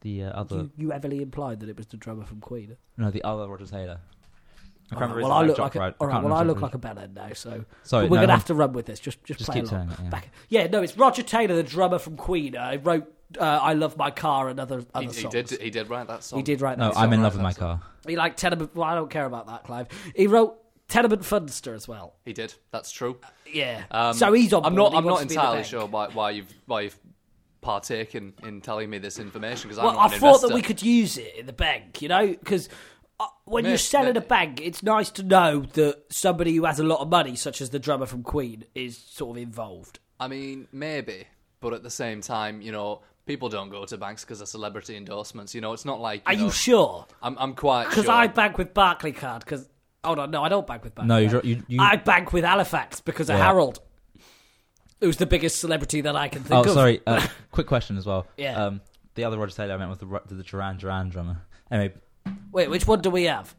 Speaker 2: The uh, other,
Speaker 1: You, you heavily implied that it was the drummer from Queen.
Speaker 2: no, the other Roger Taylor. I can't
Speaker 1: Alright,
Speaker 2: remember his
Speaker 1: well, I
Speaker 2: name,
Speaker 1: look
Speaker 2: Jock
Speaker 1: like a,
Speaker 2: Wright.
Speaker 1: all right,
Speaker 2: can't
Speaker 1: well, I
Speaker 2: remember
Speaker 1: look
Speaker 2: his
Speaker 1: like
Speaker 2: name.
Speaker 1: a bellend now, so
Speaker 2: Sorry,
Speaker 1: we're
Speaker 2: no,
Speaker 1: going to
Speaker 2: no,
Speaker 1: have to run with this. Just, just,
Speaker 2: just
Speaker 1: play
Speaker 2: keep
Speaker 1: along.
Speaker 2: saying it. Yeah.
Speaker 1: Back. Yeah, no, it's Roger Taylor, the drummer from Queen. I wrote uh, "I Love My Car" and other
Speaker 5: He,
Speaker 1: other
Speaker 5: he
Speaker 1: songs.
Speaker 5: did. He did write that song.
Speaker 1: He did write
Speaker 2: No,
Speaker 1: that.
Speaker 2: I'm in
Speaker 5: alright,
Speaker 2: love with my
Speaker 5: that's
Speaker 2: car.
Speaker 1: He like tenement. Well, I don't care about that, Clive. He wrote "Tenement Funster" as well.
Speaker 5: He did. That's true.
Speaker 1: Yeah.
Speaker 5: Um,
Speaker 1: so he's on.
Speaker 5: I'm
Speaker 1: board.
Speaker 5: not.
Speaker 1: He
Speaker 5: I'm
Speaker 1: wants
Speaker 5: not
Speaker 1: to be in the
Speaker 5: entirely
Speaker 1: bank.
Speaker 5: sure why, why you've why you've partaken in telling me this information because I'm
Speaker 1: Well, I
Speaker 5: not
Speaker 1: thought
Speaker 5: an
Speaker 1: that
Speaker 5: investor.
Speaker 1: we could use it in the bank, you know, because uh, when
Speaker 5: Mate,
Speaker 1: you're selling a
Speaker 5: mate.
Speaker 1: bank, it's nice to know that somebody who has a lot of money, such as the drummer from Queen, is sort of involved.
Speaker 5: I mean, maybe, but at the same time, you know, people don't go to banks because of celebrity endorsements. You know, it's not like. You
Speaker 1: Are
Speaker 5: know,
Speaker 1: you sure?
Speaker 5: I'm. I'm quite
Speaker 1: Because
Speaker 5: sure.
Speaker 1: I bank with Barclaycard. Because hold on, no, I don't bank with Barclaycard.
Speaker 2: No, you dr- you- you-
Speaker 1: I bank with Halifax because of
Speaker 2: Yeah.
Speaker 1: Harold, who's the biggest celebrity that I can
Speaker 2: Oh,
Speaker 1: think of.
Speaker 2: sorry. Uh, quick question as well.
Speaker 1: Yeah.
Speaker 2: Um, the other Roger Taylor I meant was the, Ro- the Duran Duran drummer. Anyway,
Speaker 1: Wait, which one do we have?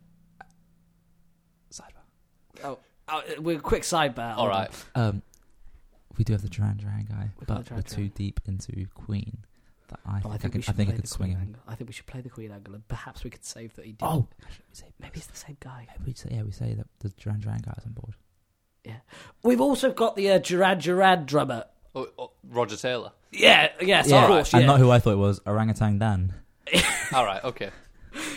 Speaker 1: Sidebar. Oh, oh uh, we're quick sidebar.
Speaker 5: All right.
Speaker 2: um, we do have the Duran Duran guy,
Speaker 1: We've got
Speaker 2: but
Speaker 1: the
Speaker 2: we're
Speaker 1: Duran Duran.
Speaker 2: too deep into Queen. That I
Speaker 1: Oh,
Speaker 2: think I,
Speaker 1: I think,
Speaker 2: could,
Speaker 1: we
Speaker 2: I
Speaker 1: should
Speaker 2: think I
Speaker 1: play
Speaker 2: could
Speaker 1: the
Speaker 2: swing
Speaker 1: Queen
Speaker 2: him.
Speaker 1: angle. I think we should play the Queen angle, and perhaps we could save that he did.
Speaker 2: Oh, actually, we say,
Speaker 1: maybe it's the same guy.
Speaker 2: maybe we say, yeah, we say that the Duran Duran guy is on board.
Speaker 1: We've also got the uh, Duran Duran drummer.
Speaker 5: Oh, oh, Roger Taylor.
Speaker 1: Yeah, yes,
Speaker 5: Yeah,
Speaker 1: of course.
Speaker 2: and
Speaker 1: yeah.
Speaker 2: not who I thought it was, Orangutan Dan.
Speaker 5: All right. Okay.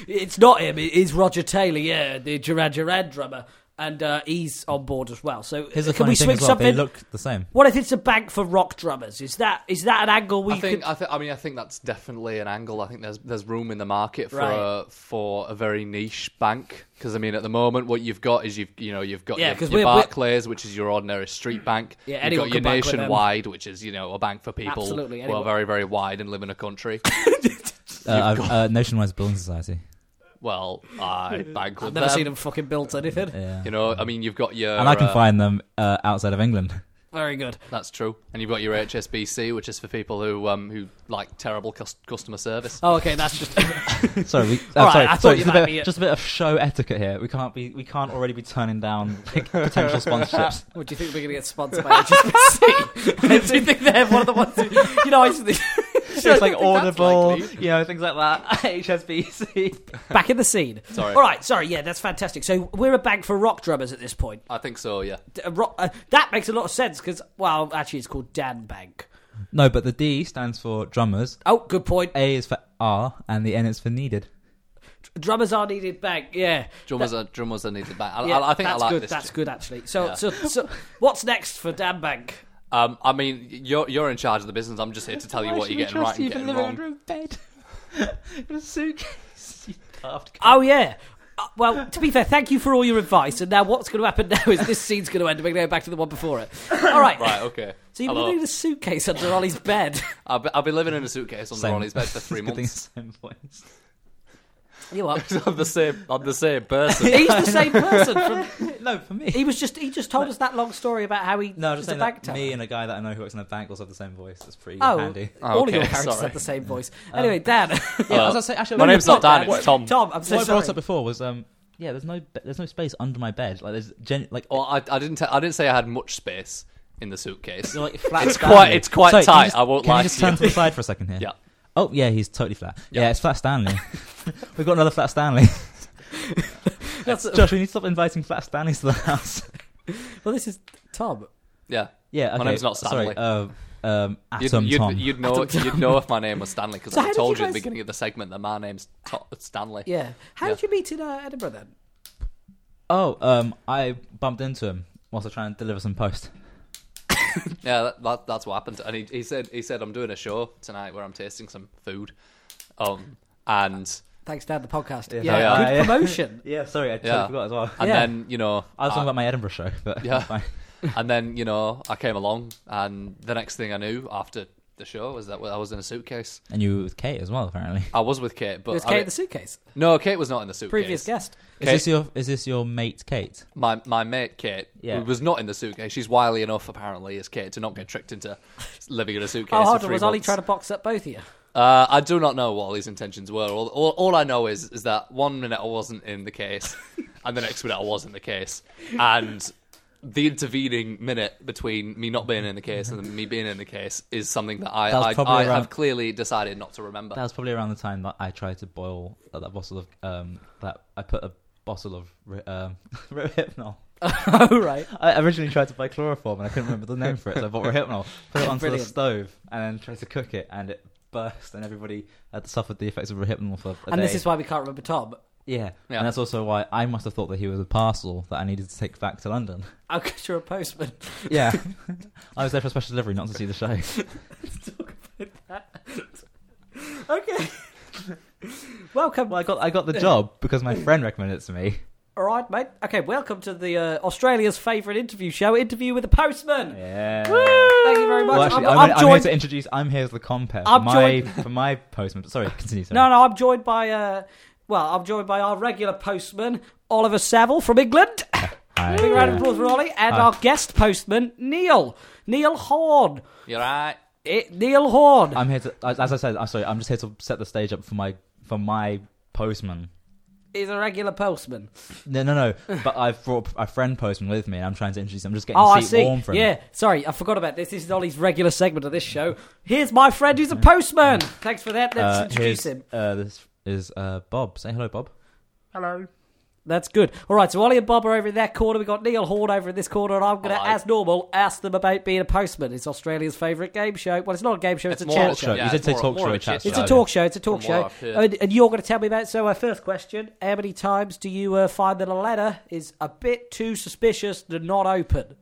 Speaker 1: It's not him. It is Roger Taylor. Yeah, the Duran Duran drummer, and uh, he's on board as well. So
Speaker 2: Here's a
Speaker 1: can
Speaker 2: funny
Speaker 1: we
Speaker 2: thing
Speaker 1: swing
Speaker 2: as well.
Speaker 1: something?
Speaker 2: They look the same.
Speaker 1: what if it's a bank for rock drummers? Is that is that an angle we
Speaker 5: I think.
Speaker 1: could?
Speaker 5: I, th- I mean, I think that's definitely an angle. I think there's there's room in the market for
Speaker 1: Right.
Speaker 5: a, for a very niche bank because I mean, at the moment, what you've got is you've you know you've got
Speaker 1: Yeah,
Speaker 5: your,
Speaker 1: 'cause
Speaker 5: your
Speaker 1: we're- we're-
Speaker 5: Barclays, which is your ordinary street bank.
Speaker 1: Yeah,
Speaker 5: you've
Speaker 1: anyone
Speaker 5: got your
Speaker 1: can bank with them.
Speaker 5: nationwide, which is you know a bank for people
Speaker 1: Absolutely,
Speaker 5: who
Speaker 1: anyone.
Speaker 5: are very very wide and live in a country.
Speaker 2: Uh, I've- uh, Nationwide's Building Society.
Speaker 5: well, I bank with
Speaker 1: I've never
Speaker 5: them.
Speaker 1: seen him fucking built anything.
Speaker 2: Yeah.
Speaker 5: You know, I mean, you've got your
Speaker 2: and I can
Speaker 5: uh,
Speaker 2: find them uh, outside of England.
Speaker 1: Very good.
Speaker 5: That's true. And you've got your HSBC, which is for people who um, who like terrible cus- customer service.
Speaker 1: Oh, okay, that's just.
Speaker 2: Sorry, we,
Speaker 1: All right,
Speaker 2: uh, sorry,
Speaker 1: I thought
Speaker 2: sorry
Speaker 1: you
Speaker 2: just, a
Speaker 1: might
Speaker 2: bit,
Speaker 1: be-
Speaker 2: just a bit of show etiquette here. We can't be, we can't already be turning down like, potential sponsorships.
Speaker 8: What do you think we're going to get sponsored by HSBC? do you think they're one of the ones who, you know, I used to think,
Speaker 2: it's like Audible, you know, things like that. HSBC.
Speaker 1: Back in the scene.
Speaker 5: Sorry.
Speaker 1: All right, sorry, yeah, that's fantastic. So we're a bank for rock drummers at this point.
Speaker 5: I think so. Yeah.
Speaker 1: D- uh, rock, uh, that makes a lot of sense because, well, actually, it's called Dan Bank.
Speaker 2: No, but the D stands for drummers.
Speaker 1: Oh, good point.
Speaker 2: A is for R, and the N is for needed.
Speaker 1: Drummers are needed bank, yeah.
Speaker 5: Drummers are drummers are needed back. I,
Speaker 1: Yeah,
Speaker 5: I, I think I
Speaker 1: that's
Speaker 5: like
Speaker 1: good.
Speaker 5: this.
Speaker 1: That's good, actually. So, so, so, what's next for Dan Bank?
Speaker 5: Um, I mean, you're you're in charge of the business. I'm just here to tell you what you're getting right and getting wrong.
Speaker 2: a bed in a suitcase. You daft
Speaker 1: Oh yeah. Uh, well, to be fair, thank you for all your advice. And now, what's going to happen now is this scene's going to end, and we're going to go back to the one before it. All right.
Speaker 5: Right. Okay.
Speaker 1: So you've been
Speaker 5: Hello.
Speaker 1: doing a suitcase under Ollie's bed.
Speaker 5: I'll, be, I'll be living in a suitcase under Ronnie's bed for three months.
Speaker 2: Same voice.
Speaker 1: You are. He's
Speaker 5: I'm the same. I'm the same person.
Speaker 1: the same person. From,
Speaker 2: No, for me.
Speaker 1: he was just. He just told us that long story about how he.
Speaker 2: no, I'm just
Speaker 1: was a
Speaker 2: saying
Speaker 1: bank
Speaker 2: that
Speaker 1: teller.
Speaker 2: me and a guy that I know who works in a bank also have the same voice. That's pretty
Speaker 1: Oh,
Speaker 2: handy. Uh,
Speaker 1: all of your
Speaker 5: Okay,
Speaker 1: characters
Speaker 5: sorry.
Speaker 1: had the same voice. Anyway, Dan.
Speaker 2: Yeah, as I say, actually,
Speaker 5: My
Speaker 2: I
Speaker 5: name's
Speaker 2: really
Speaker 5: not Dan.
Speaker 2: thought
Speaker 5: It's Tom.
Speaker 1: Tom, I'm so
Speaker 2: what I
Speaker 1: sorry.
Speaker 2: brought up before was um, yeah, there's no be- there's no space under my bed. Like there's gen- like
Speaker 5: Well, I, I didn't. T- I didn't say I had much space in the suitcase.
Speaker 2: you're, like flat.
Speaker 5: it's
Speaker 2: Stanley.
Speaker 5: quite- it's quite
Speaker 2: Sorry, can
Speaker 5: tight,
Speaker 2: you Just,
Speaker 5: I won't
Speaker 2: can
Speaker 5: lie
Speaker 2: you just
Speaker 5: to you.
Speaker 2: turn to the side for a second here.
Speaker 5: Yeah.
Speaker 2: Oh yeah, he's totally flat. Yeah, it's flat Stanley. We've got another flat Stanley.
Speaker 1: That's-
Speaker 2: Josh, we need to stop inviting flat Stanleys to the house.
Speaker 1: well, this is Tom.
Speaker 5: Yeah.
Speaker 2: Yeah, okay.
Speaker 5: My name's not Stanley.
Speaker 2: Sorry, um, um,
Speaker 5: You'd,
Speaker 2: Atom
Speaker 5: you'd,
Speaker 2: Tom.
Speaker 5: you'd know. You'd know if my name was Stanley because
Speaker 1: So how
Speaker 5: I
Speaker 1: did
Speaker 5: told
Speaker 1: you
Speaker 5: you at the
Speaker 1: guys-
Speaker 5: beginning of the segment that my name's To- Stanley.
Speaker 1: Yeah. How
Speaker 5: Yeah.
Speaker 1: did you meet in uh, Edinburgh then?
Speaker 2: Oh, um, I bumped into him whilst I was trying to deliver some post.
Speaker 5: Yeah, that, that, that's what happened. And he, he said he said I'm doing a show tonight where I'm tasting some food, um, and
Speaker 1: Thanks, Dan. The podcast. Yeah.
Speaker 2: Oh, yeah,
Speaker 1: good
Speaker 2: yeah, yeah.
Speaker 1: promotion.
Speaker 2: Yeah, sorry, I
Speaker 5: Yeah.
Speaker 2: forgot as well.
Speaker 5: and
Speaker 1: Yeah.
Speaker 5: then you know
Speaker 2: I was talking
Speaker 5: I-
Speaker 1: Uh,
Speaker 2: about my Edinburgh show, but
Speaker 5: Yeah.
Speaker 2: fine.
Speaker 5: and then you know I came along, and the next thing I knew after the show was that I was in a suitcase.
Speaker 2: And you were with Kate as well, apparently.
Speaker 5: I was with Kate, but
Speaker 1: It was
Speaker 5: I
Speaker 1: Kate
Speaker 5: mean-
Speaker 1: the suitcase.
Speaker 5: no, Kate was not in the suitcase.
Speaker 1: Previous guest.
Speaker 2: Is this your is this your mate Kate?
Speaker 5: my my mate Kate,
Speaker 2: Yeah.
Speaker 5: who was not in the suitcase. She's wily enough, apparently, as Kate, to not get tricked into living in a suitcase.
Speaker 1: Oh,
Speaker 5: for
Speaker 1: hold on.
Speaker 5: three
Speaker 1: Was Ollie
Speaker 5: months.
Speaker 1: trying to box up both of you?
Speaker 5: Uh, I do not know what Ollie's intentions were. All, all, all I know is is that one minute I wasn't in the case, and the next minute I was in the case, and the intervening minute between me not being in the case and me being in the case is something that I
Speaker 2: That was
Speaker 5: I,
Speaker 2: probably
Speaker 5: I
Speaker 2: around-
Speaker 5: have clearly decided not to remember.
Speaker 2: That was probably around the time that I tried to boil uh, that bottle of um that I put a bottle of ri- um Rohypnol.
Speaker 1: Oh, right.
Speaker 2: I originally tried to buy chloroform and I couldn't remember the name for it, so I bought Rohypnol, put it onto
Speaker 1: Brilliant.
Speaker 2: the stove, and then tried to cook it, and it burst, and everybody had suffered the effects of Rohypnol for a
Speaker 1: and
Speaker 2: day.
Speaker 1: this is why we can't remember Tom.
Speaker 2: Yeah.
Speaker 5: Yeah.
Speaker 2: and that's also why I must have thought that he was a parcel that I needed to take back to London.
Speaker 1: Oh, 'cause you're a postman.
Speaker 2: Yeah, I was there for a special delivery, not to see the show.
Speaker 1: Okay. welcome.
Speaker 2: Well, I got I got the job because my friend recommended it to me.
Speaker 1: All right, mate. Okay, welcome to the uh, Australia's favourite interview show, Interview with a Postman.
Speaker 2: Yeah.
Speaker 1: Thank you very much.
Speaker 2: Well, actually,
Speaker 1: I'm,
Speaker 2: I'm,
Speaker 1: I'm
Speaker 2: I'm here
Speaker 1: joined.
Speaker 2: to introduce. I'm here as the compare for
Speaker 1: I'm
Speaker 2: my
Speaker 1: joined-
Speaker 2: for my postman. Sorry, continue. Sorry.
Speaker 1: No, no, I'm joined by. Uh, well, I'm joined by our regular postman, Oliver Saville from England.
Speaker 2: Hi.
Speaker 1: Big round of applause for Ollie, and our guest postman, Neil. Neil Horn.
Speaker 5: You're right.
Speaker 1: Eh, Neil Horn.
Speaker 2: I'm here to. As as I said, I'm sorry. I'm just here to set the stage up for my for my postman.
Speaker 1: He's a regular postman.
Speaker 2: No, no, no. But I've brought a friend postman with me, and I'm trying to introduce. I'm just getting
Speaker 1: Oh, I
Speaker 2: the seat
Speaker 1: see.
Speaker 2: warm for him.
Speaker 1: Yeah, sorry, I forgot about this. This is Ollie's regular segment of this show. Here's my friend who's a postman. Thanks for that. Let's
Speaker 2: Uh,
Speaker 1: introduce
Speaker 2: here's-
Speaker 1: him.
Speaker 2: Uh, this is uh, Bob. Say hello, Bob.
Speaker 1: That's good. All right, so Ollie and Bob are over in that corner. We've got Neil Horn over in this corner, and I'm going to,
Speaker 5: Hello.
Speaker 1: as normal, ask them about being a postman. It's Australia's favourite game show. Well, it's not a game show, it's, a
Speaker 5: It's more
Speaker 1: chat
Speaker 5: talk
Speaker 1: show.
Speaker 5: show. Yeah,
Speaker 2: you did
Speaker 5: it's
Speaker 2: say
Speaker 5: more-
Speaker 2: talk
Speaker 5: more
Speaker 2: show,
Speaker 5: of a
Speaker 2: chat
Speaker 5: chit
Speaker 2: show.
Speaker 1: It's a talk show. It's a talk
Speaker 5: From what
Speaker 1: show.
Speaker 5: I've heard.
Speaker 1: And, and you're going to tell me about it. So, our first question How many times do you uh, find that a letter is a bit too suspicious to not open?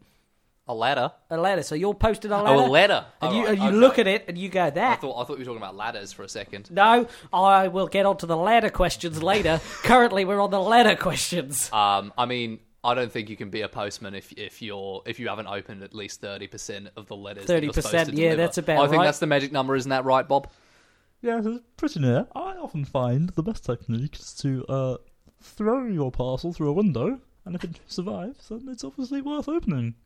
Speaker 5: A letter.
Speaker 1: A letter. So, you're posting a
Speaker 5: Oh,
Speaker 1: letter.
Speaker 5: a letter.
Speaker 1: And
Speaker 5: All
Speaker 1: you,
Speaker 5: right,
Speaker 1: and you
Speaker 5: okay.
Speaker 1: look at it and you go,
Speaker 5: I
Speaker 1: That
Speaker 5: thought I thought you were talking about ladders for a second.
Speaker 1: No, I will get on to the ladder questions later. Currently, we're on the ladder questions.
Speaker 5: Um, I mean, I don't think you can be a postman if if you're if you haven't opened at least thirty percent of the letters. that you're supposed to
Speaker 1: 30%, yeah,
Speaker 5: deliver.
Speaker 1: that's about
Speaker 5: I think
Speaker 1: right.
Speaker 5: that's the magic number, isn't that right, Bob?
Speaker 9: Yes, as a prisoner, I often find the best technique is to uh, throw your parcel through a window, and if it survives, then it's obviously worth opening.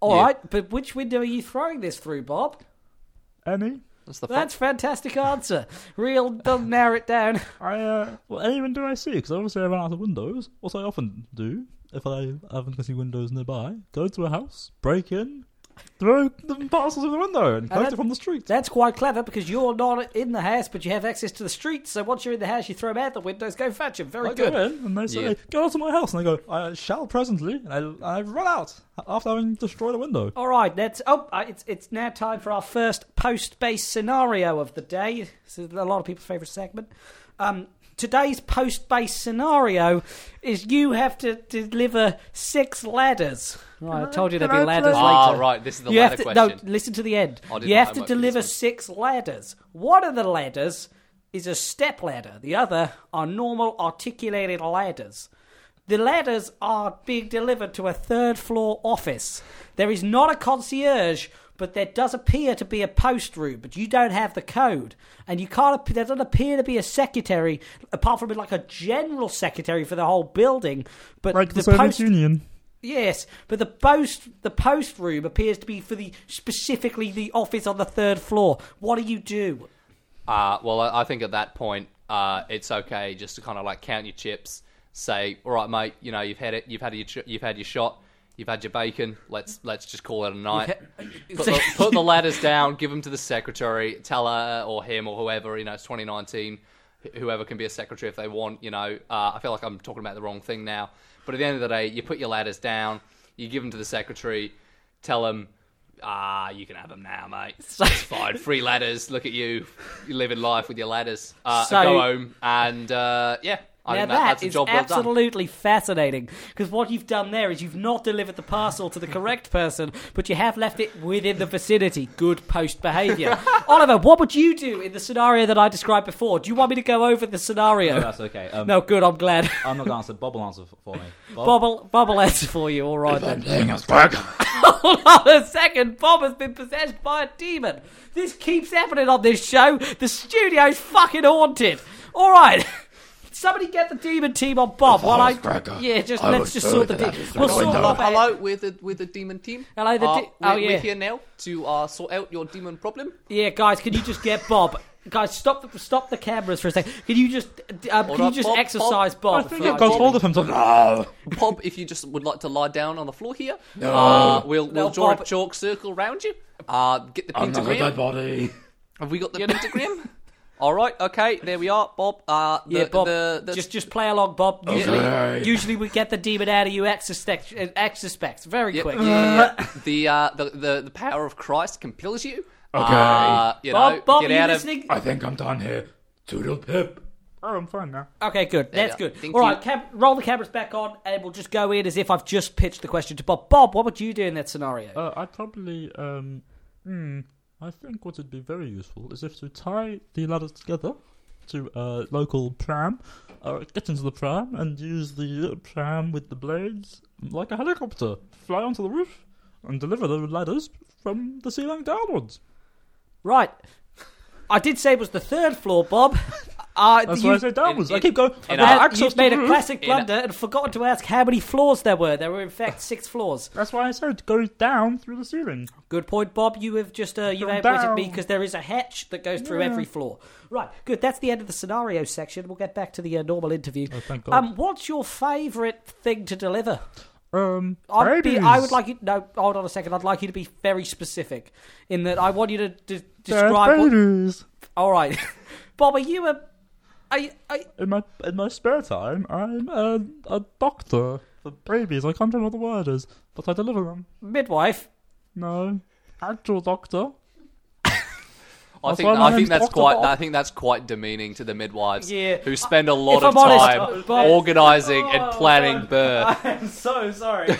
Speaker 1: All
Speaker 5: Yeah.
Speaker 1: right, but which window are you throwing this through, Bob?
Speaker 10: Any?
Speaker 5: That's the fu-
Speaker 1: That's fantastic answer. Real, don't narrow it down.
Speaker 10: I, uh, what any window I see, because obviously I run out of windows. What I often do, if I haven't got any windows nearby, go to a house, break in, throw the parcels in the window, and collect
Speaker 1: that-
Speaker 10: it from the street.
Speaker 1: That's quite clever because you're not in the house, but you have access to the streets. So once you're in the house, you throw them out the windows. Go fetch them. Very
Speaker 10: I
Speaker 1: good.
Speaker 10: go in, and they say,
Speaker 5: Yeah.
Speaker 10: go out to my house, and I go, I shall presently, and I, and I run out after having destroyed a window.
Speaker 1: All right, that's oh, uh, it's it's now time for our first post-based scenario of the day. This is a lot of people's favourite segment. Um, today's post-based scenario is you have to deliver six ladders. Right, I told you there'd be ladders
Speaker 5: ah,
Speaker 1: later.
Speaker 5: right. This is the
Speaker 1: you have
Speaker 5: ladder
Speaker 1: to
Speaker 5: question.
Speaker 1: no. Listen to the end.
Speaker 5: I did
Speaker 1: You
Speaker 5: my
Speaker 1: have to
Speaker 5: homework for
Speaker 1: deliver
Speaker 5: this
Speaker 1: six ladders. One of the ladders is a step ladder. The other are normal articulated ladders. The ladders are being delivered to a third floor office. There is not a concierge, but there does appear to be a post room, but you don't have the code. And you can't, there doesn't appear to be a secretary, apart from like a general secretary for the whole building. But
Speaker 10: Like
Speaker 1: the
Speaker 10: the Soviet
Speaker 1: post,
Speaker 10: Union.
Speaker 1: Yes, but the post the post room appears to be for the specifically the office on the third floor. What do you do?
Speaker 5: Uh, well, I, I think at that point, uh, it's okay just to kind of like count your chips. Say, all right, mate, you know you've had it, you've had your, ch- you've had your shot, you've had your bacon. Let's let's just call it a night. Put the, put the ladders down, give them to the secretary, tell her or him or whoever. You know, it's 2019. wh- Whoever can be a secretary if they want. You know, uh, I feel like I'm talking about the wrong thing now. But at the end of the day, you put your ladders down, you give them to the secretary, tell them Ah, you can have them now, mate. It's fine. Free ladders. Look at you. You're living life with your ladders. Uh,
Speaker 1: So-
Speaker 5: go home and uh, yeah. I
Speaker 1: now
Speaker 5: think that, that's a
Speaker 1: is
Speaker 5: job well done.
Speaker 1: absolutely fascinating because what you've done there is you've not delivered the parcel to the correct person, but you have left it within the vicinity. Good post behaviour, Oliver. What would you do in the scenario that I described before? Do you want me to go over the
Speaker 2: No,
Speaker 1: scenario?
Speaker 2: that's okay. Um,
Speaker 1: No, good. I'm glad.
Speaker 2: I'm not going to answer. Bob will answer f- for me. Bob,
Speaker 1: Bobble, bobble answer for you. All right then. Hold on a second. Bob has been possessed by a demon. This keeps happening on this show. The studio's fucking haunted. All right. Somebody get the demon team on Bob while I. Yeah, just let's just sort the. De- we'll sort Bob out.
Speaker 5: Hello, we're the, we're the demon team.
Speaker 1: Hello, the
Speaker 5: Uh,
Speaker 1: de-
Speaker 5: we're,
Speaker 1: oh, yeah.
Speaker 5: we're here now to uh, sort out your demon problem.
Speaker 1: Yeah, guys, can you just get Bob? Guys, stop the stop the cameras for a second. Can you just um, can you
Speaker 5: up,
Speaker 1: just
Speaker 5: Bob,
Speaker 1: exercise
Speaker 5: Bob.
Speaker 1: Bob?
Speaker 10: I think
Speaker 1: for-
Speaker 10: I got hold of him. So, no!
Speaker 5: Bob, if you just would like to lie down on the floor here, uh,
Speaker 11: Oh,
Speaker 5: we'll, we'll
Speaker 1: No,
Speaker 5: draw
Speaker 1: Bob.
Speaker 5: a chalk circle round you. Uh, get the pentagram. Have we got the pentagram? All right, okay, there we are, Bob. Uh, the,
Speaker 1: yeah, Bob.
Speaker 5: the, Oh, the,
Speaker 1: just just play along, Bob. Usually, usually we get the demon out of you. Exospect, exospect, very
Speaker 5: Yeah,
Speaker 1: quick.
Speaker 5: yeah, yeah. the, uh, the the the power of Christ compels you. Okay. you know,
Speaker 1: Bob, Bob,
Speaker 5: get
Speaker 1: are you
Speaker 5: out of
Speaker 1: listening?
Speaker 11: I think I'm done here. Toodle pip.
Speaker 10: Oh, I'm fine now.
Speaker 1: Okay, good.
Speaker 5: There
Speaker 1: That's
Speaker 5: you go.
Speaker 1: good.
Speaker 5: Thank
Speaker 1: All
Speaker 5: you.
Speaker 1: right, cam- roll the cameras back on, and we'll just go in as if I've just pitched the question to Bob. Bob, what would you do in that scenario?
Speaker 10: Uh, I'd probably, um, hmm, I think what would be very useful is if to tie the ladders together to a local pram, uh, get into the pram and use the pram with the blades like a helicopter, fly onto the roof and deliver the ladders from the ceiling downwards.
Speaker 1: right. I did say it was the third floor, Bob. Uh,
Speaker 10: That's
Speaker 1: you,
Speaker 10: why I say downwards. I
Speaker 5: in-
Speaker 10: keep going.
Speaker 5: in
Speaker 10: I've got
Speaker 5: a-
Speaker 1: that-
Speaker 10: access
Speaker 1: you've
Speaker 10: to
Speaker 1: made
Speaker 10: the
Speaker 1: a
Speaker 10: roof.
Speaker 1: classic
Speaker 5: In a-
Speaker 1: blunder and forgotten to ask how many floors there were. There were, in fact, six floors.
Speaker 10: That's why I said go down through the ceiling.
Speaker 1: Good point, Bob. You have just uh, you've
Speaker 10: From
Speaker 1: outwitted me
Speaker 10: down.
Speaker 1: because there is a hatch that goes through every floor. Right, good. That's the end of the scenario section. We'll get back to the uh, normal interview.
Speaker 10: Oh, thank God.
Speaker 1: Um, what's your favourite thing to deliver?
Speaker 10: Um,
Speaker 1: I'd be,
Speaker 10: babies.
Speaker 1: I would like you. No, hold on a second. I'd like you to be very specific in that I want you to d-
Speaker 10: Dead
Speaker 1: describe. What,
Speaker 10: babies.
Speaker 1: all right, Bob, are you a? Are you, are you-
Speaker 10: In my in my spare time, I'm a, a doctor for babies. I can't remember what the word is, but I deliver them.
Speaker 1: midwife?
Speaker 10: No, actual doctor.
Speaker 5: I
Speaker 10: That's
Speaker 5: think
Speaker 10: why my
Speaker 5: I think
Speaker 10: name's
Speaker 5: that's
Speaker 10: Dr.
Speaker 5: quite
Speaker 10: Bob.
Speaker 5: I think that's quite demeaning to the midwives
Speaker 1: Yeah.
Speaker 5: who spend a lot
Speaker 1: If
Speaker 5: of
Speaker 1: I'm honest,
Speaker 5: time
Speaker 1: Bob- Oh,
Speaker 5: organizing and planning birth.
Speaker 1: I'm so sorry.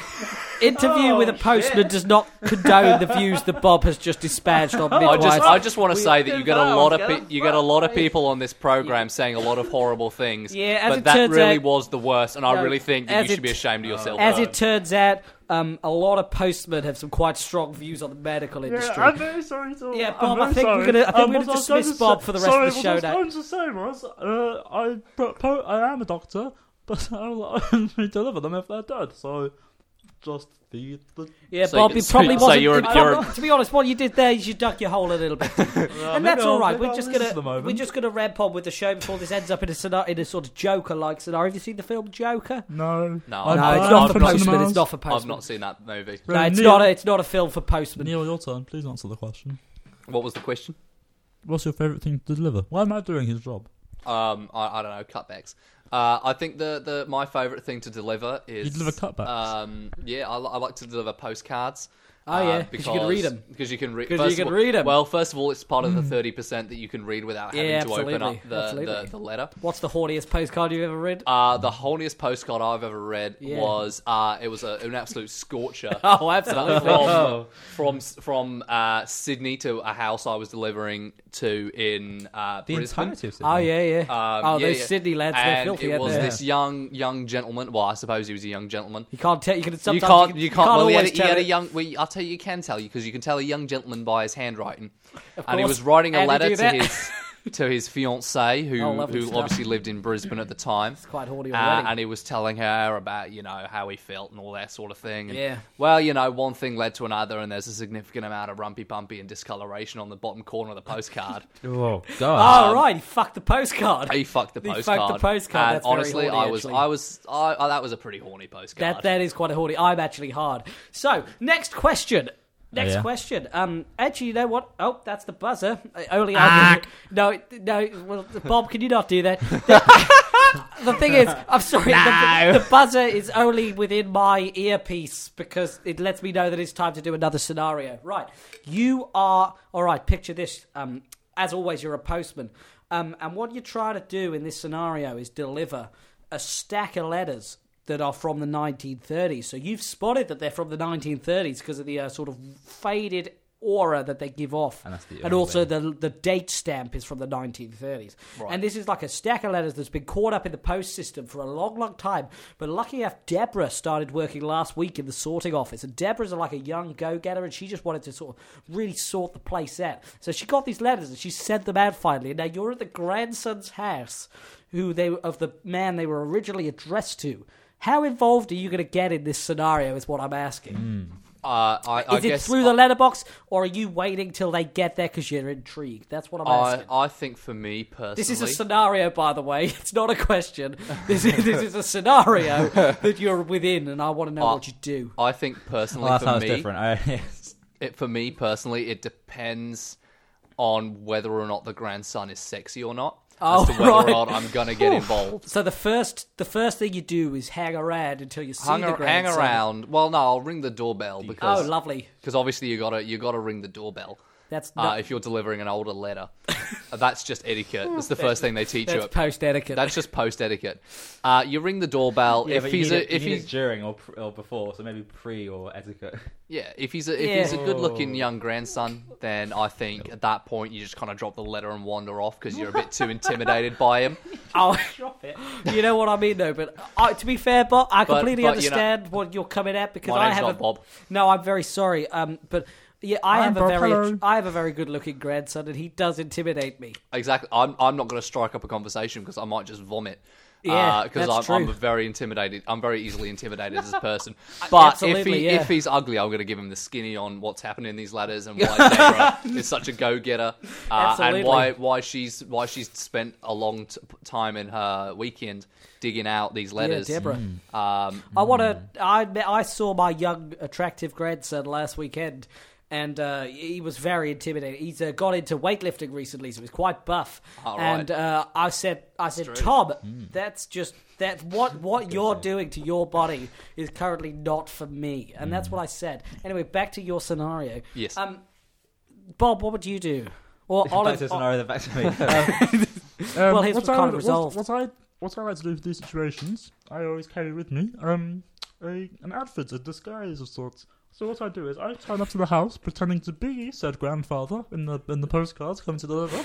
Speaker 1: Interview
Speaker 5: Oh,
Speaker 1: with a postman does not condone the views that Bob has just dispatched on
Speaker 5: I
Speaker 1: midwives.
Speaker 5: just I just want to say that you get a lot of
Speaker 1: Get
Speaker 5: pe- you get a lot of people on this program saying a lot of horrible things.
Speaker 1: Yeah, as
Speaker 5: but
Speaker 1: it
Speaker 5: that
Speaker 1: turns
Speaker 5: really
Speaker 1: out-
Speaker 5: was the worst, and I
Speaker 1: No,
Speaker 5: really think that
Speaker 1: as
Speaker 5: you should
Speaker 1: it-
Speaker 5: be ashamed of yourself.
Speaker 1: As
Speaker 5: for
Speaker 1: it turns out, um, a lot of postmen have some quite strong views on the medical industry.
Speaker 10: Yeah, I'm very sorry. To,
Speaker 1: Yeah,
Speaker 10: I'm
Speaker 1: Bob, I
Speaker 10: very
Speaker 1: think we're
Speaker 10: sorry.
Speaker 1: gonna- I think
Speaker 10: Um,
Speaker 1: we're gonna
Speaker 10: what I was
Speaker 1: dismiss
Speaker 10: going to
Speaker 1: Bob
Speaker 10: say-
Speaker 1: for the rest
Speaker 10: sorry,
Speaker 1: of the show now.
Speaker 10: What I was going to say was, uh, I pro- po- I am a doctor, but I will only deliver them if they're dead. So just feed the.
Speaker 1: Yeah,
Speaker 5: So
Speaker 1: Bobby
Speaker 5: you- so
Speaker 1: probably
Speaker 5: you- so
Speaker 1: wasn't.
Speaker 5: you're-
Speaker 1: I-
Speaker 5: you're-
Speaker 1: to be honest, what you did there is you dug your hole a little bit, and that's
Speaker 10: I'll-
Speaker 1: all right.
Speaker 10: maybe
Speaker 1: We're
Speaker 10: I'll
Speaker 1: just
Speaker 10: listen
Speaker 1: gonna
Speaker 10: to them over.
Speaker 1: we're just gonna red pod with the show before this ends up in a scenario, in a sort of Joker-like scenario. Have you seen the film Joker?
Speaker 10: No.
Speaker 5: No,
Speaker 10: I've-
Speaker 1: no,
Speaker 10: I've-
Speaker 1: it's
Speaker 10: I've
Speaker 1: not for
Speaker 10: been to
Speaker 1: postman. It's
Speaker 10: cinemas.
Speaker 1: not for
Speaker 5: I've
Speaker 1: postman.
Speaker 5: not seen that movie.
Speaker 1: No, it's
Speaker 10: Neil,
Speaker 1: not. A, it's not a film for postman.
Speaker 10: Neil, your turn. Please answer the question.
Speaker 5: What was the question?
Speaker 10: What's your favourite thing to deliver? Why am I doing his job?
Speaker 5: Um, I, I don't know cutbacks. Uh, I think the, the my favorite thing to deliver is
Speaker 10: You deliver cutbacks?
Speaker 5: Um, yeah, I, li- I like to deliver postcards. Uh,
Speaker 1: Oh, yeah, 'cause you can read 'em.
Speaker 5: Because you can read.
Speaker 1: 'Cause you
Speaker 5: first of
Speaker 1: can
Speaker 5: all-
Speaker 1: read 'em. Mm.
Speaker 5: Well, first of all, it's part of the thirty percent that you can read without having
Speaker 1: Yeah,
Speaker 5: to open up
Speaker 1: absolutely,
Speaker 5: the,
Speaker 1: absolutely.
Speaker 5: the, the letter.
Speaker 1: What's the horniest postcard you've ever read?
Speaker 5: Uh, the horniest postcard I've ever read
Speaker 1: Yeah.
Speaker 5: was uh, it was a, an absolute scorcher.
Speaker 1: Oh,
Speaker 5: Uh,
Speaker 1: absolutely. Oh.
Speaker 5: from from from uh, Sydney to a house I was delivering to in uh,
Speaker 2: The
Speaker 5: Brisbane.
Speaker 2: entirety of Sydney.
Speaker 1: oh yeah, yeah.
Speaker 5: Um,
Speaker 1: oh,
Speaker 5: yeah,
Speaker 1: those
Speaker 5: yeah.
Speaker 1: Sydney lads, they're
Speaker 5: And
Speaker 1: filthy.
Speaker 5: It
Speaker 1: aren't
Speaker 5: was
Speaker 1: they?
Speaker 5: this young young gentleman. Well, I suppose he was a young gentleman.
Speaker 1: You can't tell. You can sometimes
Speaker 5: you can't you, can't, well, he had,
Speaker 1: always
Speaker 5: a- he had
Speaker 1: tell
Speaker 5: a
Speaker 1: it.
Speaker 5: young. Well, I'll tell you, you can tell you because you can tell a young gentleman by his handwriting. And he
Speaker 1: course.
Speaker 5: was writing a
Speaker 1: How did
Speaker 5: letter
Speaker 1: you
Speaker 5: to
Speaker 1: do that?
Speaker 5: his to his fiancee who
Speaker 1: Oh, lovely
Speaker 5: who
Speaker 1: stuff.
Speaker 5: obviously lived in Brisbane at the time. It's
Speaker 1: quite horny
Speaker 5: Uh,
Speaker 1: already.
Speaker 5: and he was telling her about you know how he felt and all that sort of thing. And,
Speaker 1: Yeah.
Speaker 5: Well, you know, one thing led to another, and there's a significant amount of rumpy pumpy and discoloration on the bottom corner of the postcard.
Speaker 2: Oh
Speaker 1: Oh
Speaker 2: god.
Speaker 1: right, he fucked the postcard.
Speaker 5: He fucked the
Speaker 1: He fucked
Speaker 5: postcard.
Speaker 1: the postcard.
Speaker 5: And
Speaker 1: That's very
Speaker 5: honestly,
Speaker 1: horny,
Speaker 5: I was,
Speaker 1: actually.
Speaker 5: I was, I, I- that was a pretty horny postcard.
Speaker 1: That that is quite a horny. I'm actually hard. So next question. Next
Speaker 2: yeah?
Speaker 1: question. Um, actually, you know what? Oh, that's the buzzer. I- Only I can- no, it- no. Well, Bob, can you not do that? The- the thing is, I'm sorry. The, the buzzer is only within my earpiece because it lets me know that it's time to do another scenario. Right. You are all right. Picture this. Um, as always, you're a postman. Um, and what you're trying to do in this scenario is deliver a stack of letters that are from the 1930s. So you've spotted that they're from the 1930s because of the uh, sort of faded aura that they give off. And,
Speaker 2: that's the
Speaker 1: and
Speaker 2: only
Speaker 1: also the the date stamp is from the 1930s. And this is like a stack of letters that's been caught up in the post system for a long, long time. But lucky enough, Deborah started working last week in the sorting office. And Deborah's like a young go-getter and she just wanted to sort of really sort the place out. So she got these letters and she sent them out finally. And now you're at the grandson's house who they of the man they were originally addressed to. How involved are you going to get in this scenario? Is what I'm asking.
Speaker 5: Uh, I, I
Speaker 1: Is it
Speaker 5: guess
Speaker 1: through the letterbox, or are you waiting till they get there because you're intrigued? That's what I'm
Speaker 5: I,
Speaker 1: asking.
Speaker 5: I think for me personally,
Speaker 1: this is a scenario, by the way. It's not a question. This is, this is a scenario that you're within, and I want to know
Speaker 5: Uh,
Speaker 1: what you do.
Speaker 5: I think personally
Speaker 2: Well, that
Speaker 5: for
Speaker 2: sounds
Speaker 5: me,
Speaker 2: different. I, yes.
Speaker 5: It, for me personally, it depends on whether or not the grandson is sexy or not.
Speaker 1: Oh,
Speaker 5: as to whether
Speaker 1: right.
Speaker 5: or not I'm gonna get involved.
Speaker 1: So the first, the first thing you do is hang around until you see
Speaker 5: Hang,
Speaker 1: the
Speaker 5: ar- hang
Speaker 1: grandson.
Speaker 5: around. Well, no, I'll ring the doorbell because
Speaker 1: Oh, lovely.
Speaker 5: because obviously you gotta you gotta ring the doorbell.
Speaker 1: That's
Speaker 5: uh,
Speaker 1: not,
Speaker 5: if you're delivering an older letter. that's just etiquette. That's the first thing they teach you.
Speaker 1: that's
Speaker 5: at-
Speaker 1: post etiquette.
Speaker 5: That's just post etiquette. Uh, you ring the doorbell if he's a, if he's
Speaker 2: during or, or before, so maybe pre or etiquette.
Speaker 5: yeah if he's a, if
Speaker 1: Yeah.
Speaker 5: he's a good looking young grandson, then I think at that point you just kind of drop the letter and wander off because you're a bit too intimidated by him.
Speaker 1: Oh, You know what I mean, though. But uh, to be fair, Bob, I
Speaker 5: But-
Speaker 1: completely
Speaker 5: but, you know-
Speaker 1: understand what you're coming at because
Speaker 5: My
Speaker 1: I
Speaker 5: name's
Speaker 1: have
Speaker 5: not
Speaker 1: a,
Speaker 5: Bob.
Speaker 1: No, I'm very sorry. Um, but yeah, I
Speaker 10: I'm
Speaker 1: have a
Speaker 10: Bob,
Speaker 1: very
Speaker 10: hello.
Speaker 1: I have a very good looking grandson, and he does intimidate me.
Speaker 5: Exactly. I'm I'm not going to strike up a conversation because I might just vomit.
Speaker 1: Yeah,
Speaker 5: because
Speaker 1: that's
Speaker 5: I'm, I'm
Speaker 1: true.
Speaker 5: a very intimidated. I'm very easily intimidated as a person. But if
Speaker 1: absolutely,
Speaker 5: he
Speaker 1: yeah.
Speaker 5: if he's ugly, I'm going to give him the skinny on what's happening in these ladders and why Deborah is such a go getter uh,
Speaker 1: Absolutely.
Speaker 5: and why why she's why she's spent a long t- time in her weekend digging out these letters.
Speaker 1: Deborah.
Speaker 5: Um,
Speaker 1: I want to. I met- I saw my young attractive grandson last weekend, and uh, he was very intimidating. He's uh, got into weightlifting recently, so he's quite buff.
Speaker 5: All right. Hmm.
Speaker 1: and uh, I said, I said, Tom, that's just that's what what you're doing to your body is currently not for me, and that's what I said. Anyway, back to your scenario.
Speaker 5: Hmm. Yes.
Speaker 1: Um, Bob, what would you do? Or
Speaker 2: Back
Speaker 1: Olive?
Speaker 2: to a
Speaker 1: oh,
Speaker 2: scenario, then back to me.
Speaker 10: Um,
Speaker 1: Well, his was
Speaker 10: what I
Speaker 1: kind of
Speaker 10: would-
Speaker 1: resolved.
Speaker 10: What, what I what I like to do for these situations, I always carry with me um a, an outfit, a disguise of sorts. So what I do is I turn up to the house pretending to be said grandfather in the in the postcards coming to deliver.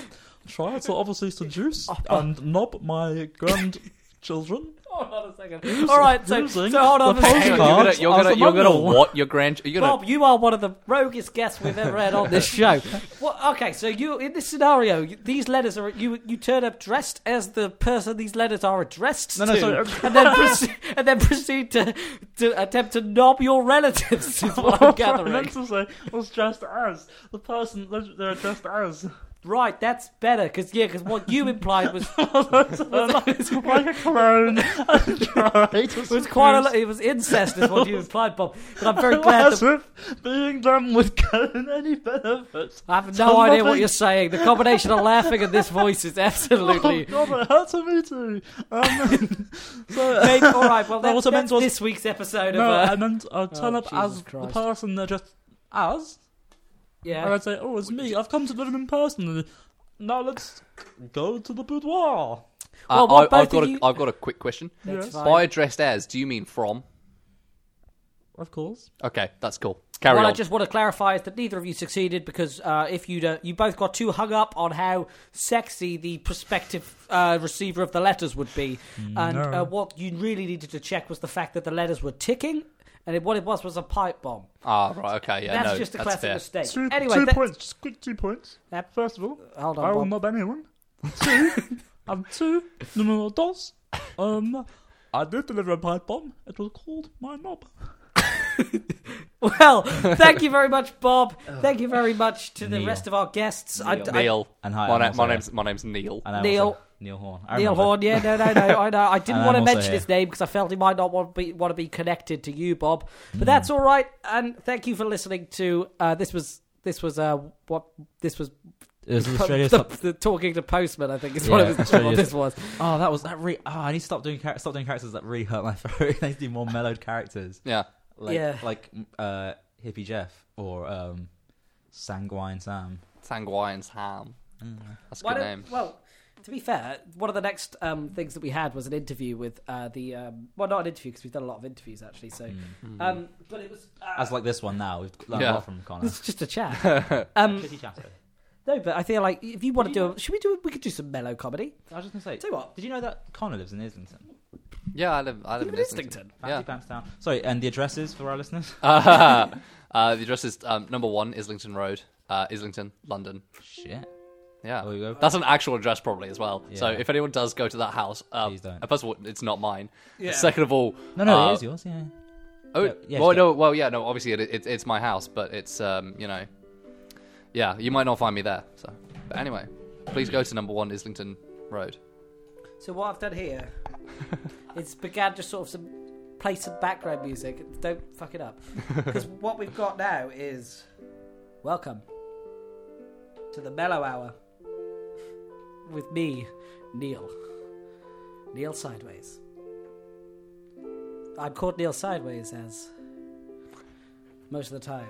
Speaker 10: Try to obviously seduce and knob my grandchildren
Speaker 1: Hold on a second. All right, so, so hold on.
Speaker 10: the
Speaker 1: a second.
Speaker 5: Hang on, you're gonna, you're gonna, you're gonna
Speaker 10: Arsenal.
Speaker 5: what your grand? You're gonna
Speaker 1: Bob, you are one of the roguest guests we've ever had on this show. well, okay, so you in this scenario, you- these letters are you. You turn up dressed as the person these letters are addressed
Speaker 10: No, no,
Speaker 1: to,
Speaker 10: sorry.
Speaker 1: and then proceed, and then proceed to, to attempt to knob your relatives. Is what I'm
Speaker 10: I meant
Speaker 1: gathering.
Speaker 10: to say was dressed as the person that they're dressed as.
Speaker 1: Right, that's better because yeah, because what you implied was
Speaker 10: like a clone.
Speaker 1: it was quite a lot. It was incest, is what you implied, Bob. But I'm very glad.
Speaker 10: As
Speaker 1: That,
Speaker 10: if being done with cone any benefit.
Speaker 1: I have no idea what
Speaker 10: nothing.
Speaker 1: you're saying. The combination of laughing and this voice is absolutely.
Speaker 10: Oh god, it hurts for me too. Um, so
Speaker 1: Maybe, all right, well, that's,
Speaker 10: what I meant
Speaker 1: that's
Speaker 10: was-
Speaker 1: this week's episode
Speaker 10: no,
Speaker 1: of. Uh,
Speaker 10: I meant uh, turn up
Speaker 1: Jesus
Speaker 10: as
Speaker 1: Christ.
Speaker 10: the person they're just as,
Speaker 1: yeah.
Speaker 10: and I'd say, "Oh, it's me. I've come to them in person. Now let's go to the boudoir."
Speaker 5: Uh,
Speaker 1: Well, well,
Speaker 5: I,
Speaker 1: both
Speaker 5: I've got
Speaker 1: of
Speaker 5: a,
Speaker 1: you-
Speaker 5: have got a quick question.
Speaker 1: That's
Speaker 10: Yes.
Speaker 1: fine.
Speaker 5: By dressed as, do you mean from?
Speaker 10: Of course.
Speaker 5: Okay, that's cool. Carry
Speaker 1: what
Speaker 5: on.
Speaker 1: I just want to clarify is that neither of you succeeded because uh, if you don't, you both got too hung up on how sexy the prospective uh, receiver of the letters would be, and
Speaker 10: Mm, No.
Speaker 1: uh, what you really needed to check was the fact that the letters were ticking, and it, what it was was a pipe bomb.
Speaker 5: Ah, right. Okay. Yeah.
Speaker 1: that's
Speaker 5: no,
Speaker 1: just a
Speaker 5: that's
Speaker 1: classic
Speaker 5: fair.
Speaker 1: mistake.
Speaker 10: Two,
Speaker 1: anyway,
Speaker 10: two
Speaker 1: that-
Speaker 10: points. Just quick two points.
Speaker 1: Yep.
Speaker 10: First of all,
Speaker 1: Hold
Speaker 10: I will
Speaker 1: on, Bob.
Speaker 10: mob anyone. Two. and two. Numero dos. Um, I did deliver a pipe bomb. It was called my mob.
Speaker 1: Well, thank you very much, Bob. Thank you very much to the
Speaker 2: Oh. Neil.
Speaker 1: rest of our guests. I- I-
Speaker 5: Neil.
Speaker 2: And hi,
Speaker 5: my,
Speaker 2: I'm
Speaker 5: na-
Speaker 2: also
Speaker 5: my
Speaker 2: here.
Speaker 5: name's my name's Neil.
Speaker 2: And I
Speaker 1: Neil.
Speaker 2: also- Neil Horn. I
Speaker 1: Neil
Speaker 2: remember.
Speaker 1: Horn, yeah, no, no, no, I know. I didn't
Speaker 2: And
Speaker 1: want to
Speaker 2: I'm also
Speaker 1: mention
Speaker 2: here.
Speaker 1: his name because I felt he might not want be, want to be connected to you, Bob. But that's
Speaker 2: Hmm.
Speaker 1: all right. And thank you for listening to uh, this was this was uh, what this was
Speaker 2: This is Australia's
Speaker 1: the,
Speaker 2: top-
Speaker 1: the talking to postman. I think is what
Speaker 2: Yeah,
Speaker 1: it was, what
Speaker 2: Australia's-
Speaker 1: this was.
Speaker 2: Oh, that was that. Re- oh, I need to stop doing char- stop doing characters that really hurt my throat. I need to do more mellowed characters,
Speaker 5: Yeah.
Speaker 2: like
Speaker 1: Yeah.
Speaker 2: like uh, hippie Jeff or um, sanguine Sam.
Speaker 5: Sanguine's ham.
Speaker 2: Mm.
Speaker 5: That's a
Speaker 1: Why
Speaker 5: good
Speaker 1: don't-
Speaker 5: name.
Speaker 1: Well, to be fair, one of the next um, things that we had was an interview with uh, the um, well, not an interview because we've done a lot of interviews actually. So,
Speaker 2: Hmm.
Speaker 1: um, but it was uh,
Speaker 2: As like this one now, we've learned
Speaker 5: Yeah.
Speaker 2: a lot from Connor.
Speaker 1: it's just a chat. um,
Speaker 2: Shitty chatter.
Speaker 1: no, but I feel like if you want to do, a, should we do? We could do some mellow comedy.
Speaker 2: I was just gonna say.
Speaker 1: Tell you what.
Speaker 2: Did you know that Connor lives in Islington?
Speaker 5: Yeah, I live. I live in Islington.
Speaker 2: Fancy pants down. Sorry, and the addresses for our listeners.
Speaker 5: Yeah. uh, the address is um, number one, Islington Road, uh, Islington, London.
Speaker 2: Shit.
Speaker 5: Yeah.
Speaker 2: There we go.
Speaker 5: That's an actual address probably as well. So
Speaker 2: Yeah.
Speaker 5: if anyone does go to that house, um,
Speaker 2: Please don't.
Speaker 5: first of all, it's not mine. Second of all,
Speaker 2: No, no,
Speaker 5: uh,
Speaker 2: it is yours. Yeah.
Speaker 5: Oh,
Speaker 2: Yeah, yeah,
Speaker 5: well,
Speaker 2: it's
Speaker 5: no, well, yeah, no. Obviously, it, it, it's my house, but it's um, you know, yeah, you might not find me there. So, but anyway, please go to number one Islington Road.
Speaker 1: So what I've done here is began just sort of some play some background music. Don't fuck it up. Because what we've got now is welcome to the Mellow Hour with me, Neil. Neil Sideways. I'm called Neil Sideways as most of the time.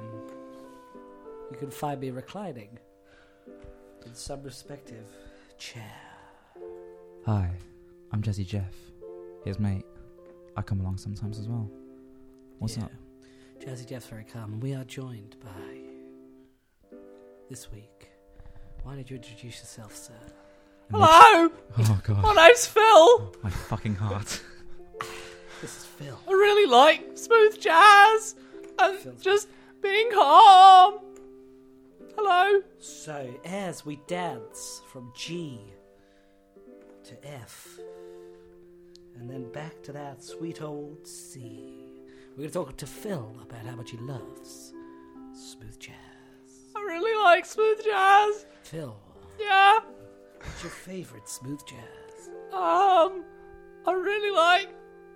Speaker 1: You can find me reclining in some respective chair.
Speaker 2: Hi, I'm Jesse Jeff. Here's mate. I come along sometimes as well. What's
Speaker 1: Yeah.
Speaker 2: up?
Speaker 1: Jazzy Jeff's very calm, and we are joined by this week. Why don't you introduce yourself, sir?
Speaker 5: Hello,
Speaker 2: Oh god,
Speaker 5: my name's Phil.
Speaker 2: my fucking heart.
Speaker 1: This is Phil.
Speaker 5: I really like smooth jazz and
Speaker 1: Phil's-
Speaker 5: just being calm. Hello.
Speaker 1: So, as we dance from G to F, and then back to that sweet old C, we're going to talk to Phil about how much he loves smooth jazz.
Speaker 5: I really like smooth jazz.
Speaker 1: Phil,
Speaker 5: Yeah.
Speaker 1: what's your favorite smooth jazz?
Speaker 5: Um, I really like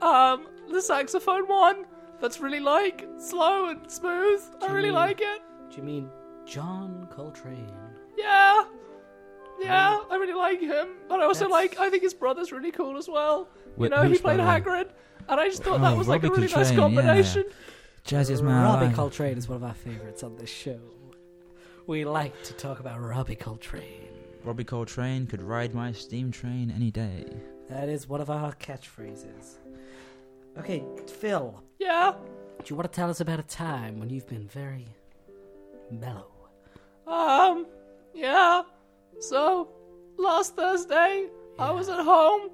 Speaker 5: um the saxophone one. That's really like slow and smooth. I really
Speaker 1: Mm.
Speaker 5: like it.
Speaker 1: Do you mean John Coltrane?
Speaker 5: Yeah, yeah, I really like him, but I also
Speaker 1: That's-
Speaker 5: like I think his brother's really cool as well.
Speaker 2: Wh-
Speaker 5: you know, he
Speaker 2: whose
Speaker 5: played
Speaker 2: brother?
Speaker 5: Hagrid, and I just thought
Speaker 2: Oh,
Speaker 5: that was like a
Speaker 2: Robbie
Speaker 5: really nice
Speaker 2: Coltrane, yeah.
Speaker 5: combination.
Speaker 2: Jazziest man
Speaker 1: Robbie
Speaker 2: alive.
Speaker 1: Coltrane is one of our favourites on this show. We like to talk about Robbie Coltrane.
Speaker 2: Robbie Coltrane could ride my steam train any day.
Speaker 1: That is one of our catchphrases. Okay, Phil,
Speaker 5: Yeah.
Speaker 1: do you want to tell us about a time when you've been very mellow?
Speaker 5: Um, yeah. So last Thursday, I was at home,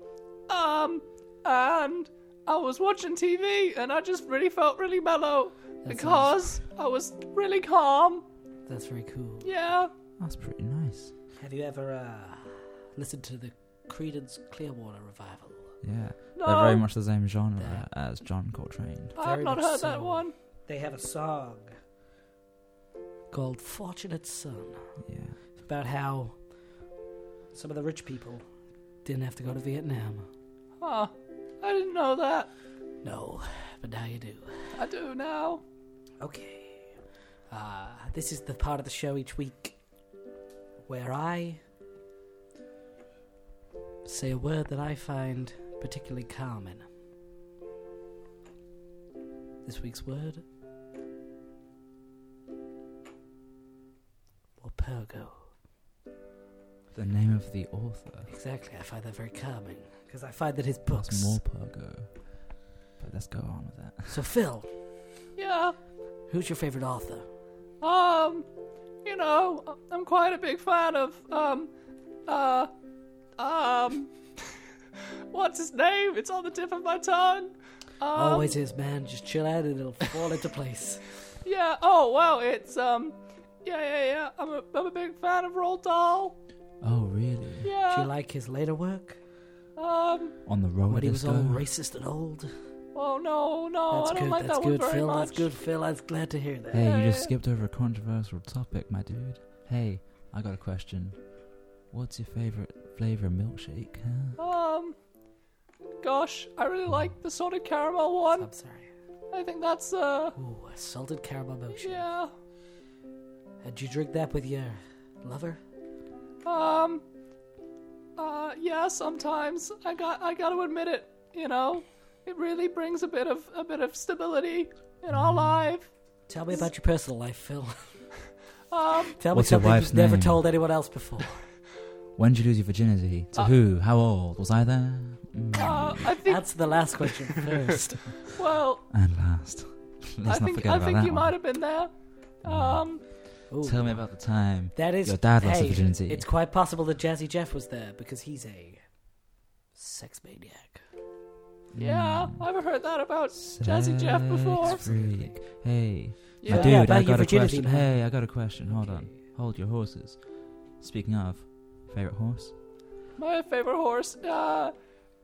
Speaker 5: um,
Speaker 12: and I was watching TV, and I just really felt really mellow
Speaker 1: That
Speaker 12: because I was really calm.
Speaker 1: That's very cool.
Speaker 12: Yeah.
Speaker 6: That's pretty nice.
Speaker 1: Have you ever uh, listened to the Credence Clearwater revival?
Speaker 6: Yeah.
Speaker 12: No,
Speaker 6: They're very much the same genre as John Coltrane.
Speaker 12: I've
Speaker 1: very
Speaker 12: not
Speaker 1: much
Speaker 12: heard
Speaker 1: so.
Speaker 12: that one.
Speaker 1: They have a song called "Fortunate Son."
Speaker 6: Yeah.
Speaker 1: about how some of the rich people didn't have to go to Vietnam.
Speaker 12: Huh. I didn't know that.
Speaker 1: No, but now you do.
Speaker 12: I do now.
Speaker 1: Okay. Uh, this is the part of the show each week where I say a word that I find particularly calming. This week's word. Wapergo.
Speaker 6: The name of the author
Speaker 1: Exactly, I find that very calming because I find that his
Speaker 6: was
Speaker 1: books.
Speaker 6: Morpurgo. But let's go on with that.
Speaker 1: So, Phil,
Speaker 12: Yeah.
Speaker 1: who's your favorite author?
Speaker 12: Um, you know, I'm quite a big fan of um, uh, um, what's his name? It's on the tip of my tongue. Um,
Speaker 1: Always is, man. Just chill out and it'll fall into place.
Speaker 12: Yeah. Oh wow. It's um. Yeah, yeah, yeah. I'm a, I'm a big fan of Roald Dahl.
Speaker 6: Oh, really?
Speaker 1: Do you
Speaker 12: Yeah.
Speaker 1: like his later work?
Speaker 12: Um.
Speaker 6: On the road
Speaker 1: when he was
Speaker 6: disco?
Speaker 1: all racist and old?
Speaker 12: Oh no, no.
Speaker 1: that's
Speaker 12: I don't
Speaker 1: good,
Speaker 12: like
Speaker 1: that's
Speaker 12: that
Speaker 1: good,
Speaker 12: one very
Speaker 1: Phil.
Speaker 12: much.
Speaker 1: That's good, Phil. I'm glad to hear that.
Speaker 6: Hey, you
Speaker 12: Yeah.
Speaker 6: just skipped over a controversial topic, my dude. Hey, I got a question. What's your favorite flavor milkshake? Huh?
Speaker 12: Um. Gosh, I really like the sort of caramel one.
Speaker 1: I'm sorry.
Speaker 12: I think that's uh.
Speaker 1: Ooh, a salted caramel motion.
Speaker 12: Yeah.
Speaker 1: And you drink that with your lover?
Speaker 12: Um. Uh. Yeah. Sometimes I got. I got to admit it. You know, it really brings a bit of a bit of stability in our life.
Speaker 1: Tell me about your personal life, Phil.
Speaker 12: Um.
Speaker 1: Tell
Speaker 6: What's
Speaker 1: me
Speaker 6: your
Speaker 1: something
Speaker 6: wife's
Speaker 1: you've never
Speaker 6: name?
Speaker 1: told anyone else before.
Speaker 6: When did you lose your virginity? To
Speaker 12: Uh,
Speaker 6: who? How old? Was I there? Mm.
Speaker 12: Uh, I think.
Speaker 1: Answer the last question first.
Speaker 12: Well,
Speaker 6: and last.
Speaker 12: I
Speaker 6: Let's not
Speaker 12: think.
Speaker 6: forget
Speaker 12: I
Speaker 6: about
Speaker 12: think
Speaker 6: that
Speaker 12: you
Speaker 6: one.
Speaker 12: might have been there. Um.
Speaker 1: Ooh.
Speaker 6: Tell me about the time
Speaker 1: That is
Speaker 6: your dad lost
Speaker 1: hey,
Speaker 6: his virginity.
Speaker 1: It's quite possible that Jazzy Jeff was there because he's a sex maniac.
Speaker 12: Yeah.
Speaker 6: Hmm.
Speaker 12: I've heard that about Jazzy Jeff before.
Speaker 6: Sex freak. Hey,
Speaker 1: Yeah.
Speaker 6: my
Speaker 1: Yeah,
Speaker 6: dude,
Speaker 1: about
Speaker 6: I
Speaker 1: your
Speaker 6: got a
Speaker 1: virginity,
Speaker 6: question.
Speaker 1: man.
Speaker 6: Hey, I got a question. Hold on. Hold your horses. Speaking of, favorite horse?
Speaker 12: My favorite horse. Uh.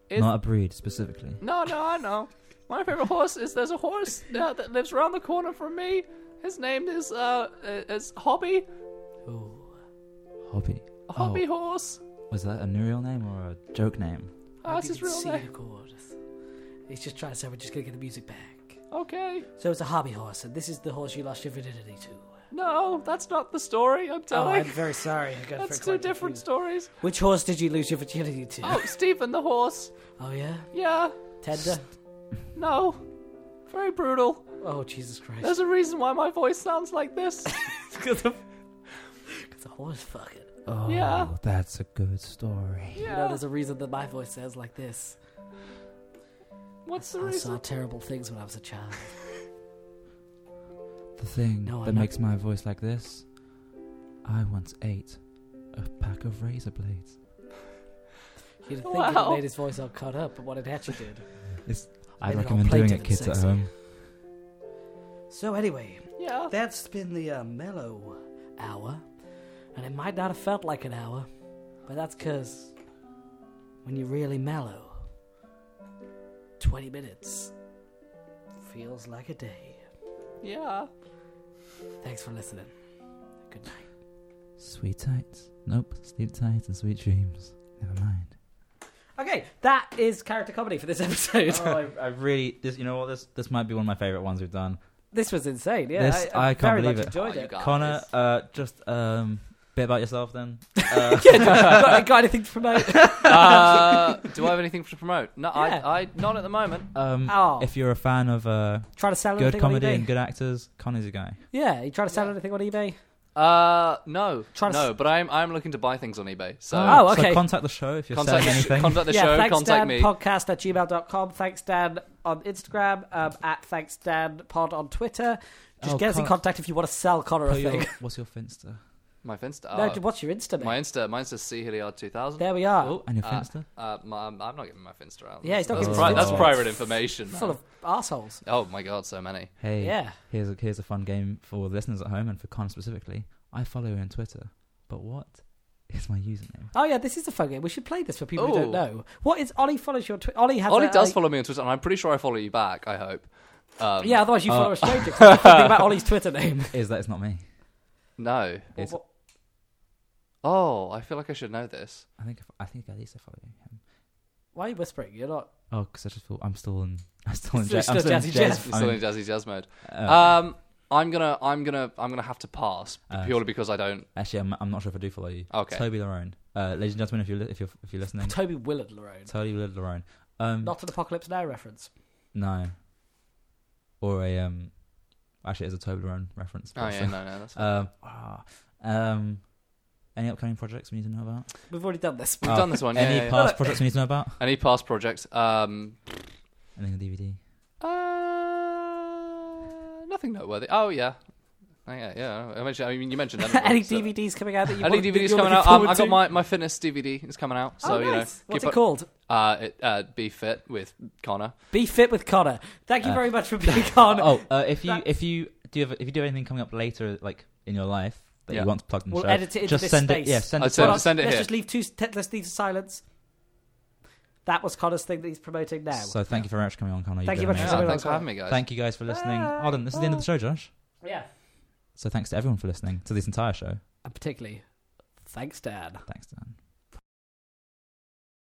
Speaker 12: Is,
Speaker 6: Not a breed specifically.
Speaker 12: No, no, I know. My favorite horse is there's a horse uh, that lives around the corner from me. His name is uh is Hobby.
Speaker 1: Ooh.
Speaker 6: Hobby.
Speaker 12: Hobby
Speaker 6: Oh.
Speaker 12: horse.
Speaker 6: Was that a neural name or a joke name?
Speaker 12: Oh,
Speaker 1: That's
Speaker 12: it's his real name.
Speaker 1: He's just trying to say we're just gonna get the music back.
Speaker 12: Okay.
Speaker 1: So it's a hobby horse, and this is the horse you lost your virginity to.
Speaker 12: Oh, No, that's not the story I'm
Speaker 1: Oh,
Speaker 12: telling.
Speaker 1: I'm very sorry. I got
Speaker 12: that's two
Speaker 1: quite
Speaker 12: different
Speaker 1: confused.
Speaker 12: stories.
Speaker 1: Which horse did you lose your virginity to?
Speaker 12: Oh, Stephen the horse.
Speaker 1: Oh, yeah,
Speaker 12: Yeah.
Speaker 1: tender.
Speaker 12: No. Very brutal.
Speaker 1: Oh Jesus Christ!
Speaker 12: There's a reason why my voice sounds like this.
Speaker 1: because of because the horse fucking.
Speaker 6: Oh,
Speaker 12: Yeah.
Speaker 6: that's a good story.
Speaker 1: You know,
Speaker 12: Yeah.
Speaker 1: there's a reason that my voice sounds like this.
Speaker 12: What's the
Speaker 1: I saw
Speaker 12: reason?
Speaker 1: terrible things when I was a child.
Speaker 6: The thing
Speaker 1: No, I'm
Speaker 6: that
Speaker 1: not-
Speaker 6: makes my voice like this. I once ate a pack of razor blades.
Speaker 1: You'd think
Speaker 12: Wow.
Speaker 1: it made his voice all cut up, but what it actually did.
Speaker 6: I
Speaker 1: Made it all
Speaker 6: recommend doing
Speaker 1: plaintive
Speaker 6: it,
Speaker 1: and
Speaker 6: kids at
Speaker 1: sexy.
Speaker 6: home.
Speaker 1: So anyway,
Speaker 12: Yeah.
Speaker 1: That's been the uh, mellow hour, and it might not have felt like an hour, but that's because when you're really mellow, 20 minutes feels like a day.
Speaker 12: Yeah.
Speaker 1: Thanks for listening. Good night.
Speaker 6: Sweet tights. Nope, sleep tight and sweet dreams. Never mind.
Speaker 1: Okay, that is character comedy for this episode.
Speaker 6: oh, I, I really, this, you know what? This this might be one of my favorite ones we've done.
Speaker 1: this was insane. Yeah,
Speaker 6: This-
Speaker 1: I, I,
Speaker 6: I can't
Speaker 1: very
Speaker 6: believe
Speaker 1: much
Speaker 6: it.
Speaker 1: enjoyed
Speaker 12: Oh, you
Speaker 1: it.
Speaker 12: guys.
Speaker 6: Connor, uh, just um, bit about yourself then. Uh,
Speaker 1: yeah, got, got anything to promote?
Speaker 12: uh, do I have anything to promote? No,
Speaker 1: Yeah.
Speaker 12: I, I not at the moment.
Speaker 6: um,
Speaker 1: Oh,
Speaker 6: if you're a fan of uh,
Speaker 1: try to sell
Speaker 6: good
Speaker 1: anything
Speaker 6: comedy
Speaker 1: on eBay.
Speaker 6: and good actors, Connor's your guy.
Speaker 1: Yeah, you try to sell anything on eBay.
Speaker 12: Uh, no,
Speaker 1: Trying to
Speaker 12: no.
Speaker 1: s-
Speaker 12: But I'm I'm looking to buy things on eBay. So
Speaker 1: Oh, okay.
Speaker 6: So contact the show if you're
Speaker 12: contact
Speaker 6: selling
Speaker 12: the, sh-
Speaker 6: anything.
Speaker 12: contact the
Speaker 1: yeah,
Speaker 12: show.
Speaker 1: thanks
Speaker 12: Contact
Speaker 1: Dan
Speaker 12: me.
Speaker 1: podcast at gmail.com. Thanks Dan on Instagram, um, at thanks Dan pod on Twitter. Just
Speaker 6: Oh,
Speaker 1: get us in
Speaker 6: Connor-
Speaker 1: contact if you want to sell Connor a
Speaker 6: Put your-
Speaker 1: thing.
Speaker 6: what's your finster?
Speaker 5: My Finsta.
Speaker 1: No,
Speaker 5: uh,
Speaker 1: what's your Insta? Mate?
Speaker 5: my Insta. My Insta's CHillyard2000.
Speaker 1: there we are.
Speaker 6: Oh, and your
Speaker 5: Uh,
Speaker 6: Finster?
Speaker 5: Uh, my, I'm I'm not giving my Finster out.
Speaker 1: Yeah, he's not
Speaker 5: that's,
Speaker 1: giving
Speaker 5: pri-
Speaker 1: his
Speaker 5: that's
Speaker 1: Finster
Speaker 5: private information.
Speaker 1: Full
Speaker 5: man.
Speaker 1: of assholes.
Speaker 5: Oh my god, so many.
Speaker 6: hey,
Speaker 1: Yeah.
Speaker 6: here's a, here's a fun game for the listeners at home and for Con specifically. I follow you on Twitter, but what is my username?
Speaker 1: Oh yeah, this is a fun game. We should play this for people who don't
Speaker 5: Ooh.
Speaker 1: know. What is Ollie follows your Twitter? Ollie has
Speaker 5: Ollie
Speaker 1: a,
Speaker 5: does
Speaker 1: like-
Speaker 5: follow me on Twitter, and I'm pretty sure I follow you back. I hope. Um,
Speaker 1: Yeah, otherwise you follow a stranger. 'cause I can't think about Ollie's Twitter name.
Speaker 6: Is that it's not me?
Speaker 5: No.
Speaker 6: It's-
Speaker 1: What-
Speaker 5: Oh, I feel like I should know this.
Speaker 6: I think I think at least I follow him.
Speaker 1: Why are you whispering? You're not.
Speaker 6: Oh, because I just feel I'm still in. I'm still in.
Speaker 1: Still-
Speaker 6: Jazz. I'm
Speaker 1: still
Speaker 6: still
Speaker 1: Jazzy
Speaker 6: in
Speaker 1: Oh,
Speaker 6: jazz.
Speaker 1: Jeff.
Speaker 5: You're
Speaker 6: I'm-
Speaker 5: still in jazzy jazz mode.
Speaker 6: uh,
Speaker 5: Um, I'm gonna, I'm gonna, I'm gonna have to pass
Speaker 6: Uh,
Speaker 5: purely because I don't.
Speaker 6: actually, I'm, I'm not sure if I do follow you.
Speaker 5: Okay.
Speaker 6: Toby Larone. Uh, ladies and gentlemen, if you're li- if you're if you're listening,
Speaker 1: Toby Willard Larone.
Speaker 6: Toby Larone. Um,
Speaker 1: Not an Apocalypse Now reference.
Speaker 6: no. Or a um, actually, it's a Toby Larone reference.
Speaker 5: Oh
Speaker 6: but-
Speaker 5: yeah, no, no, that's
Speaker 1: Uh,
Speaker 6: Um,
Speaker 5: fine.
Speaker 6: ah, um, any upcoming projects we need to know about?
Speaker 1: We've already done this.
Speaker 5: We've
Speaker 6: oh,
Speaker 5: done this one. Yeah,
Speaker 6: any
Speaker 5: yeah, yeah.
Speaker 6: past projects we need to know about?
Speaker 5: Any past project? Um,
Speaker 6: Anything on DVD?
Speaker 5: uh, nothing noteworthy. Oh yeah, oh, yeah, yeah. I mentioned. I mean, you mentioned Edinburgh,
Speaker 1: Any
Speaker 5: so-
Speaker 1: DVDs coming out that you
Speaker 5: Any
Speaker 1: want-
Speaker 5: DVDs
Speaker 1: you're
Speaker 5: coming
Speaker 1: looking
Speaker 5: out? Um,
Speaker 1: forward
Speaker 5: I got
Speaker 1: to?
Speaker 5: my, my fitness DVD is coming out, so
Speaker 1: oh,
Speaker 5: you know.
Speaker 1: nice. What's
Speaker 5: keep
Speaker 1: it
Speaker 5: up-
Speaker 1: called?
Speaker 5: Uh, it, uh, be fit with Connor.
Speaker 1: Be fit with Connor. Thank you
Speaker 6: Uh,
Speaker 1: very much for being on.
Speaker 6: Oh, uh, if you
Speaker 1: That's-
Speaker 6: if you do have, if you do anything coming up later, like in your life that
Speaker 5: Yeah.
Speaker 6: you want to plug in the
Speaker 1: We'll
Speaker 6: show,
Speaker 1: edit it into
Speaker 6: just
Speaker 1: this
Speaker 6: send
Speaker 1: space.
Speaker 6: it. Yeah, send
Speaker 5: I'd
Speaker 6: it.
Speaker 5: say
Speaker 1: Hold
Speaker 6: to
Speaker 1: on,
Speaker 6: us.
Speaker 5: send it
Speaker 1: let's
Speaker 5: here.
Speaker 1: just leave two. T- let's leave silence. That was Connor's thing that he's promoting now.
Speaker 6: So thank you very much for coming on, Connor. You've
Speaker 1: Thank
Speaker 6: been
Speaker 1: you very much
Speaker 5: Yeah,
Speaker 1: Sorry,
Speaker 6: amazing.
Speaker 5: thanks
Speaker 1: Connor.
Speaker 5: for having me, guys.
Speaker 6: Thank you guys for listening. Hold on, this is the end of the show, Josh.
Speaker 1: yeah,
Speaker 6: So thanks to everyone for listening to this entire show.
Speaker 1: and particularly, thanks, Dan.
Speaker 6: Thanks, Dan.